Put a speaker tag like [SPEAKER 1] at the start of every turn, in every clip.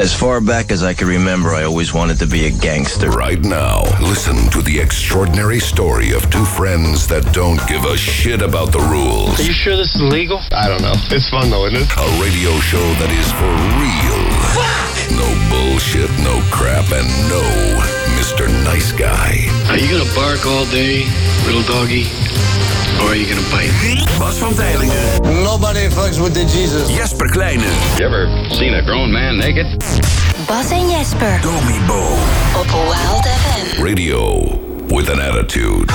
[SPEAKER 1] As far back as I can remember, I always wanted to be a gangster.
[SPEAKER 2] Right now, listen to the extraordinary story of two friends that don't give a shit about the rules.
[SPEAKER 3] Are you sure this is legal?
[SPEAKER 4] I don't know. It's fun though, isn't it?
[SPEAKER 2] A radio show that is for real. no bullshit, no crap, and no Mr. Nice Guy.
[SPEAKER 3] Are you gonna bark all day, little doggy? Or are you gonna bite?
[SPEAKER 5] Bas van Tijlingen.
[SPEAKER 6] Nobody fucks with the Jesus.
[SPEAKER 5] Jesper Kleine.
[SPEAKER 3] You ever seen a grown man naked?
[SPEAKER 7] Bas en Jesper
[SPEAKER 5] Domi Bo.
[SPEAKER 7] op Wild FM.
[SPEAKER 2] Oh, Radio with an attitude.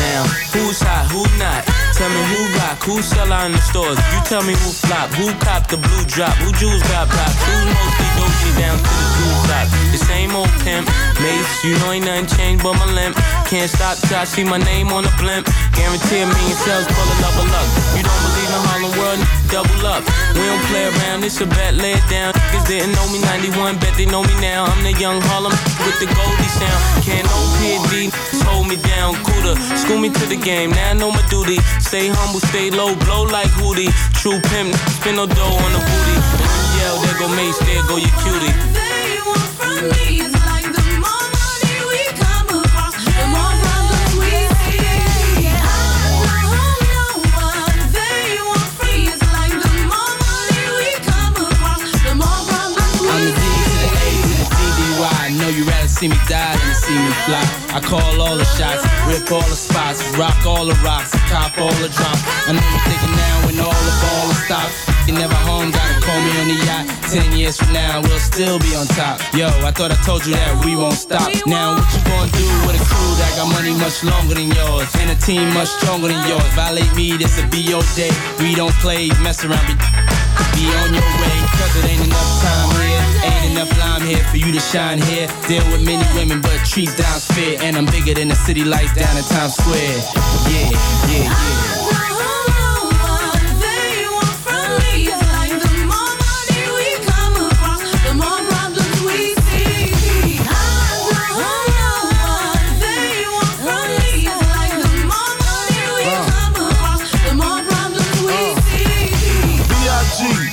[SPEAKER 8] Now, who's hot, who not? Tell me who rock, who sell out in the stores. You tell me who flop, who cop the blue drop, who jewels got pop, who mostly doji down to the blue top. The same old pimp, mace, you know ain't nothing changed but my limp. Can't stop till I see my name on the blimp. Guarantee a million sales, pull a double up. You don't believe in Harlem World, n- double up. We don't play around, it's a bet, lay it down. Niggas didn't know me 91, bet they know me now. I'm the young Harlem with the Goldie sound. Can't no PD hold me down. Cooler, school me to the game. Now I know my duty. Stay humble, stay low, blow like Hootie. True pimp, spin no dough on the booty. And when you yell, there go Mace, there go your cutie. I'm the D to the A to the DDY. I know you rather see me die than to see me fly. I call all the shots, rip all the spots, rock all the rocks, cop all the drops. I know you're thinking now when all the ball is stopped. You never home, gotta call me on the yacht. Ten years from now, we'll still be on top. Yo, I thought I told you that we won't stop. Now, what you gonna do with a crew that got money much longer than yours? And a team much stronger than yours. Violate me, this'll be your day. We don't play, mess around, be be on your way, cause it ain't enough time here. Ain't enough lime here for you to shine here. Deal with many women, but treat down's fair. And I'm bigger than the city lights down in Times Square. Yeah, yeah, yeah.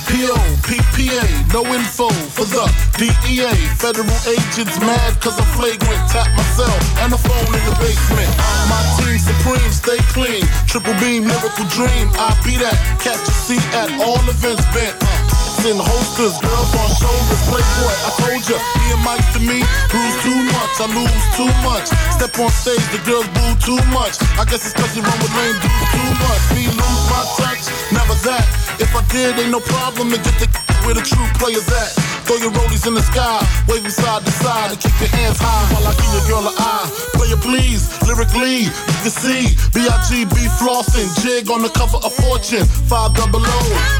[SPEAKER 9] B-I-G-P-O-P-P-A, no info for the DEA. Federal agents mad cause I'm flagrant. Tap myself and the phone in the basement. My team supreme, stay clean. Triple beam, miracle dream. I be that. Catch a seat at all events bent. It's in holsters, girls on shoulders. Playboy, I told ya. Me and Mike to me, lose too much. I lose too much. Step on stage, the girls boo too much. I guess it's cause you run with lame dudes too much. Me lose my touch, never that. If I did, ain't no problem. And get the where the true players at. Throw your rollies in the sky, wave 'em side to side, and keep your hands high while I give your girl an eye. Player please, lyrically, you can see B.I.G.B. flossing, jig on the cover of Fortune, five double O.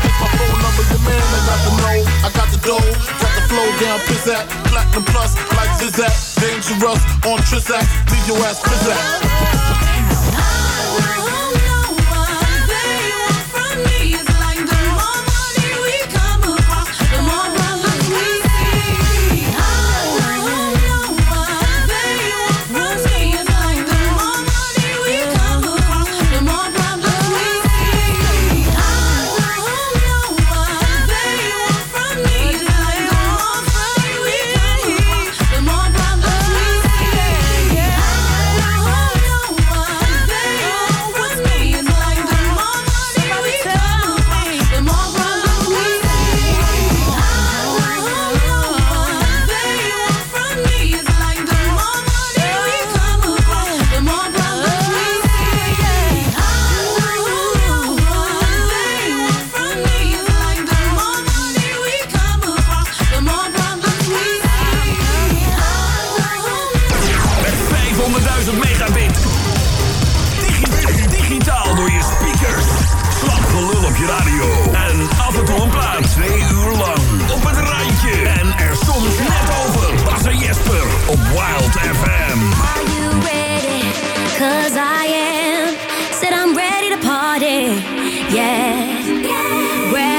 [SPEAKER 9] It's my phone number, your man, I got the know, I got the dough, got the flow down, piss at, platinum plus, like Zizak, dangerous on Trizac, leave your ass pizzat.
[SPEAKER 10] The more problems we see, I don't know why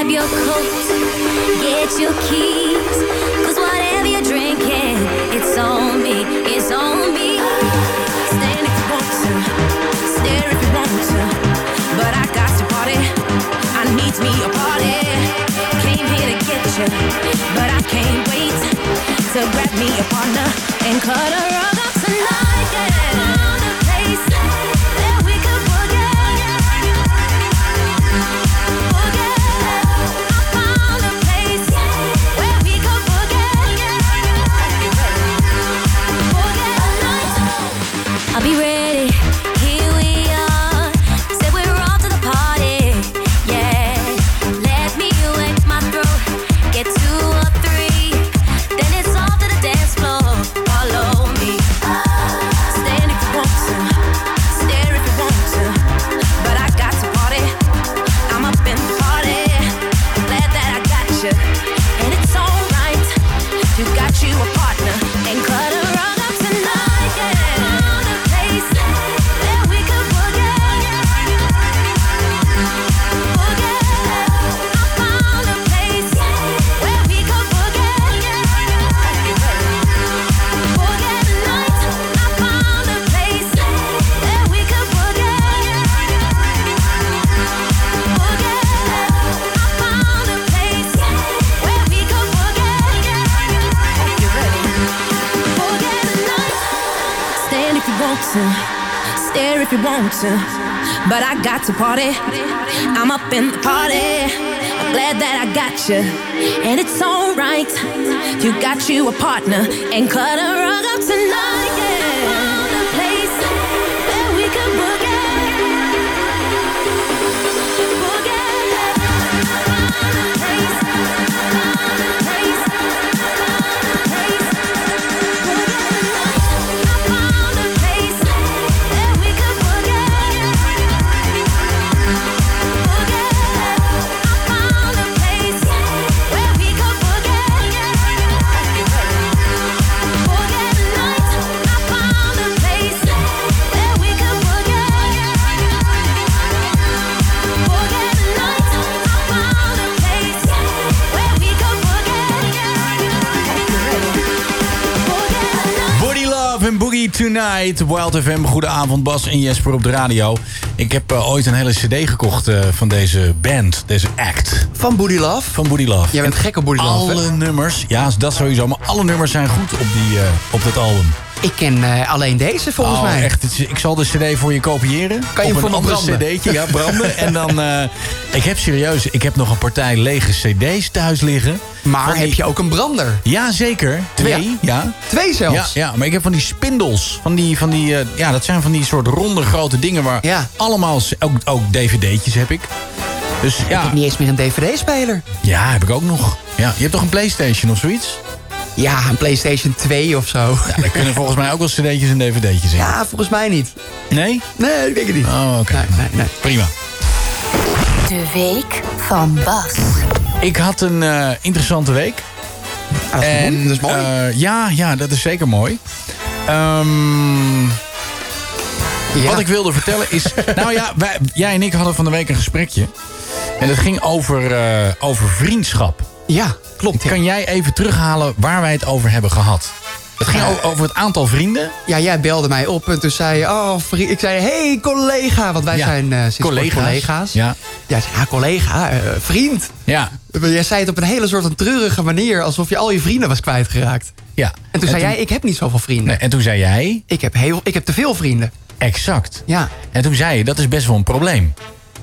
[SPEAKER 10] your coat, get your keys. Cause whatever you're drinking, it's on me, it's on me. Stand if you want to, stare if you want to. But I got to party, I need me a party. Came here to get you, but I can't wait to grab me a partner and cut a rug up tonight. Yeah. Found a place that we could forget. I'll be ready. Here we are. Said we were off to the party. Yeah. Let me wet my throat. Get two or three. Then it's off to the dance floor. Follow me. Stand if you want to. Stare if you want to. But I got to party. I'm up in the party. I'm glad that I got you. And it's alright. You got you a partner. And cut a rug up tonight. Yeah. Found a place that we could forget. Forget. I found a place where we could forget. Forget the night. I found a place that we could forget. Stand if you want to, stare if you want to. But I got to party. I'm up in the party. I'm glad that I got you. And it's alright. You got you a partner and cut a rug up tonight. Yeah. Found a place where we could
[SPEAKER 11] Body Love en Boogie Tonight. Wild FM, goede avond Bas en Jesper op de radio. Ik heb eh, ooit een hele cd gekocht eh, van deze band, deze act.
[SPEAKER 12] Van Booty Love?
[SPEAKER 11] Van Booty Love.
[SPEAKER 12] Jij bent gek op Booty Love,
[SPEAKER 11] Alle
[SPEAKER 12] hè?
[SPEAKER 11] nummers, ja dat sowieso, maar alle nummers zijn goed op, die, eh, op dat album.
[SPEAKER 12] Ik ken eh, alleen deze volgens
[SPEAKER 11] Oh,
[SPEAKER 12] mij.
[SPEAKER 11] Echt, het is- ik zal de cd voor je kopiëren.
[SPEAKER 12] Kan
[SPEAKER 11] op
[SPEAKER 12] je hem
[SPEAKER 11] een
[SPEAKER 12] voor me
[SPEAKER 11] ander
[SPEAKER 12] branden?
[SPEAKER 11] cd'tje, ja, branden. en dan, eh, ik heb serieus, ik heb nog een partij lege cd's thuis liggen. Maar heb je
[SPEAKER 12] ook een brander?
[SPEAKER 11] Ja, zeker. Twee, ja.
[SPEAKER 12] Twee zelfs?
[SPEAKER 11] Ja, ja, maar ik heb van die spindels. Van die, van die, eh, ja, dat zijn van die soort ronde grote dingen waar allemaal, c- ook, ook dvd'tjes heb ik. Dus, ja. Ik heb
[SPEAKER 12] niet eens meer een dvd-speler.
[SPEAKER 11] Ja, heb ik ook nog. Ja, je hebt toch een Playstation of zoiets?
[SPEAKER 12] Ja, een Playstation 2 of zo.
[SPEAKER 11] Ja, daar kunnen volgens mij ook wel cd'tjes en dvd'tjes in.
[SPEAKER 12] Ja, volgens mij niet.
[SPEAKER 11] Nee?
[SPEAKER 12] Nee, ik denk het niet.
[SPEAKER 11] Oh, oké. Prima.
[SPEAKER 7] De week van Bas.
[SPEAKER 11] Ik had een eh, interessante week.
[SPEAKER 12] Ah,
[SPEAKER 11] en, dat is mooi. ja, ja, dat is zeker mooi. Ehm, Wat ik wilde vertellen is... nou ja, wij, jij en ik hadden van de week een gesprekje. En dat ging over, eh, over vriendschap.
[SPEAKER 12] Ja, klopt.
[SPEAKER 11] Kan jij even terughalen waar wij het over hebben gehad? Het ging o- over het aantal vrienden.
[SPEAKER 12] Ja, jij belde mij op en toen zei je... Oh, vriend. Ik zei, hey collega. Want wij
[SPEAKER 11] Ja,
[SPEAKER 12] zijn eh sinds kort
[SPEAKER 11] collega's.
[SPEAKER 12] collega's.
[SPEAKER 11] Ja.
[SPEAKER 12] Ja, ik zei, ja, collega, eh, vriend.
[SPEAKER 11] Ja.
[SPEAKER 12] Jij zei het op een hele soort van treurige manier... alsof je al je vrienden was kwijtgeraakt.
[SPEAKER 11] Ja.
[SPEAKER 12] En toen zei jij, ik heb niet zoveel vrienden.
[SPEAKER 11] en toen zei jij...
[SPEAKER 12] Ik heb, heel, ik heb te veel vrienden.
[SPEAKER 11] Exact.
[SPEAKER 12] Ja.
[SPEAKER 11] En toen zei je, dat is best wel een probleem.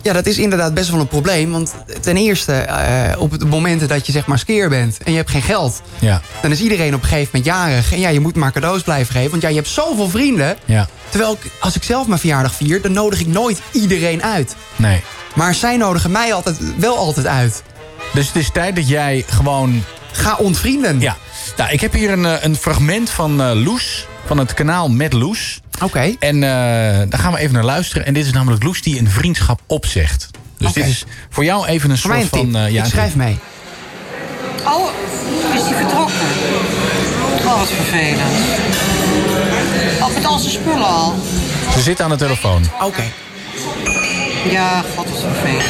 [SPEAKER 12] Ja, dat is inderdaad best wel een probleem. Want ten eerste, eh, op het momenten dat je zeg maar skeer bent... en je hebt geen geld...
[SPEAKER 11] Ja.
[SPEAKER 12] dan is iedereen op een gegeven moment jarig. En ja, je moet maar cadeaus blijven geven. Want ja, je hebt zoveel vrienden.
[SPEAKER 11] Ja.
[SPEAKER 12] Terwijl ik- als ik zelf mijn verjaardag vier... dan nodig ik nooit iedereen uit.
[SPEAKER 11] Nee.
[SPEAKER 12] Maar zij nodigen mij altijd, wel altijd uit.
[SPEAKER 11] Dus het is tijd dat jij gewoon...
[SPEAKER 12] Ga ontvrienden.
[SPEAKER 11] Ja. Nou, ik heb hier een, eh, een fragment van eh, Loes. Van het kanaal Met Loes.
[SPEAKER 12] Oké.
[SPEAKER 11] En eh, daar gaan we even naar luisteren. En dit is namelijk Loes die een vriendschap opzegt. Dus dit is voor jou even een
[SPEAKER 12] Voor mij
[SPEAKER 11] soort
[SPEAKER 12] een tip.
[SPEAKER 11] van... eh, ja,
[SPEAKER 12] ik schrijf
[SPEAKER 11] tip.
[SPEAKER 12] mee.
[SPEAKER 13] Oh, is die vertrokken? Oh, wat vervelend. Of met al zijn spullen al.
[SPEAKER 11] Ze zit aan de telefoon.
[SPEAKER 12] Oké.
[SPEAKER 13] Ja, god, wat vervelend.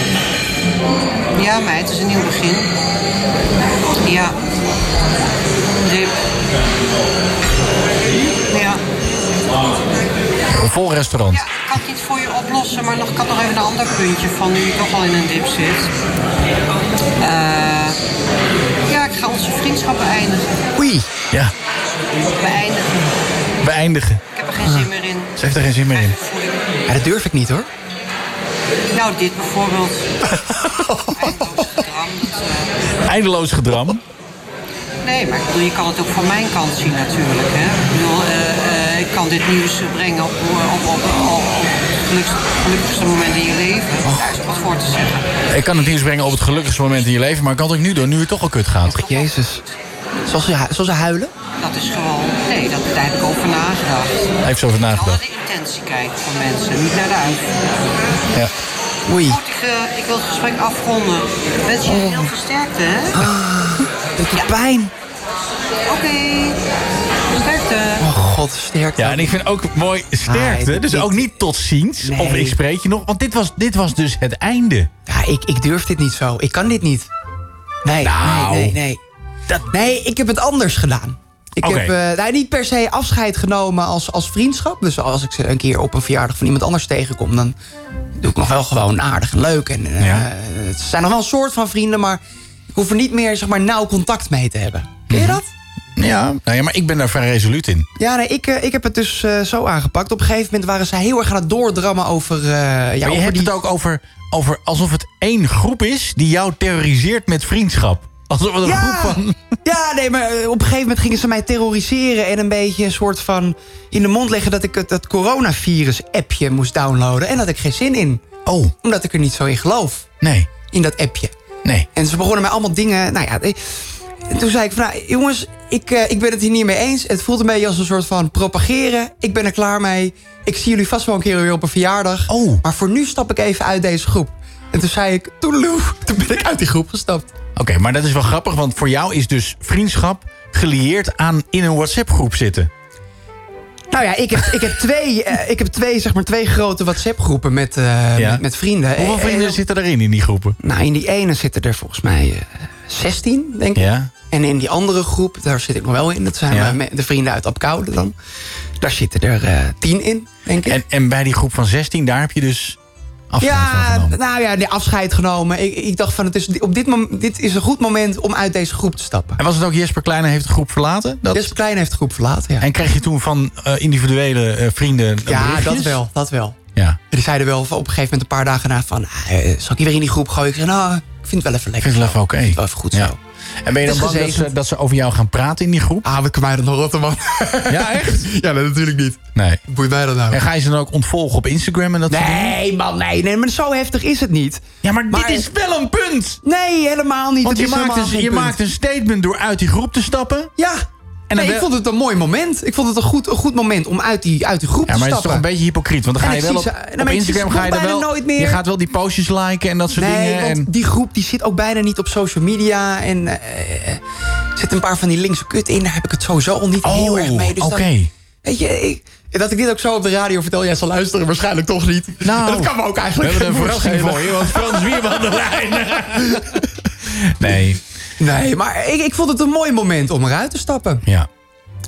[SPEAKER 13] Ja, meid, het is een nieuw begin. Ja. Dip. Ja.
[SPEAKER 11] Vol restaurant.
[SPEAKER 13] Ik kan het niet voor je oplossen, maar nog, ik had nog even een ander puntje van nu je toch al in een dip zit. Eh, ja, ik ga onze vriendschap beëindigen.
[SPEAKER 11] Oei. Ja,
[SPEAKER 13] Beëindigen.
[SPEAKER 11] beëindigen.
[SPEAKER 13] Ik heb er geen zin meer in.
[SPEAKER 11] Ze heeft er geen zin meer in.
[SPEAKER 12] Ja, dat durf ik niet hoor.
[SPEAKER 13] Nou, dit bijvoorbeeld. eh.
[SPEAKER 11] Eindeloos gedram.
[SPEAKER 13] Nee, maar ik bedoel, je kan het ook van mijn kant zien natuurlijk. Hè? Ik, bedoel, eh, eh, ik kan dit nieuws eh, brengen op, op, op, op, op het gelukkigste, gelukkigste moment in je leven. Daar is wat voor te zeggen.
[SPEAKER 11] Ik kan het nieuws brengen op het gelukkigste moment in je leven, maar ik kan het ook nu doen, nu het toch al kut gaat.
[SPEAKER 12] Jezus. Zoals ze, hu- zoals ze huilen?
[SPEAKER 13] Dat is gewoon, nee, dat, daar heb ik over nagedacht.
[SPEAKER 11] Hij heeft zo over nagedacht.
[SPEAKER 13] De intentie kijken van mensen, niet naar de uitvoering.
[SPEAKER 11] Ja. Oei.
[SPEAKER 13] Goed, ik, eh, ik wil het gesprek afronden. Ik wens je heel veel sterkte, hè?
[SPEAKER 12] Dat doet pijn.
[SPEAKER 13] Oké, sterkte.
[SPEAKER 12] Oh god, sterkte.
[SPEAKER 11] Ja, en ik vind ook mooi sterkte.
[SPEAKER 12] Nee,
[SPEAKER 11] Dus
[SPEAKER 12] dit-
[SPEAKER 11] ook niet tot ziens.
[SPEAKER 12] Nee.
[SPEAKER 11] Of ik spreek je nog. Want dit was, dit was dus het einde.
[SPEAKER 12] Ja, ik, ik durf dit niet zo. Ik kan dit niet. Nee,
[SPEAKER 11] Nou.
[SPEAKER 12] nee, nee. Nee. nee, ik heb het anders gedaan. Ik
[SPEAKER 11] Oké.
[SPEAKER 12] heb eh, nou, niet per se afscheid genomen als, als vriendschap. Dus als ik ze een keer op een verjaardag van iemand anders tegenkom... dan doe ik nog wel gewoon aardig en leuk. En, eh,
[SPEAKER 11] Ja.
[SPEAKER 12] het zijn nog wel een soort van vrienden... maar ik hoef er niet meer zeg maar, nauw contact mee te hebben. Ken je dat?
[SPEAKER 11] Ja, nou ja, maar ik ben daar vrij resoluut in.
[SPEAKER 12] Ja, nee, ik, eh, ik heb het dus eh, zo aangepakt. Op een gegeven moment waren zij heel erg aan het doordrammen over... eh, ja,
[SPEAKER 11] maar je
[SPEAKER 12] over
[SPEAKER 11] hebt
[SPEAKER 12] die-
[SPEAKER 11] het ook over, over alsof het één groep is die jou terroriseert met vriendschap. Alsof het een groep van...
[SPEAKER 12] Ja, nee, maar eh, op een gegeven moment gingen ze mij terroriseren... en een beetje een soort van in de mond leggen... dat ik het, dat coronavirus-appje moest downloaden. En daar had ik geen zin in.
[SPEAKER 11] Oh.
[SPEAKER 12] Omdat ik er niet zo in geloof.
[SPEAKER 11] Nee.
[SPEAKER 12] In dat appje.
[SPEAKER 11] Nee.
[SPEAKER 12] En ze begonnen mij allemaal dingen... Nou ja, eh, en toen zei ik van... nou, jongens, ik, eh, ik ben het hier niet mee eens. Het voelt een beetje als een soort van propageren. Ik ben er klaar mee. Ik zie jullie vast wel een keer weer op een verjaardag.
[SPEAKER 11] Oh.
[SPEAKER 12] Maar voor nu stap ik even uit deze groep. En toen zei ik... Toedeloe. Toen ben ik uit die groep gestapt.
[SPEAKER 11] Oké, maar dat is wel grappig, want voor jou is dus vriendschap gelieerd aan in een WhatsApp-groep zitten.
[SPEAKER 12] Nou ja, ik heb, ik heb, twee, eh, ik heb twee, zeg maar, twee grote WhatsApp-groepen met, eh,
[SPEAKER 11] Ja.
[SPEAKER 12] met, met vrienden.
[SPEAKER 11] Hoeveel
[SPEAKER 12] Eh,
[SPEAKER 11] vrienden
[SPEAKER 12] eh,
[SPEAKER 11] zitten daarin, in die groepen?
[SPEAKER 12] nou, in die ene zitten er volgens mij eh, 16, denk ik.
[SPEAKER 11] Ja.
[SPEAKER 12] En in die andere groep, daar zit ik nog wel in. Dat zijn
[SPEAKER 11] Ja.
[SPEAKER 12] eh, me- de vrienden uit Apkoude dan. Daar zitten er eh, 10 in, denk ik.
[SPEAKER 11] En, en bij die groep van 16, daar heb je dus afstand van
[SPEAKER 12] ja,
[SPEAKER 11] genomen.
[SPEAKER 12] nou ja, de afscheid genomen. Ik, ik dacht van, het is, op dit, moment, dit is een goed moment om uit deze groep te stappen.
[SPEAKER 11] En was het ook Jesper Kleine heeft de groep verlaten? Dat...
[SPEAKER 12] Jesper Klein heeft de groep verlaten, ja.
[SPEAKER 11] En kreeg je toen van eh, individuele eh, vrienden eh,
[SPEAKER 12] ja,
[SPEAKER 11] berichtjes?
[SPEAKER 12] dat wel, dat wel.
[SPEAKER 11] Ja,
[SPEAKER 12] En die zeiden wel op een gegeven moment een paar dagen na van... ah, eh, zal ik je weer in die groep gooien? Ik zei, nou, ik vind het wel even
[SPEAKER 11] ik
[SPEAKER 12] lekker.
[SPEAKER 11] vind het wel even oké.
[SPEAKER 12] Ik vind het wel even goed zo.
[SPEAKER 11] Ja. En ben je
[SPEAKER 12] Het
[SPEAKER 11] dan
[SPEAKER 12] is
[SPEAKER 11] bang dat ze,
[SPEAKER 12] gezegend.
[SPEAKER 11] dat ze over jou gaan praten in die groep?
[SPEAKER 12] Ah, we kunnen mij dat nog rotten, man.
[SPEAKER 11] Ja, echt?
[SPEAKER 12] ja, nee, natuurlijk niet.
[SPEAKER 11] Nee.
[SPEAKER 12] Boeit mij dat nou?
[SPEAKER 11] En ga je ze dan ook ontvolgen op Instagram en dat soort dingen?
[SPEAKER 12] Nee, man, nee, nee. Maar zo heftig is het niet.
[SPEAKER 11] Ja, maar,
[SPEAKER 12] Maar-
[SPEAKER 11] dit is wel een punt!
[SPEAKER 12] Nee, helemaal niet.
[SPEAKER 11] Want
[SPEAKER 12] Het
[SPEAKER 11] je,
[SPEAKER 12] is
[SPEAKER 11] maakt
[SPEAKER 12] helemaal
[SPEAKER 11] een,
[SPEAKER 12] geen
[SPEAKER 11] je
[SPEAKER 12] punt.
[SPEAKER 11] maakt een statement door uit die groep te stappen.
[SPEAKER 12] Ja. En
[SPEAKER 11] dan
[SPEAKER 12] ik
[SPEAKER 11] wel-
[SPEAKER 12] vond het een mooi moment. Ik vond het een goed, een goed moment om uit die, uit die groep
[SPEAKER 11] Ja,
[SPEAKER 12] te
[SPEAKER 11] maar het is
[SPEAKER 12] stappen.
[SPEAKER 11] toch een beetje hypocriet. Want dan ga
[SPEAKER 12] En
[SPEAKER 11] je
[SPEAKER 12] ik
[SPEAKER 11] wel op,
[SPEAKER 12] zie ze- nou,
[SPEAKER 11] op
[SPEAKER 12] maar ik zie
[SPEAKER 11] Instagram
[SPEAKER 12] ze
[SPEAKER 11] ga je
[SPEAKER 12] nog
[SPEAKER 11] dan wel...
[SPEAKER 12] bijna nooit meer.
[SPEAKER 11] Je gaat wel die postjes liken en dat soort
[SPEAKER 12] Nee,
[SPEAKER 11] dingen.
[SPEAKER 12] want
[SPEAKER 11] en-
[SPEAKER 12] die groep die zit ook bijna niet op social media. En eh, er zitten een paar van die linkse kut in. Daar heb ik het sowieso al niet heel erg mee. Dus
[SPEAKER 11] Oh, oké.
[SPEAKER 12] dan- Weet je, ik- dat ik dit ook zo op de radio vertel, jij zal luisteren waarschijnlijk toch niet.
[SPEAKER 11] Nou,
[SPEAKER 12] dat kan me ook
[SPEAKER 11] We
[SPEAKER 12] eigenlijk
[SPEAKER 11] hebben een
[SPEAKER 12] geen
[SPEAKER 11] verrassing
[SPEAKER 12] moer
[SPEAKER 11] voor je, want Frans Wierman aan de lijn. Nee,
[SPEAKER 12] schelen. Nee, maar ik, ik vond het een mooi moment om eruit te stappen.
[SPEAKER 11] ja.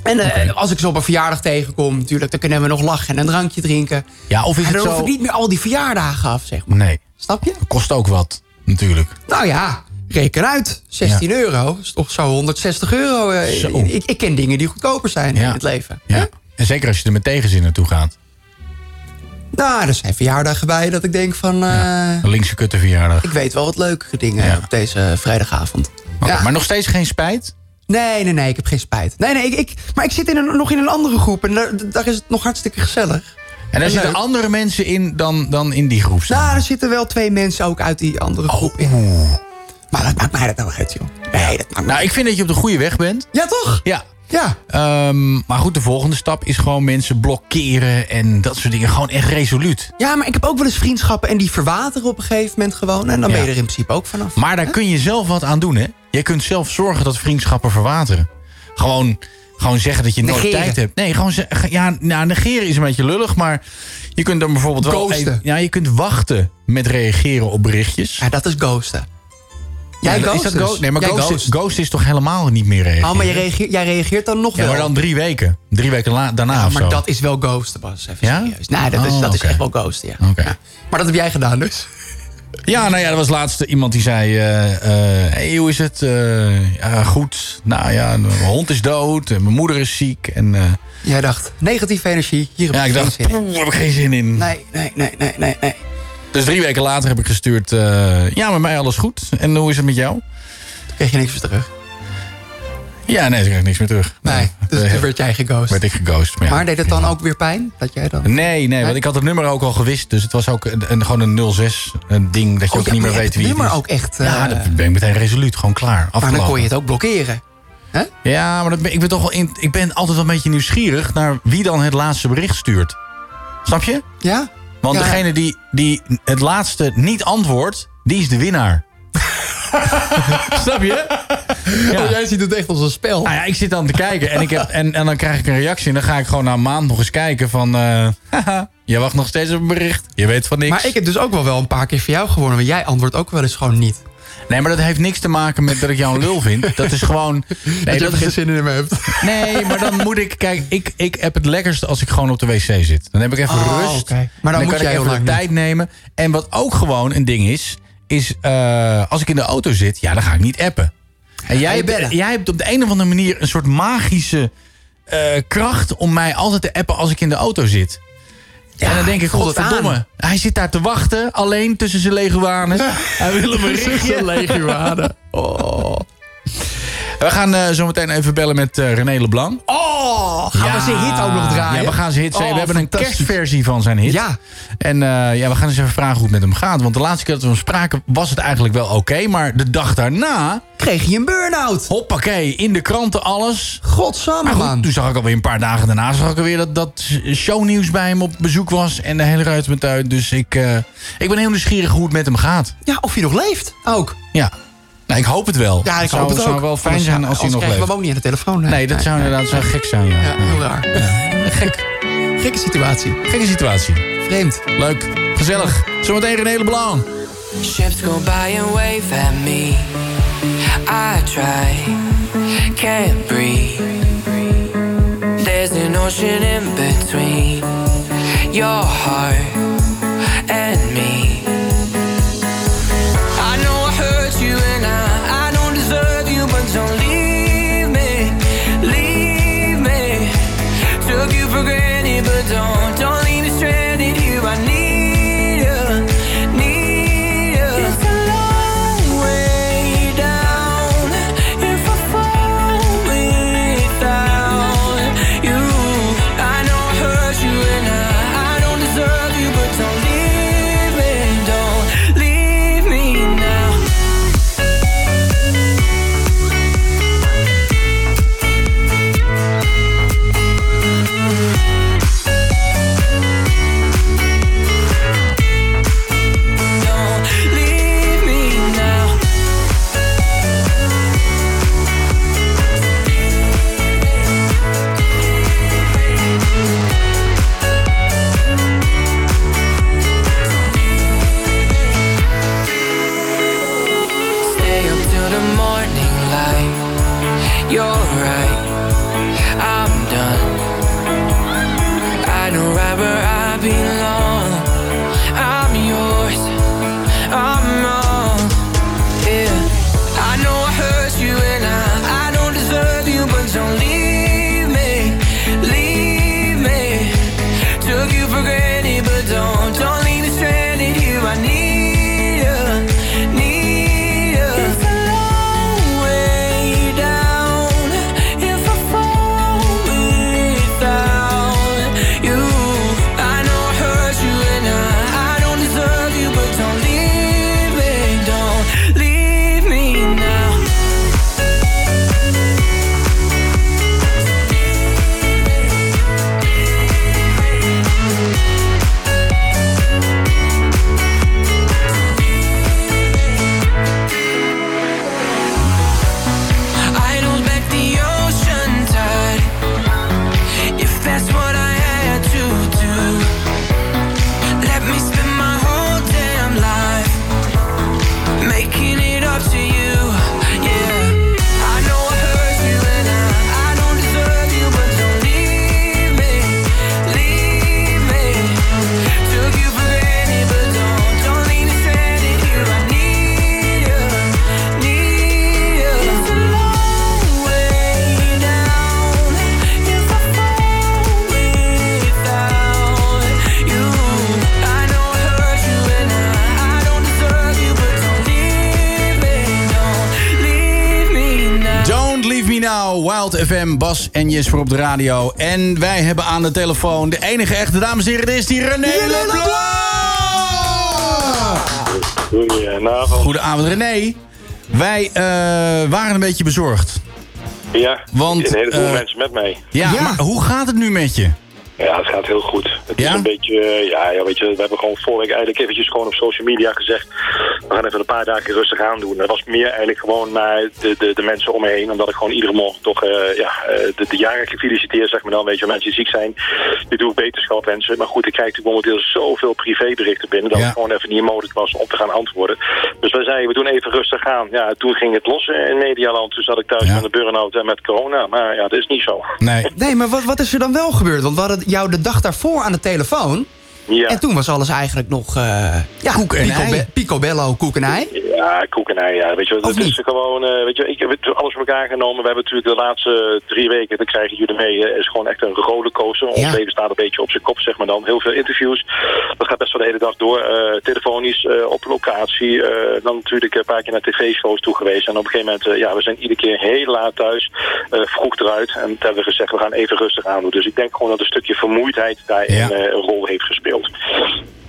[SPEAKER 12] En eh, als ik ze op een verjaardag tegenkom, natuurlijk, dan kunnen we nog lachen en een drankje drinken.
[SPEAKER 11] Ja, of is
[SPEAKER 12] en
[SPEAKER 11] het
[SPEAKER 12] dan hoef
[SPEAKER 11] zo...
[SPEAKER 12] ik niet meer al die verjaardagen af, zeg maar.
[SPEAKER 11] Nee,
[SPEAKER 12] Snap je?
[SPEAKER 11] kost ook wat, natuurlijk.
[SPEAKER 12] Nou ja, reken uit. 16 euro is toch zo 160 euro. eh,
[SPEAKER 11] Zo.
[SPEAKER 12] Ik, ik ken dingen die goedkoper zijn
[SPEAKER 11] Ja.
[SPEAKER 12] in het leven.
[SPEAKER 11] Ja. En zeker als je er met tegenzin naartoe gaat.
[SPEAKER 12] Nou, er zijn verjaardagen bij dat ik denk van... eh,
[SPEAKER 11] Een linkse kuttenverjaardag.
[SPEAKER 12] Ik weet wel wat leukere dingen
[SPEAKER 11] Ja.
[SPEAKER 12] op deze vrijdagavond.
[SPEAKER 11] Oké,
[SPEAKER 12] Ja.
[SPEAKER 11] Maar nog steeds geen spijt?
[SPEAKER 12] Nee, nee, nee, ik heb geen spijt. Nee, nee, ik, ik, maar ik zit in een, nog in een andere groep en daar, daar is het nog hartstikke gezellig.
[SPEAKER 11] En daar
[SPEAKER 12] En
[SPEAKER 11] zitten
[SPEAKER 12] leuk.
[SPEAKER 11] andere mensen in dan, dan in die groep Oh. staan.
[SPEAKER 12] Nou, er zitten wel twee mensen ook uit die andere groep in. Maar dat maakt mij dat nou uit, joh. Nee, dat maakt mij...
[SPEAKER 11] Nou, ik vind dat je op de goede weg bent.
[SPEAKER 12] Ja, toch?
[SPEAKER 11] Ja.
[SPEAKER 12] Ja.
[SPEAKER 11] Ehm, maar goed, de volgende stap is gewoon mensen blokkeren en dat soort dingen. Gewoon echt resoluut.
[SPEAKER 12] Ja, maar ik heb ook wel eens vriendschappen en die verwateren op een gegeven moment gewoon. En dan ben je
[SPEAKER 11] Ja.
[SPEAKER 12] er in principe ook vanaf.
[SPEAKER 11] Maar daar kun je zelf wat aan doen, hè? Je kunt zelf zorgen dat vriendschappen verwateren. Gewoon, Gewoon zeggen dat je nooit
[SPEAKER 12] Negeren.
[SPEAKER 11] tijd hebt. Nee, gewoon ze- ge- ja, nou, negeren is een beetje lullig, maar je kunt dan bijvoorbeeld wel.
[SPEAKER 12] Ghosten.
[SPEAKER 11] even- ja, je kunt wachten met reageren op berichtjes. Ja,
[SPEAKER 12] dat is ghosten. Jij
[SPEAKER 11] is
[SPEAKER 12] ghost
[SPEAKER 11] dat
[SPEAKER 12] dus.
[SPEAKER 11] ghost? Nee, maar
[SPEAKER 12] Jij
[SPEAKER 11] ghost,
[SPEAKER 12] ghost.
[SPEAKER 11] ghost is toch helemaal niet meer reageren?
[SPEAKER 12] Oh, maar je reageert, jij reageert dan nog
[SPEAKER 11] Ja,
[SPEAKER 12] wel.
[SPEAKER 11] maar dan drie weken. Drie weken la- daarna
[SPEAKER 12] Ja,
[SPEAKER 11] of
[SPEAKER 12] maar
[SPEAKER 11] zo.
[SPEAKER 12] dat is wel ghosten, Bas. Even
[SPEAKER 11] Ja?
[SPEAKER 12] serieus. Nee, Nou, dat, is,
[SPEAKER 11] Oh,
[SPEAKER 12] dat is
[SPEAKER 11] oké.
[SPEAKER 12] echt wel ghosten, ja.
[SPEAKER 11] Oké.
[SPEAKER 12] Maar dat heb jij gedaan dus.
[SPEAKER 11] Ja, nou ja, er was laatst iemand die zei... eh, eh, hey, hoe is het? Eh, ja, goed. Nou ja, mijn hond is dood. En mijn moeder is ziek. En, eh,
[SPEAKER 12] Jij dacht, negatieve energie. Hier heb
[SPEAKER 11] ja, ik
[SPEAKER 12] geen
[SPEAKER 11] dacht,
[SPEAKER 12] zin in.
[SPEAKER 11] "Poeh, heb ik geen zin in.
[SPEAKER 12] Nee, nee, nee, nee, nee. nee.
[SPEAKER 11] Dus drie weken later heb ik gestuurd... eh, ja, met mij alles goed. En hoe is het met jou?
[SPEAKER 12] Toen kreeg je niks meer terug.
[SPEAKER 11] Ja, nee, ze kreeg niks meer terug.
[SPEAKER 12] Nee, dus toen werd jij geghost.
[SPEAKER 11] Werd ik geghost. Maar, ja.
[SPEAKER 12] Maar deed het dan ook weer pijn? Dat jij dan...
[SPEAKER 11] Nee, nee, want ik had het nummer ook al gewist. Dus het was ook een, een- gewoon een 06 een ding
[SPEAKER 12] Oh,
[SPEAKER 11] dat je ook niet meer weet wie het is.
[SPEAKER 12] nummer ook echt...
[SPEAKER 11] Ja,
[SPEAKER 12] eh,
[SPEAKER 11] dat ben ik meteen resoluut. Gewoon klaar.
[SPEAKER 12] maar dan
[SPEAKER 11] afgelopen.
[SPEAKER 12] kon je het ook blokkeren.
[SPEAKER 11] Ja, maar dat ben- ik ben toch wel in, ik ben altijd wel een beetje nieuwsgierig naar wie dan het laatste bericht stuurt. Snap je?
[SPEAKER 12] Ja?
[SPEAKER 11] Want
[SPEAKER 12] Ja.
[SPEAKER 11] degene die, die het laatste niet antwoordt, die is de winnaar. Snap je? Ja.
[SPEAKER 12] jij ziet het echt als een spel.
[SPEAKER 11] Nou ja, ik zit dan te kijken en, ik heb, en, en dan krijg ik een reactie. En dan ga ik gewoon na een maand nog eens kijken van... eh, haha, je wacht nog steeds op een bericht. Je weet van niks.
[SPEAKER 12] Maar ik heb dus ook wel wel een paar keer voor jou gewonnen. Maar jij antwoordt ook wel eens gewoon niet.
[SPEAKER 11] Nee, maar dat heeft niks te maken met dat ik jou een nou lul vind. Dat is gewoon... Nee,
[SPEAKER 12] dat je er
[SPEAKER 11] is-
[SPEAKER 12] geen zin in me hebt.
[SPEAKER 11] Nee, maar dan moet ik... Kijk, ik, ik heb het lekkerst als ik gewoon op de wc zit. Dan heb ik even
[SPEAKER 12] Oh,
[SPEAKER 11] rust.
[SPEAKER 12] oké. Maar dan
[SPEAKER 11] En
[SPEAKER 12] moet
[SPEAKER 11] kan
[SPEAKER 12] jij
[SPEAKER 11] ik
[SPEAKER 12] heel
[SPEAKER 11] even
[SPEAKER 12] lang
[SPEAKER 11] de tijd nemen. En wat ook gewoon een ding is... is eh, als ik in de auto zit, ja, dan ga ik niet appen. En jij,
[SPEAKER 12] je
[SPEAKER 11] hebt-
[SPEAKER 12] bellen.
[SPEAKER 11] jij hebt op de een of andere manier een soort magische eh, kracht... om mij altijd te appen als ik in de auto zit. en dan denk ik,
[SPEAKER 12] voel dat
[SPEAKER 11] godverdomme, hij zit daar te wachten... alleen tussen zijn leguanen. Hij wil een berichtje.
[SPEAKER 12] leguanen. Oh.
[SPEAKER 11] We gaan eh, zo meteen even bellen met eh, René Leblanc.
[SPEAKER 12] Oh, gaan we zijn hit ook nog draaien?
[SPEAKER 11] Ja, we gaan zijn hit
[SPEAKER 12] Oh,
[SPEAKER 11] We hebben een
[SPEAKER 12] fantastisch.
[SPEAKER 11] kerstversie van zijn hit.
[SPEAKER 12] Ja.
[SPEAKER 11] En eh, ja, we gaan eens even vragen hoe het met hem gaat. Want de laatste keer dat we hem spraken was het eigenlijk wel oké. maar de dag daarna...
[SPEAKER 12] Kreeg je een burn-out?
[SPEAKER 11] Hoppakee, in de kranten alles.
[SPEAKER 12] Godsamme,
[SPEAKER 11] Maar goed,
[SPEAKER 12] man.
[SPEAKER 11] toen zag ik alweer een paar dagen daarna... zag ik alweer dat, dat shownieuws bij hem op bezoek was. En de hele ruit met uit. Dus ik, eh, ik ben heel nieuwsgierig hoe het met hem gaat.
[SPEAKER 12] Ja, of je nog leeft ook.
[SPEAKER 11] Ja. Nou, ik hoop het wel.
[SPEAKER 12] Ja, ik
[SPEAKER 11] zou,
[SPEAKER 12] hoop het ook.
[SPEAKER 11] zou wel fijn
[SPEAKER 12] Anders-
[SPEAKER 11] zijn als hij
[SPEAKER 12] anders
[SPEAKER 11] nog
[SPEAKER 12] krijgen
[SPEAKER 11] leeft.
[SPEAKER 12] we hem ook niet aan de telefoon. hè?
[SPEAKER 11] Nee, dat zou inderdaad zou gek zijn. Ja.
[SPEAKER 12] Ja, heel raar.
[SPEAKER 11] Gek.
[SPEAKER 12] Gekke situatie.
[SPEAKER 11] Gekke situatie.
[SPEAKER 12] Vreemd.
[SPEAKER 11] Leuk. Gezellig. Zometeen René Leblanc.
[SPEAKER 14] Ships go by and wave at me. I try, can't breathe. There's an ocean in between your heart and me. I know I hurt you and I, I don't deserve you, but don't leave me, leave me. Took you for granted, but don't, don't leave me stranded here. I need you, need you. It's a long way down if I fall without you. I know I hurt you and I, I don't deserve you, but don't leave me, don't leave me now. Don't leave me now. Stay up till the morning light. You're right, I'm done. I know right where I belong. I'm yours, I'm wrong. Yeah, I know I hurt you and I, I don't deserve you, but don't leave me, leave me. Took you for granted, but don't, don't leave me stranded here. I need you, need you. It's a long way down.
[SPEAKER 11] Now, Wild FM, Bas en Jesper op de radio. En wij hebben aan de telefoon de enige echte, dames en heren, dit is die René Leblanc!
[SPEAKER 15] Goedenavond.
[SPEAKER 11] Goedenavond René. Wij eh, waren een beetje bezorgd.
[SPEAKER 15] Ja,
[SPEAKER 11] Want,
[SPEAKER 15] een heleboel
[SPEAKER 11] eh,
[SPEAKER 15] mensen met mij.
[SPEAKER 11] Ja, maar hoe gaat het nu met je?
[SPEAKER 15] Ja, het gaat heel goed. Het is een beetje, eh, ja, ja, weet je, we hebben gewoon vorige week eigenlijk eventjes gewoon op social media gezegd, we gaan even een paar dagen rustig aan doen. Dat was meer eigenlijk gewoon naar de, de, de mensen om me heen, omdat ik gewoon iedere morgen toch, eh, ja, eh, de, de jaren gefeliciteerd, zeg maar dan, weet je, mensen die ziek zijn, die doe ik beterschap wensen. Maar goed, ik krijg natuurlijk momenteel zoveel privéberichten binnen, dat het gewoon even niet mogelijk was om te gaan antwoorden. Dus wij zeiden, we doen even rustig aan. Ja, toen ging het los in Nederland, toen zat ik thuis met een burn-out en met corona, maar ja, dat is niet zo.
[SPEAKER 11] Nee.
[SPEAKER 12] Nee, maar wat, wat is er dan wel gebeurd? Want we hadden jou de dag daarvoor aan de telefoon.
[SPEAKER 15] Ja.
[SPEAKER 12] En toen was alles eigenlijk nog... eh, ja, koek
[SPEAKER 15] en ei.
[SPEAKER 12] Picobello, koek en ei.
[SPEAKER 15] Ja, koek en ei, ja. Weet je, dat is gewoon, eh, weet je, ik heb het alles met elkaar genomen. We hebben natuurlijk de laatste drie weken, dat krijgen jullie mee, eh, is gewoon echt een rollercoaster. Ons
[SPEAKER 16] Ja.
[SPEAKER 15] leven staat een beetje op zijn kop, zeg maar dan. Heel veel interviews. Dat gaat best wel de hele dag door. eh, telefonisch, eh, op locatie. eh, dan natuurlijk een paar keer naar tv-shows toe geweest. En op een gegeven moment, eh, ja, we zijn iedere keer heel laat thuis, eh, vroeg eruit. En toen hebben we gezegd, we gaan even rustig aan doen. Dus ik denk gewoon dat een stukje vermoeidheid daarin eh, een rol heeft gespeeld.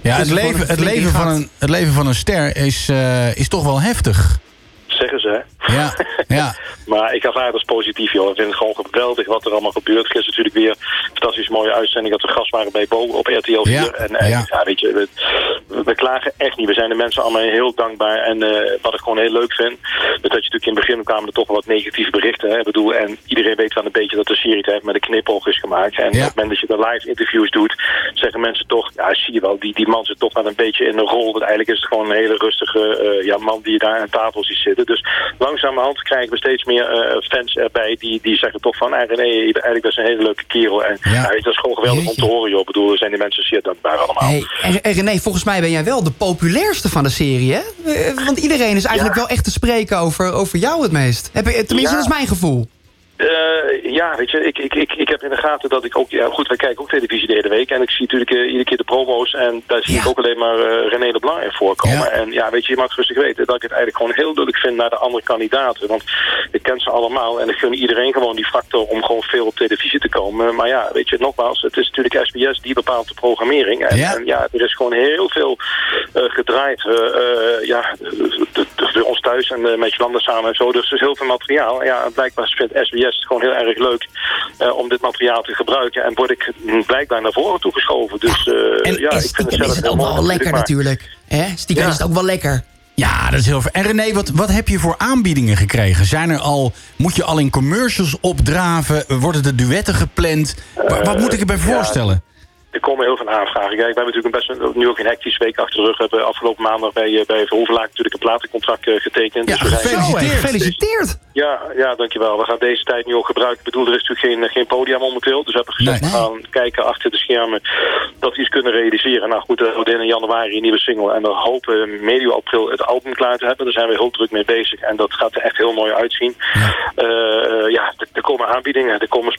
[SPEAKER 11] Ja, het leven, het, leven van een, het leven van een ster is, eh, is toch wel heftig.
[SPEAKER 15] Zeggen ze, hè?
[SPEAKER 11] Ja, ja.
[SPEAKER 15] Maar ik ervaar het als positief, joh. Ik vind het gewoon geweldig wat er allemaal gebeurt. Gisteren natuurlijk weer een fantastisch mooie uitzending... dat we gast waren bij Bo op RTL 4. en en, ja. weet je, we, we klagen echt niet. We zijn de mensen allemaal heel dankbaar. En eh, wat ik gewoon heel leuk vind... is dat je natuurlijk in het begin kwamen er toch wel wat negatieve berichten. Hè? Ik bedoel, en iedereen weet wel een beetje dat de serie het heeft met een knipoog is gemaakt. En op het moment dat je de live interviews doet... zeggen mensen toch, ja, zie je wel, die, die man zit toch wel een beetje in een rol. Want eigenlijk is het gewoon een hele rustige eh, ja, man die je daar aan tafel ziet zitten. Dus langzamerhand krijgen we steeds meer eh, fans erbij die, die zeggen toch van... Ah, René, je bent eigenlijk best een hele leuke kerel. En ja. weet je, dat is gewoon geweldig om te horen, joh. Ik bedoel, we zijn die mensen zeer dankbaar allemaal.
[SPEAKER 12] Hey, en, en René, volgens mij ben jij wel de populairste van de serie, hè? Eh, Want iedereen is eigenlijk wel echt te spreken over, over jou het meest. Heb, ik- tenminste,
[SPEAKER 15] Ja.
[SPEAKER 12] dat is mijn gevoel.
[SPEAKER 15] Eh, ja, weet je, ik, ik, ik, ik heb in de gaten dat ik ook... Ja, goed, wij kijken ook televisie de hele week. En ik zie natuurlijk eh, iedere keer de promo's. En daar zie ik ook alleen maar eh René Leblanc in voorkomen. En ja, weet je, je mag rustig weten dat ik het eigenlijk gewoon heel duidelijk vind naar de andere kandidaten. Want ik ken ze allemaal. En ik gun iedereen gewoon die factor om gewoon veel op televisie te komen. Maar ja, weet je, nogmaals, het is natuurlijk SBS die bepaalt de programmering. En ja, en, ja er is gewoon heel veel eh, gedraaid. eh, eh, ja, dus bij ons thuis en eh, met Jolanda samen en zo. Dus er is heel veel materiaal. Ja, en blijkbaar vindt SBS het gewoon heel erg leuk eh, om dit materiaal te gebruiken. En word ik mm, blijkbaar naar voren toegeschoven. Dus eh, ja, ik vind het zelf
[SPEAKER 12] is het
[SPEAKER 15] heel
[SPEAKER 12] ook
[SPEAKER 15] mooi,
[SPEAKER 12] wel lekker
[SPEAKER 15] maar-
[SPEAKER 12] natuurlijk. Hè? Stiekem is het ook wel lekker.
[SPEAKER 11] Ja, dat is heel ver. En René, wat, wat heb je voor aanbiedingen gekregen? Zijn er al, moet je al in commercials opdraven? Worden er duetten gepland? Wa- wat moet ik erbij
[SPEAKER 15] ja.
[SPEAKER 11] voorstellen?
[SPEAKER 15] Er komen heel veel aanvragen. Kijk, we hebben natuurlijk best een, nu ook een hectische week achter de rug. We hebben afgelopen maandag bij, eh, bij Verhoevenlaak natuurlijk een platencontract eh, getekend. dus we zijn-
[SPEAKER 12] Gefeliciteerd.
[SPEAKER 15] Ja, ja, dankjewel. We gaan deze tijd nu ook gebruiken. Ik bedoel, er is natuurlijk geen, geen podium momenteel. Dus we hebben gezegd, we gaan kijken achter de schermen dat we iets kunnen realiseren. Nou goed, we in januari een nieuwe single. En we hopen medio april het album klaar te hebben. Daar zijn we heel druk mee bezig. En dat gaat er echt heel mooi uitzien. Eh, ja, er- er komen aanbiedingen. Er komen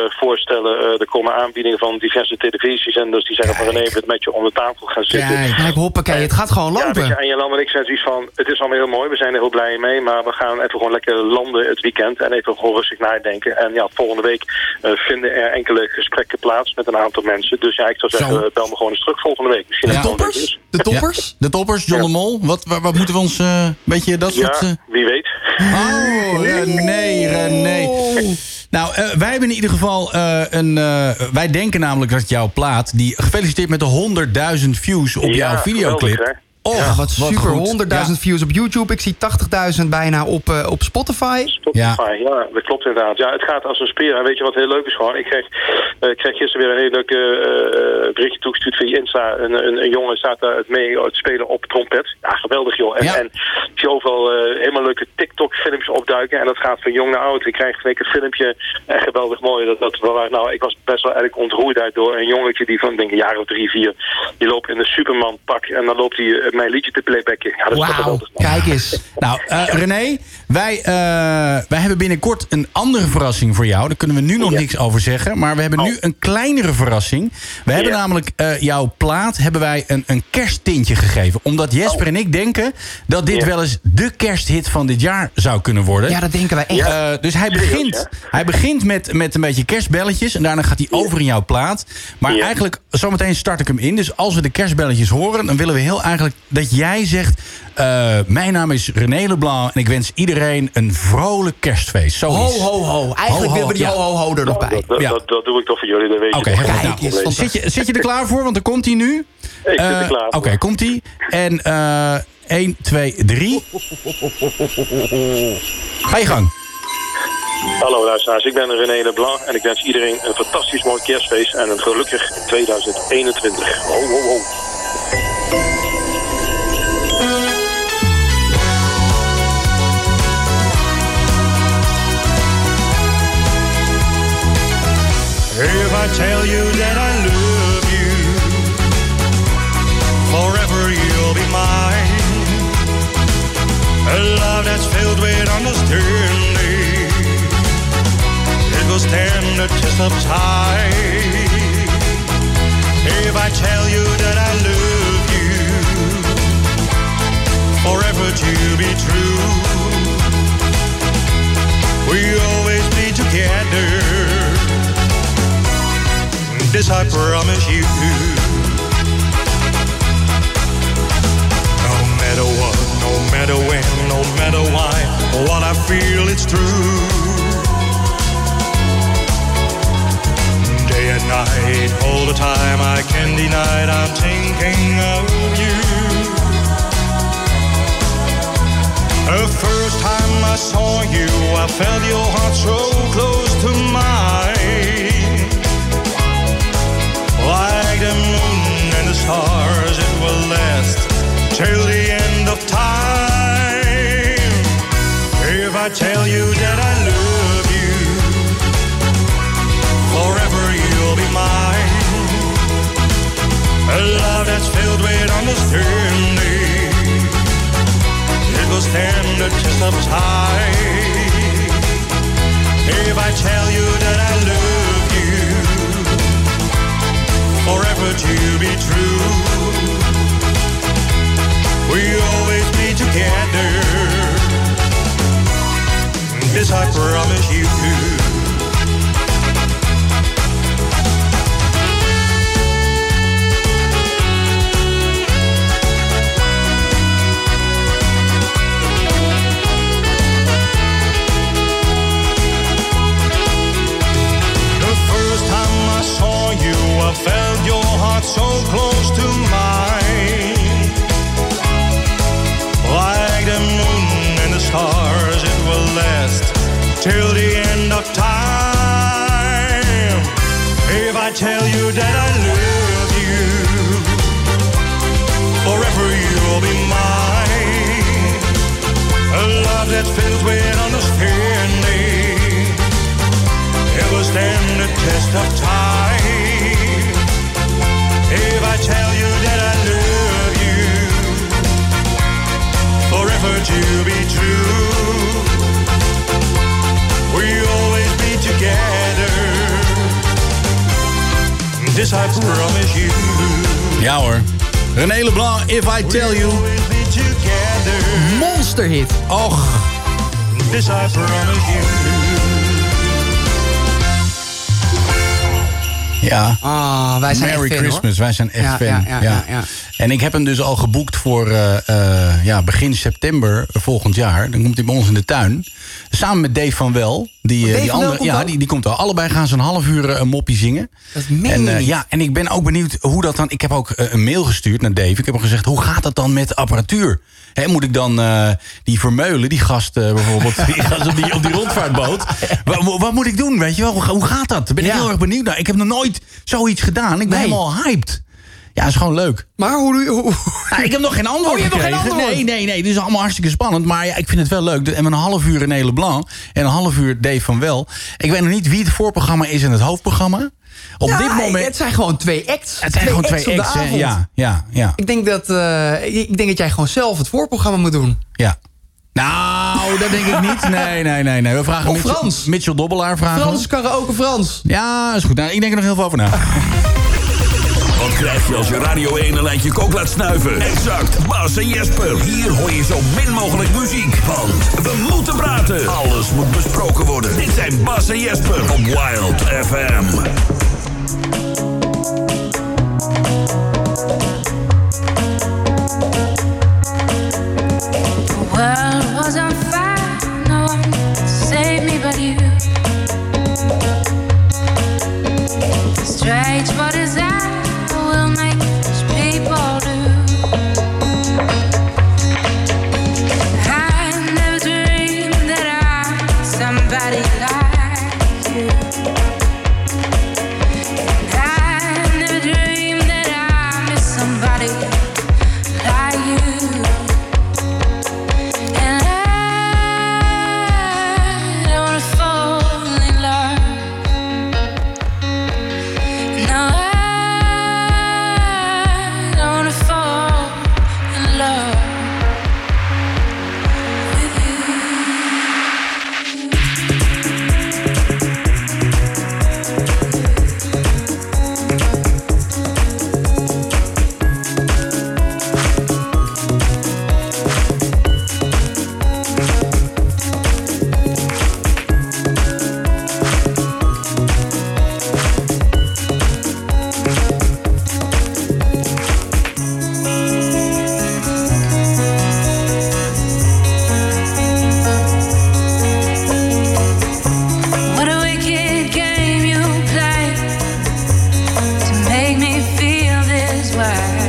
[SPEAKER 15] sponsorvoorstellen. eh, er komen aanbiedingen van diverse televisiezenders. Die zeggen van, René, we het met je om de tafel gaan zitten.
[SPEAKER 12] Kijk, kijk, hoppakee, het gaat gewoon
[SPEAKER 15] Ja, weet
[SPEAKER 12] lopen.
[SPEAKER 15] je, en Jolanda en ik zijn zoiets van, het is allemaal heel mooi, we zijn er heel blij mee, maar we gaan even gewoon lekker landen het weekend en even gewoon rustig nadenken. En ja, volgende week eh, vinden er enkele gesprekken plaats met een aantal mensen. Dus ja, ik zou zeggen, eh, bel me gewoon eens terug volgende week. Misschien de toppers?
[SPEAKER 11] De toppers? de toppers, John de Mol. Wat, wa- wat moeten we ons, eh beetje dat
[SPEAKER 15] Ja,
[SPEAKER 11] soort... eh,
[SPEAKER 15] wie weet.
[SPEAKER 11] Oh, René, René. Nou, eh, wij hebben in ieder geval eh, een... eh, wij denken namelijk dat jouw plaat... die gefeliciteerd met de 100.000 views op jouw videoclip.
[SPEAKER 12] Oh,
[SPEAKER 11] Ja,
[SPEAKER 12] wat
[SPEAKER 11] wat
[SPEAKER 12] super.
[SPEAKER 11] goed.
[SPEAKER 12] 100.000 views op YouTube. Ik zie 80.000 bijna op, eh, op Spotify.
[SPEAKER 15] Ja. ja, dat klopt inderdaad. Ja, het gaat als een speer. En weet je wat heel leuk is gewoon? Ik kreeg, eh, ik kreeg gisteren weer een heel leuk eh, eh, berichtje toegestuurd via Insta. Een, een, een jongen staat daar het mee te spelen op trompet. Ja, geweldig joh. En, en ik zie overal eh, helemaal leuke TikTok-filmpjes opduiken. En dat gaat van jong naar oud. Ik krijg een een filmpje. En geweldig mooi. Dat, dat, waar- nou, ik was best wel eigenlijk ontroerd daardoor. Een jongetje die van, denk ik, een jaar of drie, vier. Die loopt in een Superman-pak. En dan loopt hij eh, mijn liedje te playbacken. Ja, dat is toch
[SPEAKER 11] Wauw,
[SPEAKER 15] wel-
[SPEAKER 11] kijk eens. Nou, eh, René, wij, eh, wij hebben binnenkort een andere verrassing voor jou. Daar kunnen we nu nog niks over zeggen. Maar we hebben nu een kleinere verrassing. We hebben namelijk eh, jouw plaat hebben wij een, een kersttintje gegeven. Omdat Jesper en ik denken dat dit wel eens de kersthit van dit jaar zou kunnen worden.
[SPEAKER 12] Ja, dat denken wij echt.
[SPEAKER 11] Eh, dus hij begint, hij begint met, met een beetje kerstbelletjes. En daarna gaat hij over in jouw plaat. Maar eigenlijk, zometeen start ik hem in. Dus als we de kerstbelletjes horen, dan willen we heel eigenlijk dat jij zegt... eh, mijn naam is René Leblanc en ik wens iedereen een vrolijk kerstfeest. Zo
[SPEAKER 12] Ho, ho, ho. Eigenlijk willen we die ho, ho, ho er nog bij.
[SPEAKER 15] Dat, dat, dat doe ik toch voor jullie, dat weet
[SPEAKER 11] Oké,
[SPEAKER 15] je. toch.
[SPEAKER 11] heel goed. Nou, zit, je, zit je er klaar voor? Want dan komt hij nu.
[SPEAKER 15] Ik zit er
[SPEAKER 11] Eh,
[SPEAKER 15] klaar voor.
[SPEAKER 11] Oké, komt hij. En eh 1, 2, 3. Ga je gang.
[SPEAKER 15] Hallo luisteraars, ik ben René Leblanc en ik wens iedereen een fantastisch mooi kerstfeest en een gelukkig 2021. Ho, ho, ho.
[SPEAKER 16] If I tell you that I love you, forever you'll be mine. A love that's filled with understanding, it will stand the test of time. If I tell you that I love you, forever to be true, we always be together. This I promise you. No matter what, no matter when, no matter why, what I feel it's true. Day and night, all the time, I can't deny it, I'm thinking of you. The first time I saw you, I felt your heart so close to mine. Like the moon and the stars, it will last till the end of time. If I tell you that I love you, forever you'll be mine. A love that's filled with understanding, it will stand the test of time. If I tell you that I love you, forever to be true. We always be together. This I promise you. The first time I saw you, I felt your heart so close to mine. Like the moon and the stars, it will last till the end of time. If I tell you that I love you, forever you'll be mine. A love that's filled with understanding it will stand the test of time. If I tell you that I love you, forever to be true, we always be together. This I promise you,
[SPEAKER 11] Ja hoor. René Leblanc, If I Tell You.
[SPEAKER 16] be together.
[SPEAKER 12] Monsterhit.
[SPEAKER 11] Och.
[SPEAKER 16] This I promise you.
[SPEAKER 11] Ja.
[SPEAKER 12] Ah, wij zijn
[SPEAKER 11] Merry
[SPEAKER 12] echt fan,
[SPEAKER 11] Christmas,
[SPEAKER 12] hoor.
[SPEAKER 11] wij zijn echt
[SPEAKER 12] Ja,
[SPEAKER 11] fan.
[SPEAKER 12] ja, ja, ja, ja.
[SPEAKER 11] En ik heb hem dus al geboekt voor eh, eh, ja, begin september volgend jaar. Dan komt hij bij ons in de tuin. Samen met Dave van Wel. Die, eh,
[SPEAKER 12] Oh, Dave
[SPEAKER 11] die
[SPEAKER 12] van Wel
[SPEAKER 11] andere,
[SPEAKER 12] komt
[SPEAKER 11] ja,
[SPEAKER 12] ook?
[SPEAKER 11] die, die komt al. Allebei gaan ze een half uur eh, een moppie zingen.
[SPEAKER 12] Dat meen
[SPEAKER 11] en,
[SPEAKER 12] je
[SPEAKER 11] eh,
[SPEAKER 12] niet.
[SPEAKER 11] ja, en ik ben ook benieuwd hoe dat dan... Ik heb ook eh, een mail gestuurd naar Dave. Ik heb hem gezegd, hoe gaat dat dan met de apparatuur? Hè, moet ik dan eh, die vermeulen, die gast eh, bijvoorbeeld... die gast op die, op die rondvaartboot. Wa- wa- Wat, moet ik doen, weet je wel? Hoe, ga- hoe gaat dat? Daar ben ik heel erg benieuwd naar. Ik heb nog nooit zoiets gedaan. Ik ben
[SPEAKER 12] Nee.
[SPEAKER 11] helemaal hyped. Ja, is gewoon leuk.
[SPEAKER 12] Maar hoe... hoe...
[SPEAKER 11] Nou, ik heb nog geen antwoord
[SPEAKER 12] Oh, je hebt nog geen
[SPEAKER 11] gekregen.
[SPEAKER 12] antwoord?
[SPEAKER 11] Nee, nee, nee. Dit is allemaal hartstikke spannend. Maar ja, ik vind het wel leuk. En met een half uur René Leblanc en een half uur Dave van Wel. Ik weet nog niet wie het voorprogramma is en het hoofdprogramma. op
[SPEAKER 12] Ja,
[SPEAKER 11] dit moment...
[SPEAKER 12] Het zijn gewoon twee acts.
[SPEAKER 11] Het zijn gewoon twee
[SPEAKER 12] op de
[SPEAKER 11] acts, hè?
[SPEAKER 12] avond.
[SPEAKER 11] Ja, ja, ja.
[SPEAKER 12] Ik denk, dat, eh, ik denk dat jij gewoon zelf het voorprogramma moet doen.
[SPEAKER 11] Ja. Nou, dat denk ik niet. Nee, nee, nee. nee. We vragen
[SPEAKER 12] Of
[SPEAKER 11] Mitchell,
[SPEAKER 12] Frans.
[SPEAKER 11] Mitchell Dobbelaar vragen. we.
[SPEAKER 12] Frans karaoke Frans.
[SPEAKER 11] Ja, is goed. Nou, ik denk er nog heel veel over na.
[SPEAKER 5] Wat krijg je als je Radio 1 een lijntje kook laat snuiven? Exact, Bas en Jesper. Hier hoor je zo min mogelijk muziek, want we moeten praten. Alles moet besproken worden. Dit zijn Bas en Jesper op Wild FM.
[SPEAKER 17] The world was on fire. No one saved me but you. Strange for desire will make people do. I never dreamed that I somebody like you. I never dreamed that I miss somebody like you. And I don't wanna fall in love. No, I don't wanna fall in love with What a wicked game you play to make me feel this way.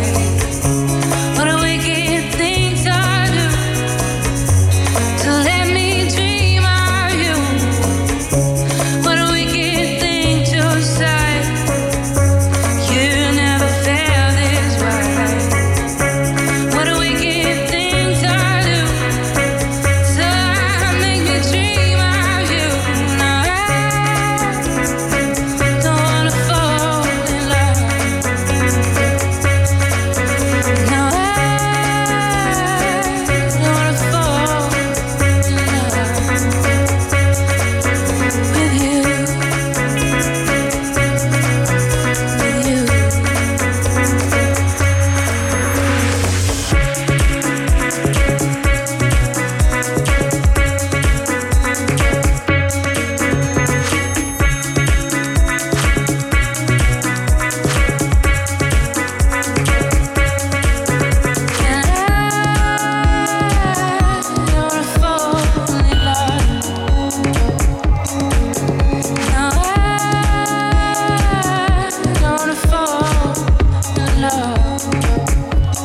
[SPEAKER 17] What a wicked thing to do to let me dream of you. What a wicked thing to say. You never felt this way. What a wicked thing to do to make me dream of you. Don't wanna fall in love. No, I don't wanna fall in love with you, with you.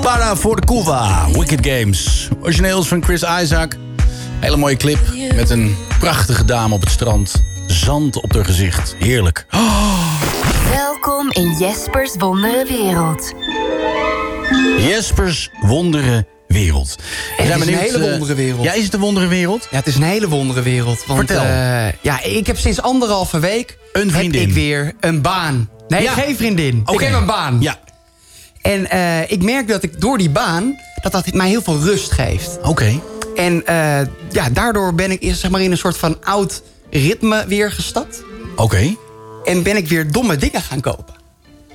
[SPEAKER 11] Para voor de Cuba, Wicked Games. Origineels van Chris Isaac. Hele mooie clip met een prachtige dame op het strand. Zand op haar gezicht. Heerlijk.
[SPEAKER 7] Welkom in Jespers wondere wereld.
[SPEAKER 11] Jespers wonderen wereld. We
[SPEAKER 12] Het
[SPEAKER 11] zijn
[SPEAKER 12] is
[SPEAKER 11] benieuwd,
[SPEAKER 12] een hele
[SPEAKER 11] eh,
[SPEAKER 12] wondere wereld.
[SPEAKER 11] Ja, is het een wondere wereld?
[SPEAKER 12] Ja, het is een hele wondere wereld. Want,
[SPEAKER 11] Vertel.
[SPEAKER 12] eh, ja, ik heb sinds anderhalve week... Een vriendin. ik weer een baan. Nee,
[SPEAKER 11] Ja.
[SPEAKER 12] geen vriendin.
[SPEAKER 11] Oké.
[SPEAKER 12] Ik heb een baan.
[SPEAKER 11] Ja.
[SPEAKER 12] En eh, ik merk dat ik door die baan... dat dat mij heel veel rust geeft.
[SPEAKER 11] Oké.
[SPEAKER 12] En eh, ja, daardoor ben ik eerst zeg maar, in een soort van oud ritme weer gestapt.
[SPEAKER 11] Oké.
[SPEAKER 12] En ben ik weer domme dingen gaan kopen.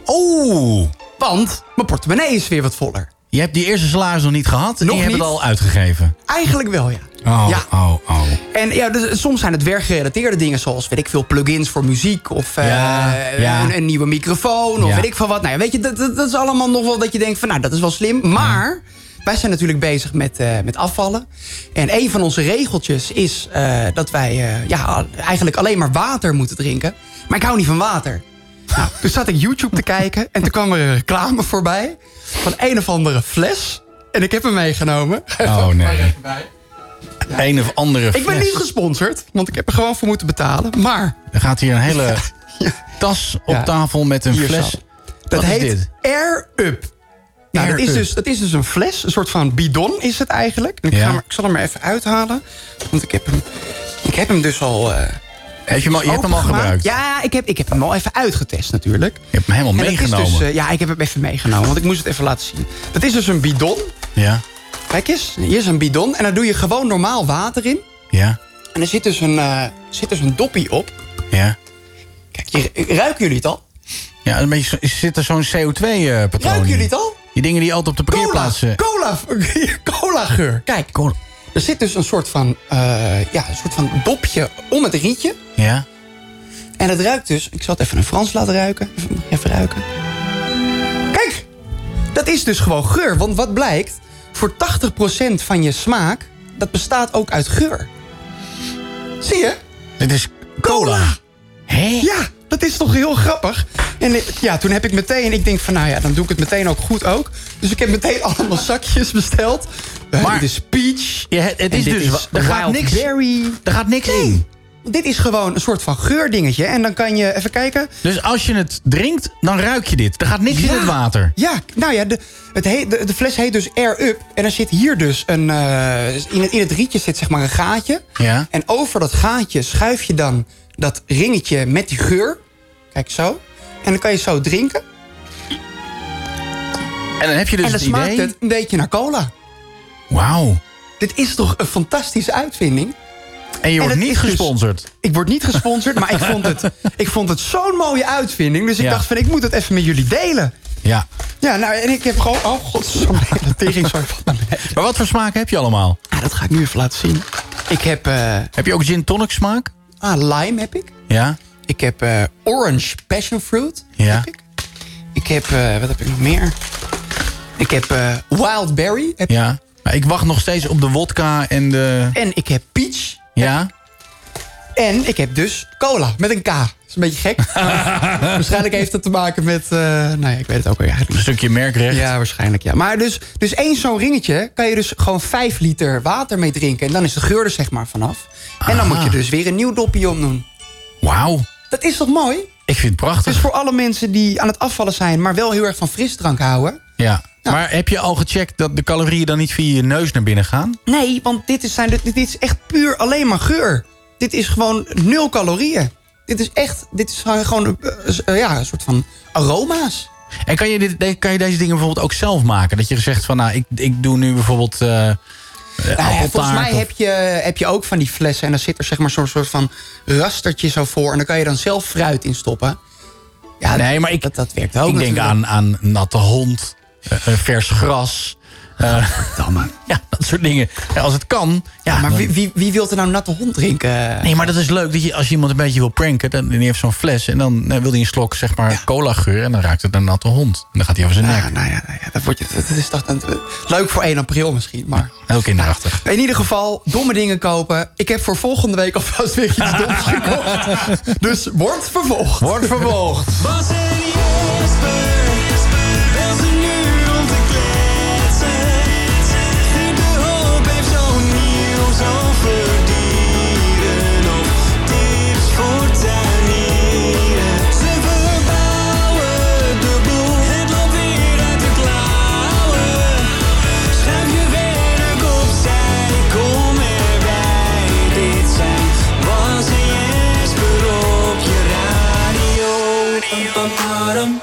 [SPEAKER 11] Oh!
[SPEAKER 12] Want mijn portemonnee is weer wat voller.
[SPEAKER 11] Je hebt die eerste salaris nog niet gehad en
[SPEAKER 12] Nog
[SPEAKER 11] je hebt
[SPEAKER 12] niet.
[SPEAKER 11] het al uitgegeven.
[SPEAKER 12] Eigenlijk wel, ja.
[SPEAKER 11] Oh,
[SPEAKER 12] Ja.
[SPEAKER 11] oh, oh.
[SPEAKER 12] En ja, dus soms zijn het werkgerelateerde dingen zoals, weet ik veel, plugins voor muziek of eh,
[SPEAKER 11] Ja, ja.
[SPEAKER 12] Een, een nieuwe microfoon of
[SPEAKER 11] Ja.
[SPEAKER 12] weet ik veel wat. Nou ja, weet je, dat, dat, dat is allemaal nog wel dat je denkt van, nou, dat is wel slim. Maar wij zijn natuurlijk bezig met, eh, met afvallen. En een van onze regeltjes is eh, dat wij eh, ja, eigenlijk alleen maar water moeten drinken. Maar ik hou niet van water. Nou, toen zat ik YouTube te kijken en toen kwam er een reclame voorbij van een of andere fles. En ik heb hem meegenomen.
[SPEAKER 11] Oh nee. Een of andere
[SPEAKER 12] Ik ben
[SPEAKER 11] fles.
[SPEAKER 12] niet gesponsord, want ik heb er gewoon voor moeten betalen. Maar
[SPEAKER 11] Er gaat hier een hele tas op
[SPEAKER 12] Ja.
[SPEAKER 11] tafel met een
[SPEAKER 12] Hier
[SPEAKER 11] fles.
[SPEAKER 12] staat. dat
[SPEAKER 11] Wat is
[SPEAKER 12] heet
[SPEAKER 11] dit?
[SPEAKER 12] Air Up. Nou,
[SPEAKER 11] Air
[SPEAKER 12] dat, is
[SPEAKER 11] Up.
[SPEAKER 12] dus, dat is dus een fles, een soort van bidon is het eigenlijk. En Ik,
[SPEAKER 11] Ja.
[SPEAKER 12] ga hem- ik zal hem er even uithalen, want ik heb hem, ik heb hem dus al eh,
[SPEAKER 11] Heb je hem al- je hebt hem al
[SPEAKER 12] opengemaakt.
[SPEAKER 11] gebruikt?
[SPEAKER 12] Ja, ik heb, ik heb hem al even uitgetest natuurlijk. Je
[SPEAKER 11] hebt hem helemaal meegenomen.
[SPEAKER 12] Dus, eh, ja, ik heb hem even meegenomen, want ik moest het even laten zien. Dat is dus een bidon.
[SPEAKER 11] Ja.
[SPEAKER 12] Kijk eens, hier is een bidon. En daar doe je gewoon normaal water in.
[SPEAKER 11] Ja.
[SPEAKER 12] En er zit dus een, eh, zit dus een doppie op.
[SPEAKER 11] Ja.
[SPEAKER 12] Kijk, hier, eh, ruiken jullie het al?
[SPEAKER 11] Ja, een beetje, zo- zit er zo'n CO2-patroon
[SPEAKER 12] Ruiken jullie het al?
[SPEAKER 11] eh, Die dingen die altijd op de parkeerplaats... eh,
[SPEAKER 12] Cola, cola geur. Kijk. Er zit dus een soort van, eh, ja, een soort van dopje om het rietje.
[SPEAKER 11] Ja.
[SPEAKER 12] En het ruikt dus... Ik zal het even een Frans laten ruiken. Even, mag ik even ruiken. Kijk! Dat is dus gewoon geur. Want wat blijkt? Voor 80% van je smaak... dat bestaat ook uit geur. Zie je?
[SPEAKER 11] Dit is
[SPEAKER 12] cola.
[SPEAKER 11] Hé?
[SPEAKER 12] Ja, dat is toch heel grappig? En eh, ja, toen heb ik meteen... Ik denk van, nou ja, dan doe ik het meteen ook goed ook. Dus ik heb meteen allemaal zakjes besteld. Maar dit is peach.
[SPEAKER 11] Ja, het is dus wa-
[SPEAKER 12] Er
[SPEAKER 11] er gaat
[SPEAKER 12] gaat
[SPEAKER 11] niks-
[SPEAKER 12] niks... Berry.
[SPEAKER 11] Er gaat niks in.
[SPEAKER 12] Dit is gewoon een soort van geurdingetje. En dan kan je... Even kijken.
[SPEAKER 11] Dus als je het drinkt, dan ruik je dit. Er gaat niks
[SPEAKER 12] Ja.
[SPEAKER 11] in het water.
[SPEAKER 12] Ja, nou ja, de, het heet, de, de fles heet dus Air Up. En er zit hier dus een... eh, in, het, in het rietje zit zeg maar een gaatje.
[SPEAKER 11] Ja.
[SPEAKER 12] En over dat gaatje schuif je dan dat ringetje met die geur. Kijk zo. En dan kan je zo drinken.
[SPEAKER 11] En dan heb je dus
[SPEAKER 12] en dan
[SPEAKER 11] het
[SPEAKER 12] smaakt
[SPEAKER 11] idee-
[SPEAKER 12] het een beetje naar cola.
[SPEAKER 11] Wauw.
[SPEAKER 12] Dit is toch een fantastische uitvinding?
[SPEAKER 11] En je wordt
[SPEAKER 12] het
[SPEAKER 11] niet
[SPEAKER 12] is dus-
[SPEAKER 11] gesponsord.
[SPEAKER 12] ik word niet gesponsord, maar ik vond het, ik vond het zo'n mooie uitvinding. Dus ik
[SPEAKER 11] Ja.
[SPEAKER 12] dacht van, ik moet het even met jullie delen.
[SPEAKER 11] Ja.
[SPEAKER 12] Ja, nou, en ik heb gewoon... Oh, god, zo'n hele tering zo van naar beneden.
[SPEAKER 11] Maar wat voor smaken heb je allemaal?
[SPEAKER 12] Ah, dat ga ik nu even laten zien. Ik heb... eh,
[SPEAKER 11] heb je ook gin tonic smaak?
[SPEAKER 12] Ah, lime heb ik.
[SPEAKER 11] Ja.
[SPEAKER 12] Ik heb eh, orange passion fruit.
[SPEAKER 11] Ja.
[SPEAKER 12] Heb ik. ik heb... eh, wat heb ik nog meer? Ik heb eh, wild berry. Heb ik.
[SPEAKER 11] Ja. Maar ik wacht nog steeds op de wodka en de...
[SPEAKER 12] En ik heb peach.
[SPEAKER 11] Ja.
[SPEAKER 12] En ik heb dus cola met een K. Dat is een beetje gek. Maar waarschijnlijk heeft dat te maken met... eh nou ja, ik weet het ook weer eigenlijk
[SPEAKER 11] Een stukje merkrecht.
[SPEAKER 12] Ja, waarschijnlijk ja. Maar dus, dus één zo'n ringetje kan je dus gewoon 5 liter water mee drinken. En dan is de geur er zeg maar vanaf. En dan
[SPEAKER 11] Aha.
[SPEAKER 12] moet je dus weer een nieuw dopje omdoen.
[SPEAKER 11] Wauw.
[SPEAKER 12] Dat is toch mooi?
[SPEAKER 11] Ik vind het prachtig.
[SPEAKER 12] Dus voor alle mensen die aan het afvallen zijn, maar wel heel erg van frisdrank houden.
[SPEAKER 11] Ja. Maar heb je al gecheckt dat de calorieën dan niet via je neus naar binnen gaan?
[SPEAKER 12] Nee, want dit is, zijn, dit, dit is echt puur alleen maar geur. Dit is gewoon nul calorieën. Dit is echt, dit is gewoon eh, eh, ja, een soort van aroma's.
[SPEAKER 11] En kan je, dit, de- kan je deze dingen bijvoorbeeld ook zelf maken? Dat je zegt van, nou, ik, ik doe nu bijvoorbeeld eh
[SPEAKER 12] Nou ja,
[SPEAKER 11] appeltaart
[SPEAKER 12] volgens mij
[SPEAKER 11] of-
[SPEAKER 12] heb je, heb je ook van die flessen. En daar zit er zeg maar zo'n soort van rastertje zo voor. En dan kan je dan zelf fruit in stoppen. Ja,
[SPEAKER 11] nee, maar ik, dat,
[SPEAKER 12] werkt ook
[SPEAKER 11] Ik denk
[SPEAKER 12] natuurlijk.
[SPEAKER 11] aan, aan natte hond, eh, eh, vers gras. eh, ja, dat soort dingen. Ja, als het kan. Ja,
[SPEAKER 12] maar
[SPEAKER 11] dan-
[SPEAKER 12] wie, wie, wie wil er nou natte hond drinken?
[SPEAKER 11] Nee, maar dat is leuk. Dat je, als je iemand een beetje wil pranken, dan die heeft zo'n fles. En dan eh, wil hij een slok, zeg maar, cola geur. En dan raakt het een natte hond. En dan gaat hij over zijn nek.
[SPEAKER 12] Nou ja, nou ja dat, wordt, je- dat is toch dan- leuk voor 1 april misschien. Maar
[SPEAKER 11] Heel kinderachtig.
[SPEAKER 12] in ieder geval, domme dingen kopen. Ik heb voor volgende week alvast weer iets doms gekocht. Dus wordt vervolgd.
[SPEAKER 11] Wordt vervolgd.
[SPEAKER 17] Bas en Jesper, wel ze nu om te kletsen. Geef de hoop, heeft zo'n nieuw, zo'n verdieren. Of tips voor tuinieren. Ze verbouwen de boel, het loopt weer uit de klauwen. Schuif je werk opzij, kom erbij. Dit zijn Bas en Jesper op je radio.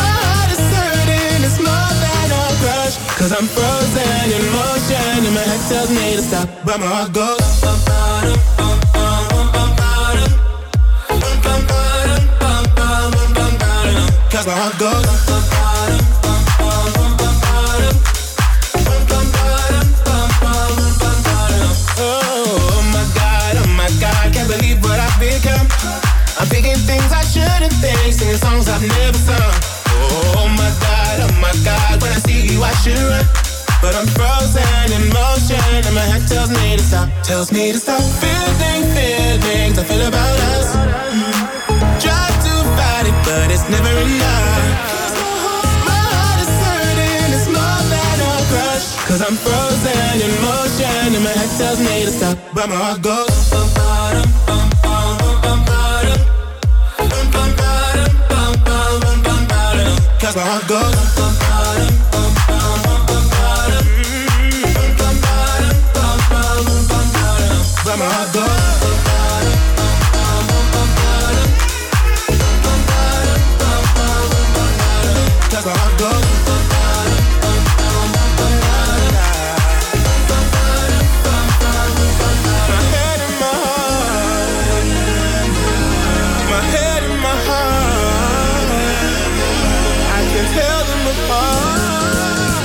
[SPEAKER 3] My heart is hurting, it's more than a crush. Cause I'm frozen in motion, and my head tells me to stop, but my heart goes. Cause my heart goes. Oh my god, oh my god, can't believe what I've become. I'm thinking things I shouldn't think, singing songs I've never sung. Oh my god, oh my god, when I see you I should run. But I'm frozen in motion, and my head tells me to stop, tells me to stop. Feeling, feelings I feel about us. I'm frozen in motion and my head tells me to stop, but my heart goes. Bum, ba-dum, bum, bum, bum, bum, ba-dum. Bum, bum, ba-dum, bum, bum, bum, bum, ba-dum. Cause my heart goes. Bum, bum, ba-dum, bum, bum, bum, bum, ba-dum. Bum, bum, ba-dum, bum, bum, bum, bum, ba-dum. But my heart goes. Cause my heart goes. My head in my heart. My head in my heart. I can tell them apart.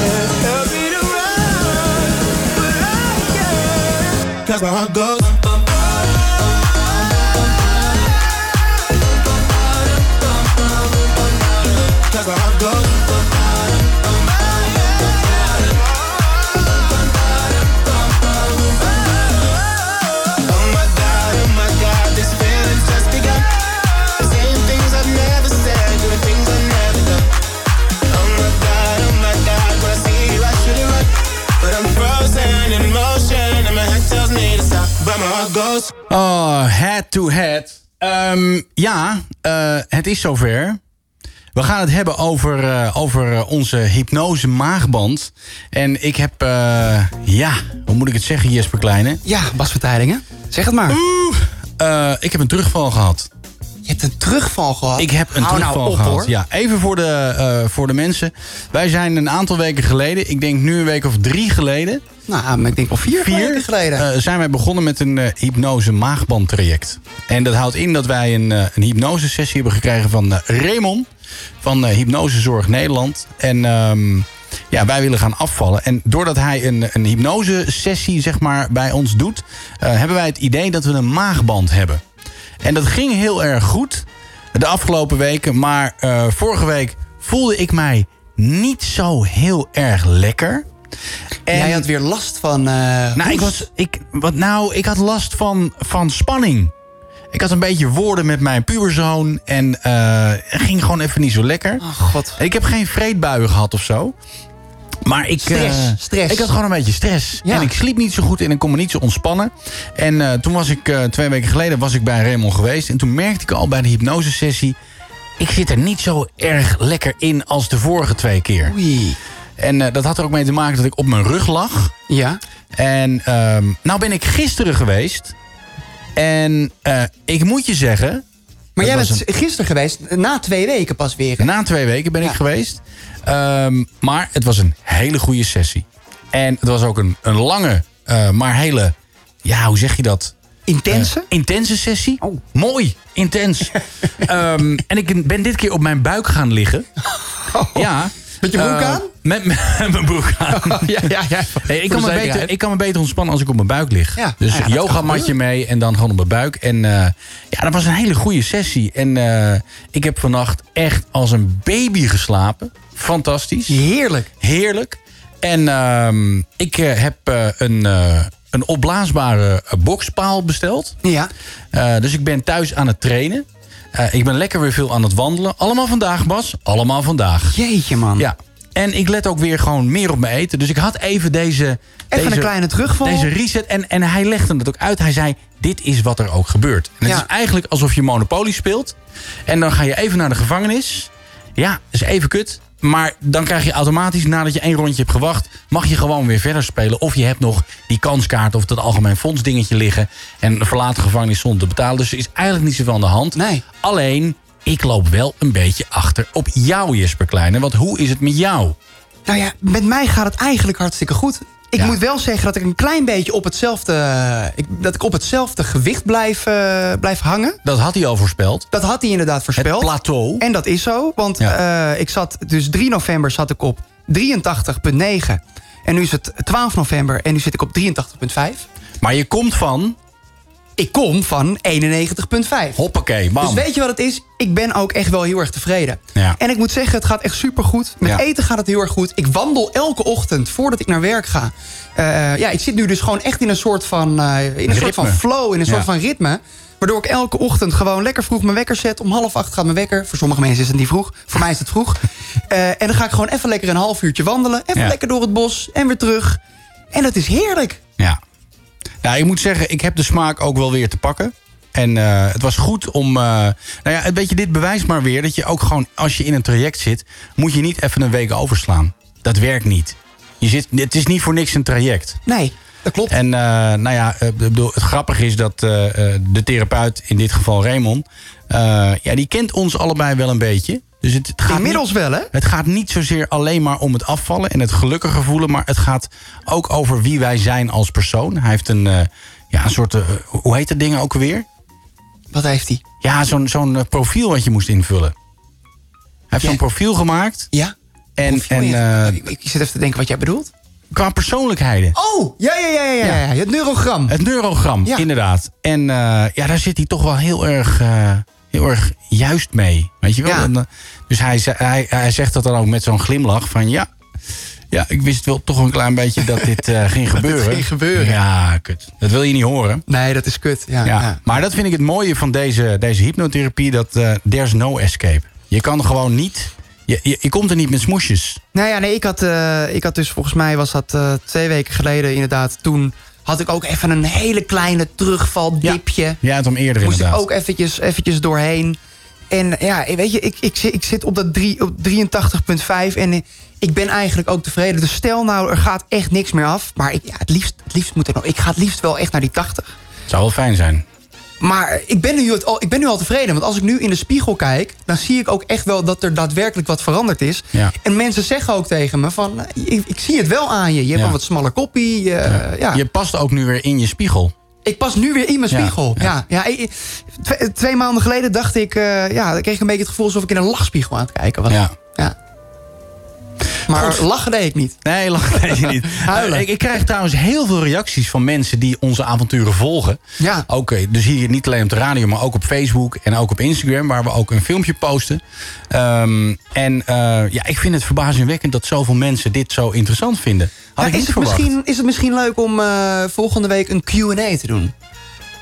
[SPEAKER 3] Can't tell me to run, but I can. Cause my heart goes. Cause my heart goes. Oh my God, oh my God, this feeling's just begun. Saying things I've never said, doing things I've never done. Oh my God, oh my God, when I see you, I should've run, but I'm frozen in motion, and my head tells me to stop, but my heart goes.
[SPEAKER 11] Oh, head to head. Ehm, ja, eh, het is zover. We gaan het hebben over, eh, over eh, onze hypnose maagband. En ik heb, eh, ja, hoe moet ik het zeggen, Jesper Kleine? Ja, Bas van Zeg het maar. ik heb een terugval gehad. Je hebt een terugval gehad? Ik heb een
[SPEAKER 12] Hou nou
[SPEAKER 11] terugval
[SPEAKER 12] op,
[SPEAKER 11] gehad,
[SPEAKER 12] hoor.
[SPEAKER 11] ja. Even voor de, eh, voor de mensen. Wij zijn een aantal weken geleden, ik denk nu een week of drie geleden... Nou, ik denk al vier, weken geleden. zijn wij begonnen met een eh, hypnose maagband traject. En dat houdt in dat wij een, eh, een hypnose sessie hebben gekregen van eh, Raymond... van eh, Hypnosezorg Nederland. En ehm, ja, wij willen gaan afvallen. En doordat hij een, een hypnose sessie zeg maar, bij ons doet... eh, hebben wij het idee dat we een maagband hebben. En dat ging heel erg goed de afgelopen weken. Maar eh, vorige week voelde ik mij niet zo heel erg lekker. En Jij had weer last van... nou, ik, was, ik, wat nou, ik had last van, van spanning. Ik had een beetje woorden met mijn puberzoon. En eh, het ging gewoon even niet zo lekker. god. Ik heb geen vreedbuien gehad of zo. Maar ik,
[SPEAKER 12] Stress,
[SPEAKER 11] eh,
[SPEAKER 12] stress.
[SPEAKER 11] ik had gewoon een beetje stress.
[SPEAKER 12] Ja.
[SPEAKER 11] En ik sliep niet zo goed en ik kon me niet zo ontspannen. En eh, toen was ik, eh, twee weken geleden was ik bij Raymond geweest. En toen merkte ik al bij de hypnosesessie... ik zit er niet zo erg lekker in als de vorige twee keer. En eh, dat had er ook mee te maken dat ik op mijn rug lag. Ja. En ehm, nou ben ik gisteren geweest. En eh, ik moet je zeggen...
[SPEAKER 12] Maar jij
[SPEAKER 11] dat was
[SPEAKER 12] bent gisteren geweest, na twee weken pas weer.
[SPEAKER 11] Na twee weken ben ik geweest. Ehm, maar het was een hele goede sessie. En het was ook een, een lange, eh, maar hele... Ja, hoe zeg je dat? Intense? intense sessie.
[SPEAKER 12] Oh.
[SPEAKER 11] Mooi, intens. Ehm, en ik ben dit keer op mijn buik gaan liggen. Ja.
[SPEAKER 12] Oh. Met je broek
[SPEAKER 11] Eh,
[SPEAKER 12] aan?
[SPEAKER 11] Met, met mijn broek aan. ja, ja, ja. ik,
[SPEAKER 12] Voor
[SPEAKER 11] kan
[SPEAKER 12] de
[SPEAKER 11] me
[SPEAKER 12] zekerheid.
[SPEAKER 11] beter, ik kan me beter ontspannen als ik op mijn buik lig.
[SPEAKER 12] Ja.
[SPEAKER 11] Dus
[SPEAKER 12] Nou ja, dat kan
[SPEAKER 11] yogamatje
[SPEAKER 12] gebeuren.
[SPEAKER 11] mee en dan gewoon op mijn buik. En eh, ja, dat was een hele goede sessie. En eh, ik heb vannacht echt als een baby geslapen. Fantastisch. Heerlijk. Heerlijk. En ehm, ik eh, heb eh, een, eh, een opblaasbare eh, bokspaal besteld. Ja. dus ik ben thuis aan het trainen. Eh, ik ben lekker weer veel aan het wandelen. Allemaal vandaag, Bas. Allemaal vandaag. Jeetje, man. Ja. En ik let ook weer gewoon meer op mijn eten. Dus ik had even deze... Even
[SPEAKER 12] een kleine terugval.
[SPEAKER 11] Deze reset. En, en hij legde het ook uit. Hij zei, dit is wat er ook gebeurt. En het is eigenlijk alsof je Monopoly speelt. En dan ga je even naar de gevangenis. Ja, is even kut. Maar dan krijg je automatisch, nadat je één rondje hebt gewacht... mag je gewoon weer verder spelen. Of je hebt nog die kanskaart of dat algemeen fonds dingetje liggen... en verlaat de gevangenis zonder te betalen. Dus er is eigenlijk niet zoveel aan de hand. Nee. Alleen, ik loop wel een beetje achter op jou, Jesper Kleine. Want hoe is het met jou?
[SPEAKER 12] Nou ja, met mij gaat het eigenlijk hartstikke goed. Ik moet wel zeggen dat ik een klein beetje op hetzelfde, ik, dat ik op hetzelfde gewicht blijf, eh, blijf hangen.
[SPEAKER 11] Dat had hij al voorspeld.
[SPEAKER 12] Dat had hij inderdaad voorspeld. Het
[SPEAKER 11] plateau.
[SPEAKER 12] En dat is zo, want eh, ik zat dus 3 november zat ik op 83,9. En nu is het 12 november en nu zit ik op 83,5.
[SPEAKER 11] Maar je komt van
[SPEAKER 12] ik kom van 91,5.
[SPEAKER 11] Hoppakee, bam.
[SPEAKER 12] Dus weet je wat het is? Ik ben ook echt wel heel erg tevreden.
[SPEAKER 11] Ja.
[SPEAKER 12] En ik moet zeggen, het gaat echt supergoed. Met
[SPEAKER 11] Ja.
[SPEAKER 12] eten gaat het heel erg goed. Ik wandel elke ochtend voordat ik naar werk ga. Eh, ja, ik zit nu dus gewoon echt in een soort van, eh, in een soort van
[SPEAKER 11] Ritme.
[SPEAKER 12] flow, in een soort
[SPEAKER 11] Ja.
[SPEAKER 12] van ritme. Waardoor ik elke ochtend gewoon lekker vroeg mijn wekker zet. Om half acht gaat mijn wekker. Voor sommige mensen is het niet vroeg. Voor mij is het vroeg. Eh, en dan ga ik gewoon even lekker een half uurtje wandelen. Even
[SPEAKER 11] Ja.
[SPEAKER 12] lekker door het bos en weer terug. En dat is heerlijk.
[SPEAKER 11] Ja. Nou, ik moet zeggen, ik heb de smaak ook wel weer te pakken. En eh, het was goed om. eh, nou ja, een beetje dit bewijst maar weer dat je ook gewoon, als je in een traject zit, moet je niet even een week overslaan. Dat werkt niet. Je zit, het is niet voor niks een traject.
[SPEAKER 12] Nee, dat klopt.
[SPEAKER 11] En eh, nou ja, eh, ik bedoel, het grappige is dat eh, eh, de therapeut, in dit geval Raymond, eh, ja, die kent ons allebei wel een beetje. Dus het, het gaat
[SPEAKER 12] Inmiddels
[SPEAKER 11] niet-
[SPEAKER 12] wel, hè?
[SPEAKER 11] het gaat niet zozeer alleen maar om het afvallen en het gelukkige voelen, maar het gaat ook over wie wij zijn als persoon. Hij heeft een, eh, ja, een soort, eh, hoe heet dat ding ook weer?
[SPEAKER 12] Wat heeft hij?
[SPEAKER 11] Ja, zo'n zo'n eh, profiel wat je moest invullen. Hij heeft zo'n profiel gemaakt.
[SPEAKER 12] Ja.
[SPEAKER 11] En, en eh,
[SPEAKER 12] ik, zit even te denken wat jij bedoelt.
[SPEAKER 11] Qua persoonlijkheden.
[SPEAKER 12] Oh, ja, ja, ja, ja. ja. ja. Het neurogram.
[SPEAKER 11] Het neurogram,
[SPEAKER 12] Ja.
[SPEAKER 11] inderdaad. En eh, ja, daar zit hij toch wel heel erg, eh, heel erg juist mee. Weet je wel? En, eh, dus hij, ze- hij, hij zegt dat dan ook met zo'n glimlach van ja. Ja, ik wist wel toch een klein beetje dat dit eh, ging
[SPEAKER 12] Dat dit
[SPEAKER 11] gebeuren.
[SPEAKER 12] ging gebeuren.
[SPEAKER 11] Ja, kut. Dat wil je niet horen.
[SPEAKER 12] Nee, dat is kut. Ja,
[SPEAKER 11] Ja.
[SPEAKER 12] ja.
[SPEAKER 11] Maar dat vind ik het mooie van deze, deze hypnotherapie. Dat eh, there's no escape. Je kan gewoon niet... Je, je, je komt er niet met smoesjes.
[SPEAKER 12] Nou ja, nee, ik had, eh, ik had dus volgens mij was dat eh, twee weken geleden inderdaad. Toen had ik ook even een hele kleine terugvaldipje.
[SPEAKER 11] Jij had hem eerder
[SPEAKER 12] Moest
[SPEAKER 11] inderdaad.
[SPEAKER 12] ik ook eventjes, eventjes doorheen. En ja, weet je, ik, ik, zit- ik zit op dat drie- op 83,5 en ik ben eigenlijk ook tevreden. Dus stel nou, er gaat echt niks meer af. Maar ik, ja, het, liefst, het liefst moet er nog. Ik ga het liefst wel echt naar die 80.
[SPEAKER 11] Zou wel fijn zijn.
[SPEAKER 12] Maar ik ben, nu het al, ik ben nu al tevreden. Want als ik nu in de spiegel kijk, dan zie ik ook echt wel dat er daadwerkelijk wat veranderd is.
[SPEAKER 11] Ja.
[SPEAKER 12] En mensen zeggen ook tegen me van, eh, ik, ik zie het wel aan je. Je hebt
[SPEAKER 11] Ja.
[SPEAKER 12] een wat smaller koppie. je- ja.
[SPEAKER 11] Je past ook nu weer in je spiegel.
[SPEAKER 12] Ik pas nu weer in mijn
[SPEAKER 11] Ja,
[SPEAKER 12] spiegel. Ja. Ja, ik- ik- twee, twee maanden geleden dacht ik, eh, ja, dan kreeg ik een beetje het gevoel alsof ik in een lachspiegel aan het kijken was.
[SPEAKER 11] Ja.
[SPEAKER 12] Maar
[SPEAKER 11] Goed.
[SPEAKER 12] lachen deed ik niet.
[SPEAKER 11] Nee, lachen deed je niet.
[SPEAKER 12] Huilen.
[SPEAKER 11] Eh, Ik, ik krijg trouwens heel veel reacties van mensen die onze avonturen volgen.
[SPEAKER 12] Ja.
[SPEAKER 11] Oké, dus hier niet alleen op de radio, maar ook op Facebook en ook op Instagram, waar we ook een filmpje posten. Ehm, en eh, ja, ik vind het verbazingwekkend dat zoveel mensen dit zo interessant vinden. Had
[SPEAKER 12] Ja,
[SPEAKER 11] ik niet
[SPEAKER 12] is, het
[SPEAKER 11] verwacht.
[SPEAKER 12] misschien, is het misschien leuk om eh, volgende week een Q&A te doen?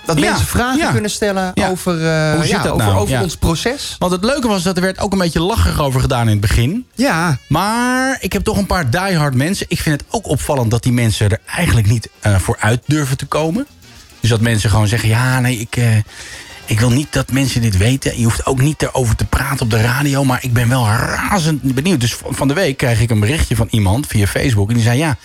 [SPEAKER 12] Dat
[SPEAKER 11] Ja,
[SPEAKER 12] mensen vragen
[SPEAKER 11] ja.
[SPEAKER 12] kunnen stellen
[SPEAKER 11] Ja.
[SPEAKER 12] over, eh,
[SPEAKER 11] Hoe zit
[SPEAKER 12] ja,
[SPEAKER 11] dat
[SPEAKER 12] over,
[SPEAKER 11] nou?
[SPEAKER 12] over
[SPEAKER 11] Ja.
[SPEAKER 12] ons proces.
[SPEAKER 11] Want het leuke was dat er werd ook een beetje lacherig over gedaan in het begin.
[SPEAKER 12] Ja.
[SPEAKER 11] Maar ik heb toch een paar diehard mensen. Ik vind het ook opvallend dat die mensen er eigenlijk niet eh, voor uit durven te komen. Dus dat mensen gewoon zeggen: ja, nee, ik, eh, ik wil niet dat mensen dit weten. Je hoeft ook niet erover te praten op de radio. Maar ik ben wel razend benieuwd. Dus van van de week kreeg ik een berichtje van iemand via Facebook. En die zei: ja,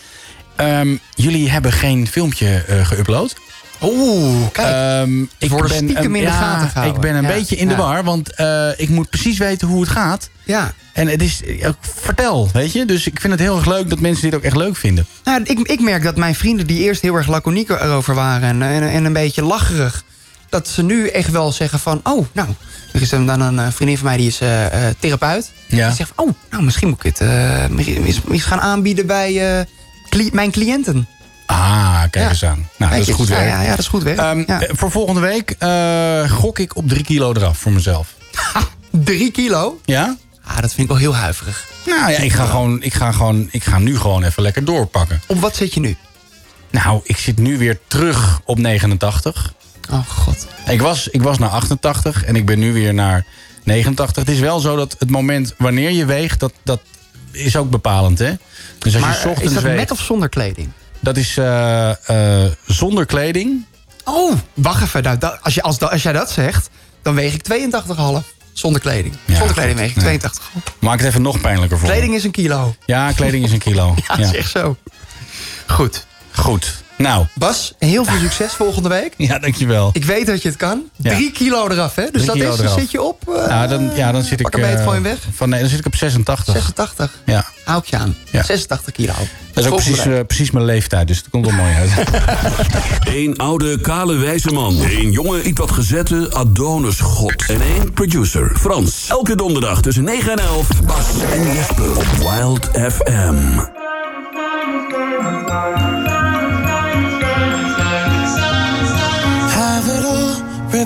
[SPEAKER 11] ehm, jullie hebben geen filmpje eh geüpload.
[SPEAKER 12] Oeh,
[SPEAKER 11] kijk. ik
[SPEAKER 12] worden
[SPEAKER 11] ben
[SPEAKER 12] stiekem
[SPEAKER 11] een-
[SPEAKER 12] in
[SPEAKER 11] ja,
[SPEAKER 12] de gaten gehouden.
[SPEAKER 11] Ik ben een
[SPEAKER 12] Ja,
[SPEAKER 11] beetje in de
[SPEAKER 12] ja.
[SPEAKER 11] war, want eh, ik moet precies weten hoe het gaat.
[SPEAKER 12] Ja.
[SPEAKER 11] En het is, eh, vertel, weet je. Dus ik vind het heel erg leuk dat mensen dit ook echt leuk vinden.
[SPEAKER 12] Nou, ik, ik merk dat mijn vrienden die eerst heel erg laconiek erover waren... en, en, en een beetje lacherig, dat ze nu echt wel zeggen van... oh, nou, er is dan een eh, vriendin van mij die is eh, eh, therapeut.
[SPEAKER 11] Ja.
[SPEAKER 12] Die zegt van, oh, nou, misschien moet ik het eh, misschien- misschien gaan aanbieden bij eh, cli- mijn cliënten.
[SPEAKER 11] Ah, kijk
[SPEAKER 12] Ja.
[SPEAKER 11] eens aan. Nou,
[SPEAKER 12] Weet
[SPEAKER 11] dat
[SPEAKER 12] je,
[SPEAKER 11] is goed
[SPEAKER 12] ja,
[SPEAKER 11] werk.
[SPEAKER 12] ja, ja, dat is goed werk.
[SPEAKER 11] Ehm,
[SPEAKER 12] Ja.
[SPEAKER 11] eh, Voor volgende week eh, gok ik op drie kilo eraf voor mezelf.
[SPEAKER 12] Drie kilo?
[SPEAKER 11] Ja?
[SPEAKER 12] Ah, dat vind ik wel heel huiverig.
[SPEAKER 11] Nou ja, ik ga, gewoon, ik, ga gewoon, ik ga nu gewoon even lekker doorpakken.
[SPEAKER 12] Op wat zit je nu?
[SPEAKER 11] Nou, ik zit nu weer terug op 89.
[SPEAKER 12] Oh, god.
[SPEAKER 11] Ik was, ik was naar 88 en ik ben nu weer naar 89. Het is wel zo dat het moment wanneer je weegt, dat, dat is ook bepalend. Hè? Dus als
[SPEAKER 12] maar
[SPEAKER 11] je 's
[SPEAKER 12] eh, is
[SPEAKER 11] ochtends
[SPEAKER 12] dat
[SPEAKER 11] weegt,
[SPEAKER 12] met of zonder kleding?
[SPEAKER 11] dat is eh, eh, zonder kleding.
[SPEAKER 12] Oh, wacht even. Nou, dat- als, je, als, da- als jij dat zegt, dan weeg ik 82,5 zonder kleding. zonder kleding weeg ik 82.
[SPEAKER 11] Maak het even nog pijnlijker voor me.
[SPEAKER 12] Kleding is een kilo.
[SPEAKER 11] Ja, kleding is een kilo.
[SPEAKER 12] Ja, dat is echt zo. Goed.
[SPEAKER 11] Goed. Nou.
[SPEAKER 12] Bas, heel veel succes volgende week.
[SPEAKER 11] Ja, dankjewel.
[SPEAKER 12] Ik weet dat je het kan.
[SPEAKER 11] Ja.
[SPEAKER 12] Drie kilo eraf, hè? Dus
[SPEAKER 11] Drie
[SPEAKER 12] dat
[SPEAKER 11] kilo
[SPEAKER 12] is,
[SPEAKER 11] eraf.
[SPEAKER 12] zit je op eh,
[SPEAKER 11] ja, dan, ja, dan zit ik...
[SPEAKER 12] hem bij het
[SPEAKER 11] eh,
[SPEAKER 12] gewoon weg.
[SPEAKER 11] Van, nee, dan zit ik op 86.
[SPEAKER 12] 86.
[SPEAKER 11] Ja.
[SPEAKER 12] Hou ik je aan.
[SPEAKER 11] Ja.
[SPEAKER 12] 86 kilo.
[SPEAKER 11] Dat is ook
[SPEAKER 12] Volgende
[SPEAKER 11] precies,
[SPEAKER 12] week.
[SPEAKER 11] eh, precies mijn leeftijd, dus het komt wel mooi uit.
[SPEAKER 5] Eén oude kale wijze man. Eén jonge, iets wat gezette Adonis-god. En één producer, Frans. Elke donderdag tussen 9 en 11. Bas en Jesper op Wild FM.
[SPEAKER 18] Have it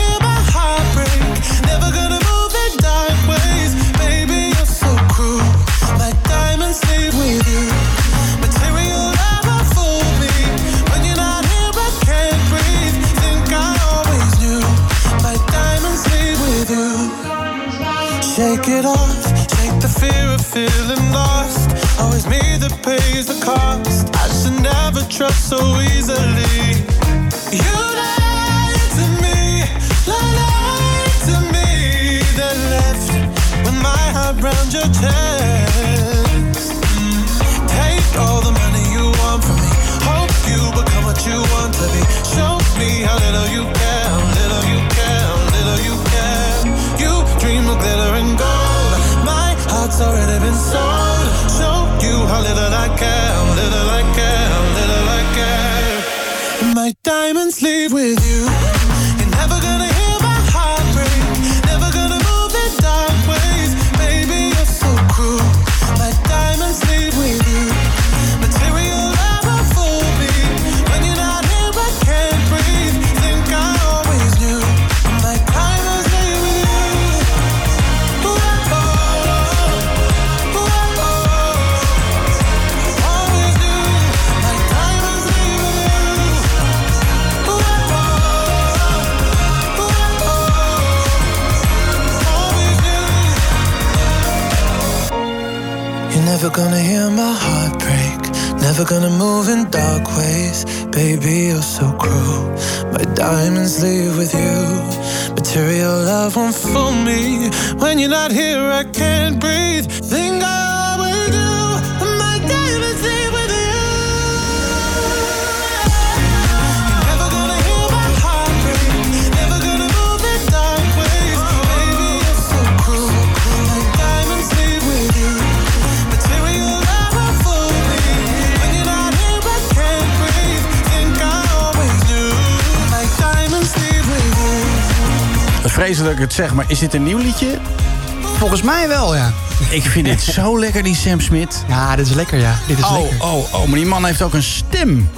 [SPEAKER 18] hear my heart break. Never gonna move in dark ways. Baby, you're so cruel. My diamonds leave with you. Material never fooled me. When you're not here, I can't breathe. Think I always knew. My diamonds leave with you. Shake it off. Shake the fear of feeling lost. Always me that pays the cost. I should never trust so easily. You lied to me. Lied to me. Then left with my heart round your chest. Take all the money you want from me. Hope you become what you want to be. Show me how little you care, how little you care, how little you care. You dream of glitter and gold. My heart's already been sold. Show you how little I care, how little I care, how little I care. My diamonds leave with you. You're never gonna hear my heart break. Never gonna move in dark ways. Baby, you're so cruel. My diamonds leave with you. Material never fooled me. When you're not here, I can't breathe. Think I always knew. My diamonds leave with you. Ooh-oh-oh. Ooh-oh-oh. Always knew. My diamonds leave with you. Ooh-oh-oh. Ooh-oh-oh. Always knew. You're never gonna hear my heart break. Never gonna move in dark ways. Baby, you're so cruel. My diamonds leave with you. Material love won't fool me. When you're not here, I can't breathe. Think I always do. My diamonds leave with you. You're never gonna hear my heart break. Never gonna move in dark ways. Baby, you're so cruel. My diamonds leave with you. Material never fooled me. When you're not here, I can't breathe. Think I always knew. My diamonds leave with you.
[SPEAKER 11] Vreselijk dat ik het zeg, maar is dit een nieuw liedje?
[SPEAKER 12] Volgens mij wel, ja.
[SPEAKER 11] Ik vind dit zo lekker, die Sam Smit.
[SPEAKER 12] Ja, dit is lekker, ja. Dit is
[SPEAKER 11] oh,
[SPEAKER 12] lekker.
[SPEAKER 11] oh, oh, maar die man heeft ook een stem.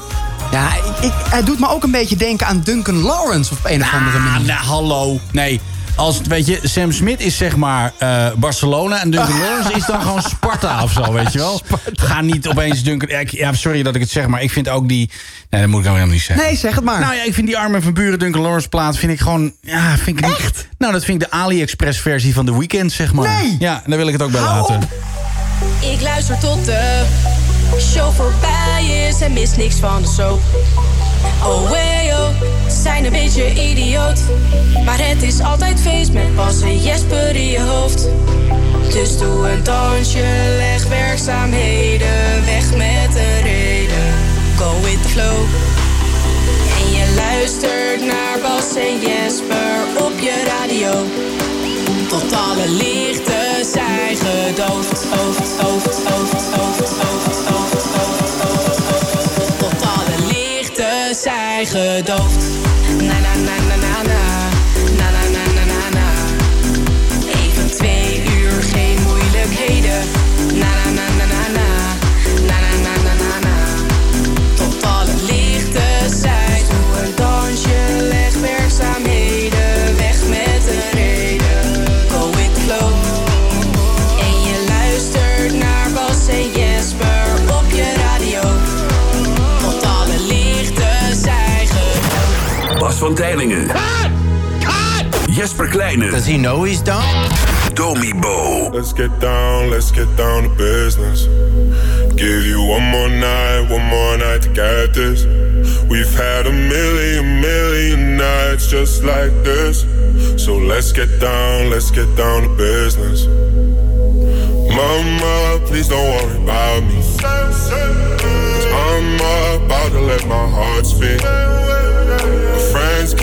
[SPEAKER 12] Ja, ik, ik, hij doet me ook een beetje denken aan Duncan Lawrence op een of andere manier.
[SPEAKER 11] nou, hallo. Nee, als, het- weet je, Sam Smit is zeg maar eh, Barcelona en Duncan Lawrence is dan gewoon Sparta of zo, weet je wel. Ga niet opeens Duncan... Ja, ik- ja, sorry dat ik het zeg, maar ik vind ook die... Nee, dat moet ik nou helemaal niet zeggen.
[SPEAKER 12] Nee, zeg het maar.
[SPEAKER 11] Nou ja, ik vind die Armen van Buren Duncan Lawrence plaat vind ik gewoon... Ja, vind ik Echt? Nou, dat vind ik de AliExpress versie van The Weeknd, zeg maar.
[SPEAKER 19] Nee!
[SPEAKER 11] Ja, daar wil ik het ook bij
[SPEAKER 19] Hou
[SPEAKER 11] laten.
[SPEAKER 19] op. Ik luister tot de show voorbij is en mis niks van de soap. Oh, hey, oh, ze zijn een beetje idioot. Maar het is altijd feest met Bas en Jesper in je hoofd. Dus doe een dansje, leg werkzaamheden weg met een reden. Go with the flow. En je luistert naar Bas en Jesper op je radio. Tot alle lichten zijn gedoofd. Hoofd, hoofd, hoofd, hoofd, hoofd, hoofd, hoofd, hoofd, hoofd. Tot alle lichten zijn gedoofd. Na na na na na na. Na na na na na na. Even twee uur geen moeilijkheden. Na na na na na na. Na na na na na na. Tot alle lichten zijn. Doe een dansje, leg werkzaamheden weg met een reden. Go with the flow. En je luistert naar Bas en Jesper op je radio. Tot alle lichten zijn ge-
[SPEAKER 5] Bas van Tijlingen. Jesper Kleine. Does he know he's done? Domi Bo.
[SPEAKER 20] Let's get down, let's get down to business. Give you one more night, one more night to get this. We've had a million, million nights just like this. So let's get down, let's get down to business.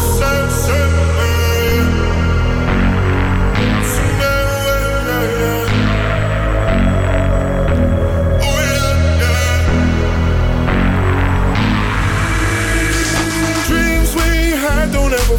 [SPEAKER 20] Say, say, eh. Dreams we had don't ever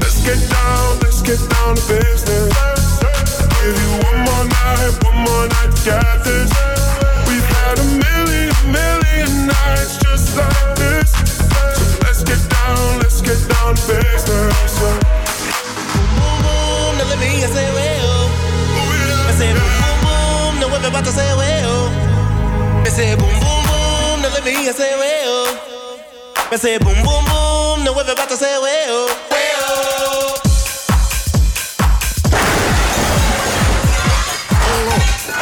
[SPEAKER 20] Let's get down, let's get down to business. Give you one more night, one more night to get this. We've had a million, million nights just like this. So let's get down, let's get down to business.
[SPEAKER 21] boom boom, now let me I say well. I say boom boom boom, now what about to say well? I say boom boom boom, now let me I say well. I say boom boom boom, now what about to say well? Well.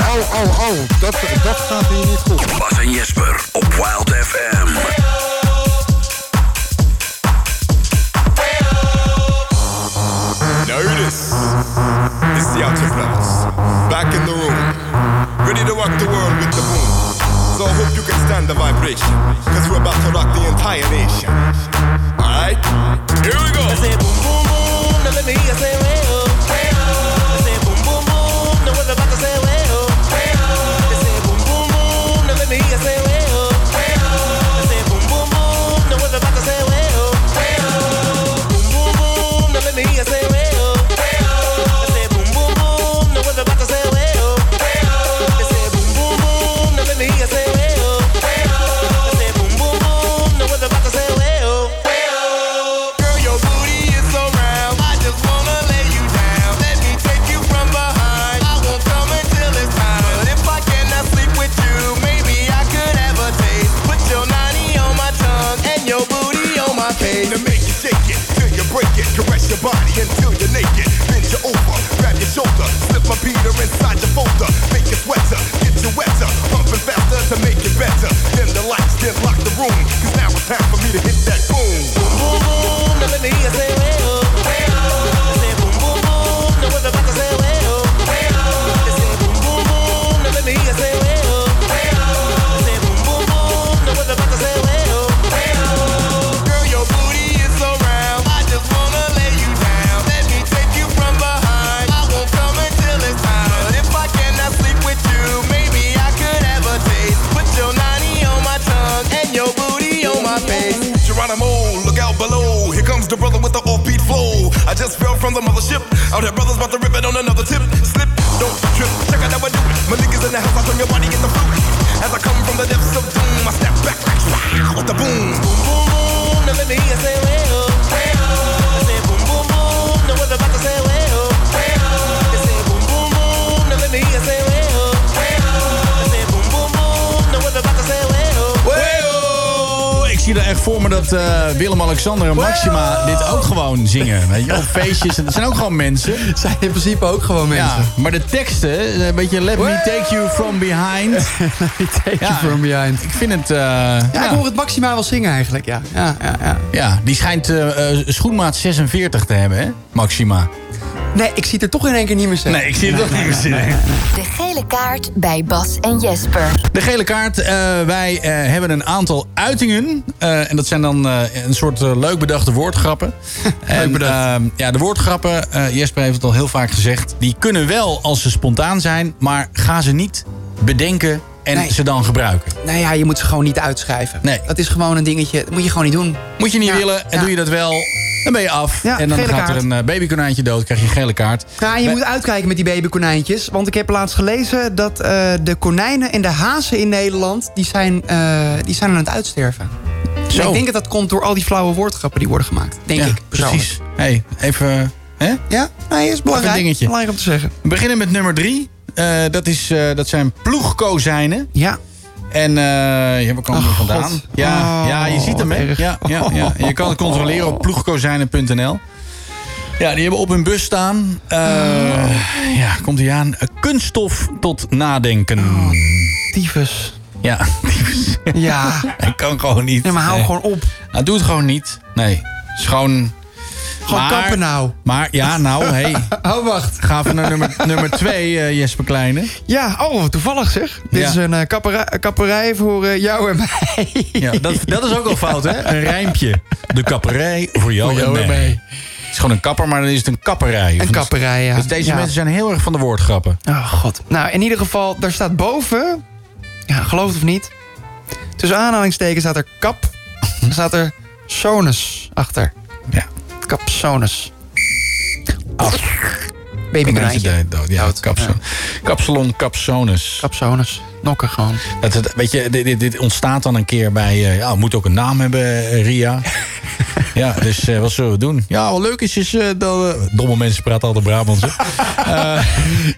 [SPEAKER 22] Oh, oh, oh, dat, dat gaat hier niet goed.
[SPEAKER 5] Bas en Jesper op Wild FM.
[SPEAKER 10] Now who this? It's the Outer Fellas. Back in the room. Hmm. Ready to rock the world with the boom. So I hope you can stand the vibration. Cause we're about to rock the entire nation. Alright? Here we go.
[SPEAKER 21] I say boom boom boom, now let me I say well. oh. I say boom boom boom, now what about to say well? I say boom boom boom, now let me I say well. I say boom boom boom, now what about to say well? Boom boom boom, now let me I say well. I say boom boom boom, now what about to say well? I say boom boom boom, now let me I say well. I say boom boom boom, now what about to say oh, well? Girl, your booty is so round. I just wanna lay you down. Let me take you from behind. I won't come until it's time. But if I cannot sleep with you, maybe I could have a taste. Put your nanny on my tongue and your booty on my face.
[SPEAKER 10] To make you shake it, till you break it. Caress your body until you're naked. Bend you over, grab your shoulder. Slip my Peter inside your folder. Make it sweater, get you wetter. Pumping faster to make it better. Dim the lights, then lock the room. Cause now it's time for me to hit that boom.
[SPEAKER 21] Boom boom, now let me I say well. I say boom boom boom, now what about to say well? I say boom boom boom, now let me I say well. I say boom boom boom, now what about to say well? Girl, your booty is so round. I just wanna lay you down. Let me take you from behind. I won't come until it's time. But if I cannot sleep with you, maybe I could have a taste. Put your nanny on my tongue and your booty on my face.
[SPEAKER 10] Geronimo, look out below. Here comes the brother with the offbeat flow. I just fell from the mothership. Out here, brothers about to rip it on another tip. Slip, don't trip. Check out how I do it. My niggas in the house, I turn your body into fluid. As I come from the depths of doom, I step back like wow with the boom.
[SPEAKER 21] Boom boom, now let me I say well. I say boom boom boom, now what about to say well? I say boom boom boom, now let me I say well. I say boom boom boom, now what about to say well?
[SPEAKER 11] Oh, ik zie er echt voor me dat eh, Willem-Alexander en Maxima dit ook gewoon zingen. Weet je, wel, op feestjes. En dat zijn ook gewoon mensen.
[SPEAKER 12] Zijn in principe ook gewoon mensen.
[SPEAKER 11] Ja, maar de teksten, eh, een beetje let me take you from behind. let me take
[SPEAKER 12] you from behind.
[SPEAKER 11] Ik vind het... eh,
[SPEAKER 12] Ja, ik hoor het maximaal wel zingen eigenlijk, ja. ja, ja, ja.
[SPEAKER 11] Ja, die schijnt eh, eh, schoenmaat 46 te hebben, hè? Maxima.
[SPEAKER 12] Nee, ik zie het er toch in één keer niet meer zitten.
[SPEAKER 11] Nee, ik zie het toch niet meer zitten.
[SPEAKER 7] De gele kaart bij Bas en Jesper.
[SPEAKER 11] De gele kaart. eh, wij eh, hebben een aantal uitingen. Eh, en dat zijn dan eh, een soort eh, leuk bedachte woordgrappen. leuk bedacht. ja, de woordgrappen, eh, Jesper heeft het al heel vaak gezegd... die kunnen wel als ze spontaan zijn... maar ga ze niet bedenken en
[SPEAKER 12] Nee.
[SPEAKER 11] ze dan gebruiken.
[SPEAKER 12] Nou ja, je moet ze gewoon niet uitschrijven. Nee. Dat is gewoon een dingetje. Dat moet je gewoon niet doen.
[SPEAKER 11] Moet je niet willen en doe je dat wel, dan ben je af. en dan
[SPEAKER 12] gele
[SPEAKER 11] gaat er
[SPEAKER 12] kaart.
[SPEAKER 11] een eh, babykonijntje dood, krijg je een gele kaart.
[SPEAKER 12] Ja, je moet uitkijken met die babykonijntjes. Want ik heb laatst gelezen dat eh, de konijnen en de hazen in Nederland... die zijn, eh, die zijn aan het uitsterven. En ik denk dat dat komt door al die flauwe woordgrappen die worden gemaakt. Denk
[SPEAKER 11] Ja,
[SPEAKER 12] ik, persoonlijk.
[SPEAKER 11] Precies. hey, even... Hè?
[SPEAKER 12] Ja, nee, is belangrijk.
[SPEAKER 11] Even een dingetje.
[SPEAKER 12] Belangrijk om te zeggen.
[SPEAKER 11] We beginnen met nummer drie. Eh, dat, is, eh, dat zijn ploegkozijnen.
[SPEAKER 12] Ja. Oh,
[SPEAKER 11] En eh ja, waar komen die vandaan?
[SPEAKER 12] God.
[SPEAKER 11] Ja,
[SPEAKER 12] Oh,
[SPEAKER 11] ja, je ziet hem, hè?
[SPEAKER 12] erg.
[SPEAKER 11] Ja, ja, ja. En Je kan het controleren op ploegkozijnen.nl. Ja, die hebben op hun bus staan. Eh,
[SPEAKER 12] Oh.
[SPEAKER 11] Ja, komt hij aan. Eh, Kunststof tot nadenken.
[SPEAKER 12] Oh. tyfus.
[SPEAKER 11] Ja, tyfus.
[SPEAKER 12] Ja.
[SPEAKER 11] Hij kan gewoon niet.
[SPEAKER 12] Nee, maar hou gewoon op.
[SPEAKER 11] Nou, doe het gewoon niet. Nee. Het is gewoon...
[SPEAKER 12] Gewoon kappen nou.
[SPEAKER 11] Maar ja, nou, hé. Hey.
[SPEAKER 12] Oh, wacht.
[SPEAKER 11] Ga even naar nummer, nummer twee, eh, Jesper Kleine.
[SPEAKER 12] Ja, oh, toevallig zeg. Dit
[SPEAKER 11] Ja.
[SPEAKER 12] is een eh, kappera- kapperij voor eh, jou en mij.
[SPEAKER 11] Ja, dat, dat is ook al fout, hè? Een rijmpje. De kapperij voor jou,
[SPEAKER 12] Voor jou
[SPEAKER 11] en
[SPEAKER 12] en
[SPEAKER 11] mij.
[SPEAKER 12] mij.
[SPEAKER 11] Het is gewoon een kapper, maar dan is het een kapperij.
[SPEAKER 12] Een kapperij, ja.
[SPEAKER 11] Dus deze
[SPEAKER 12] Ja.
[SPEAKER 11] mensen zijn heel erg van de woordgrappen.
[SPEAKER 12] Oh, god. Nou, in ieder geval, daar staat boven... Ja, geloof het of niet. Tussen aanhalingstekens staat er kap. Dan staat er sonus achter.
[SPEAKER 11] Ja.
[SPEAKER 12] Kapsonus. Af.
[SPEAKER 11] Mensen dood, ja, kapsalon. Kapsalon Capsonus.
[SPEAKER 12] Capsonus. Nokken gewoon.
[SPEAKER 11] Dat, het- weet je, dit, dit, dit ontstaat dan een keer bij... eh, ja, het moet ook een naam hebben, eh, Ria. ja, dus eh, wat zullen we doen? Ja, wat leuk is, is eh, dat... we- domme mensen praten altijd Brabants, hè? Eh,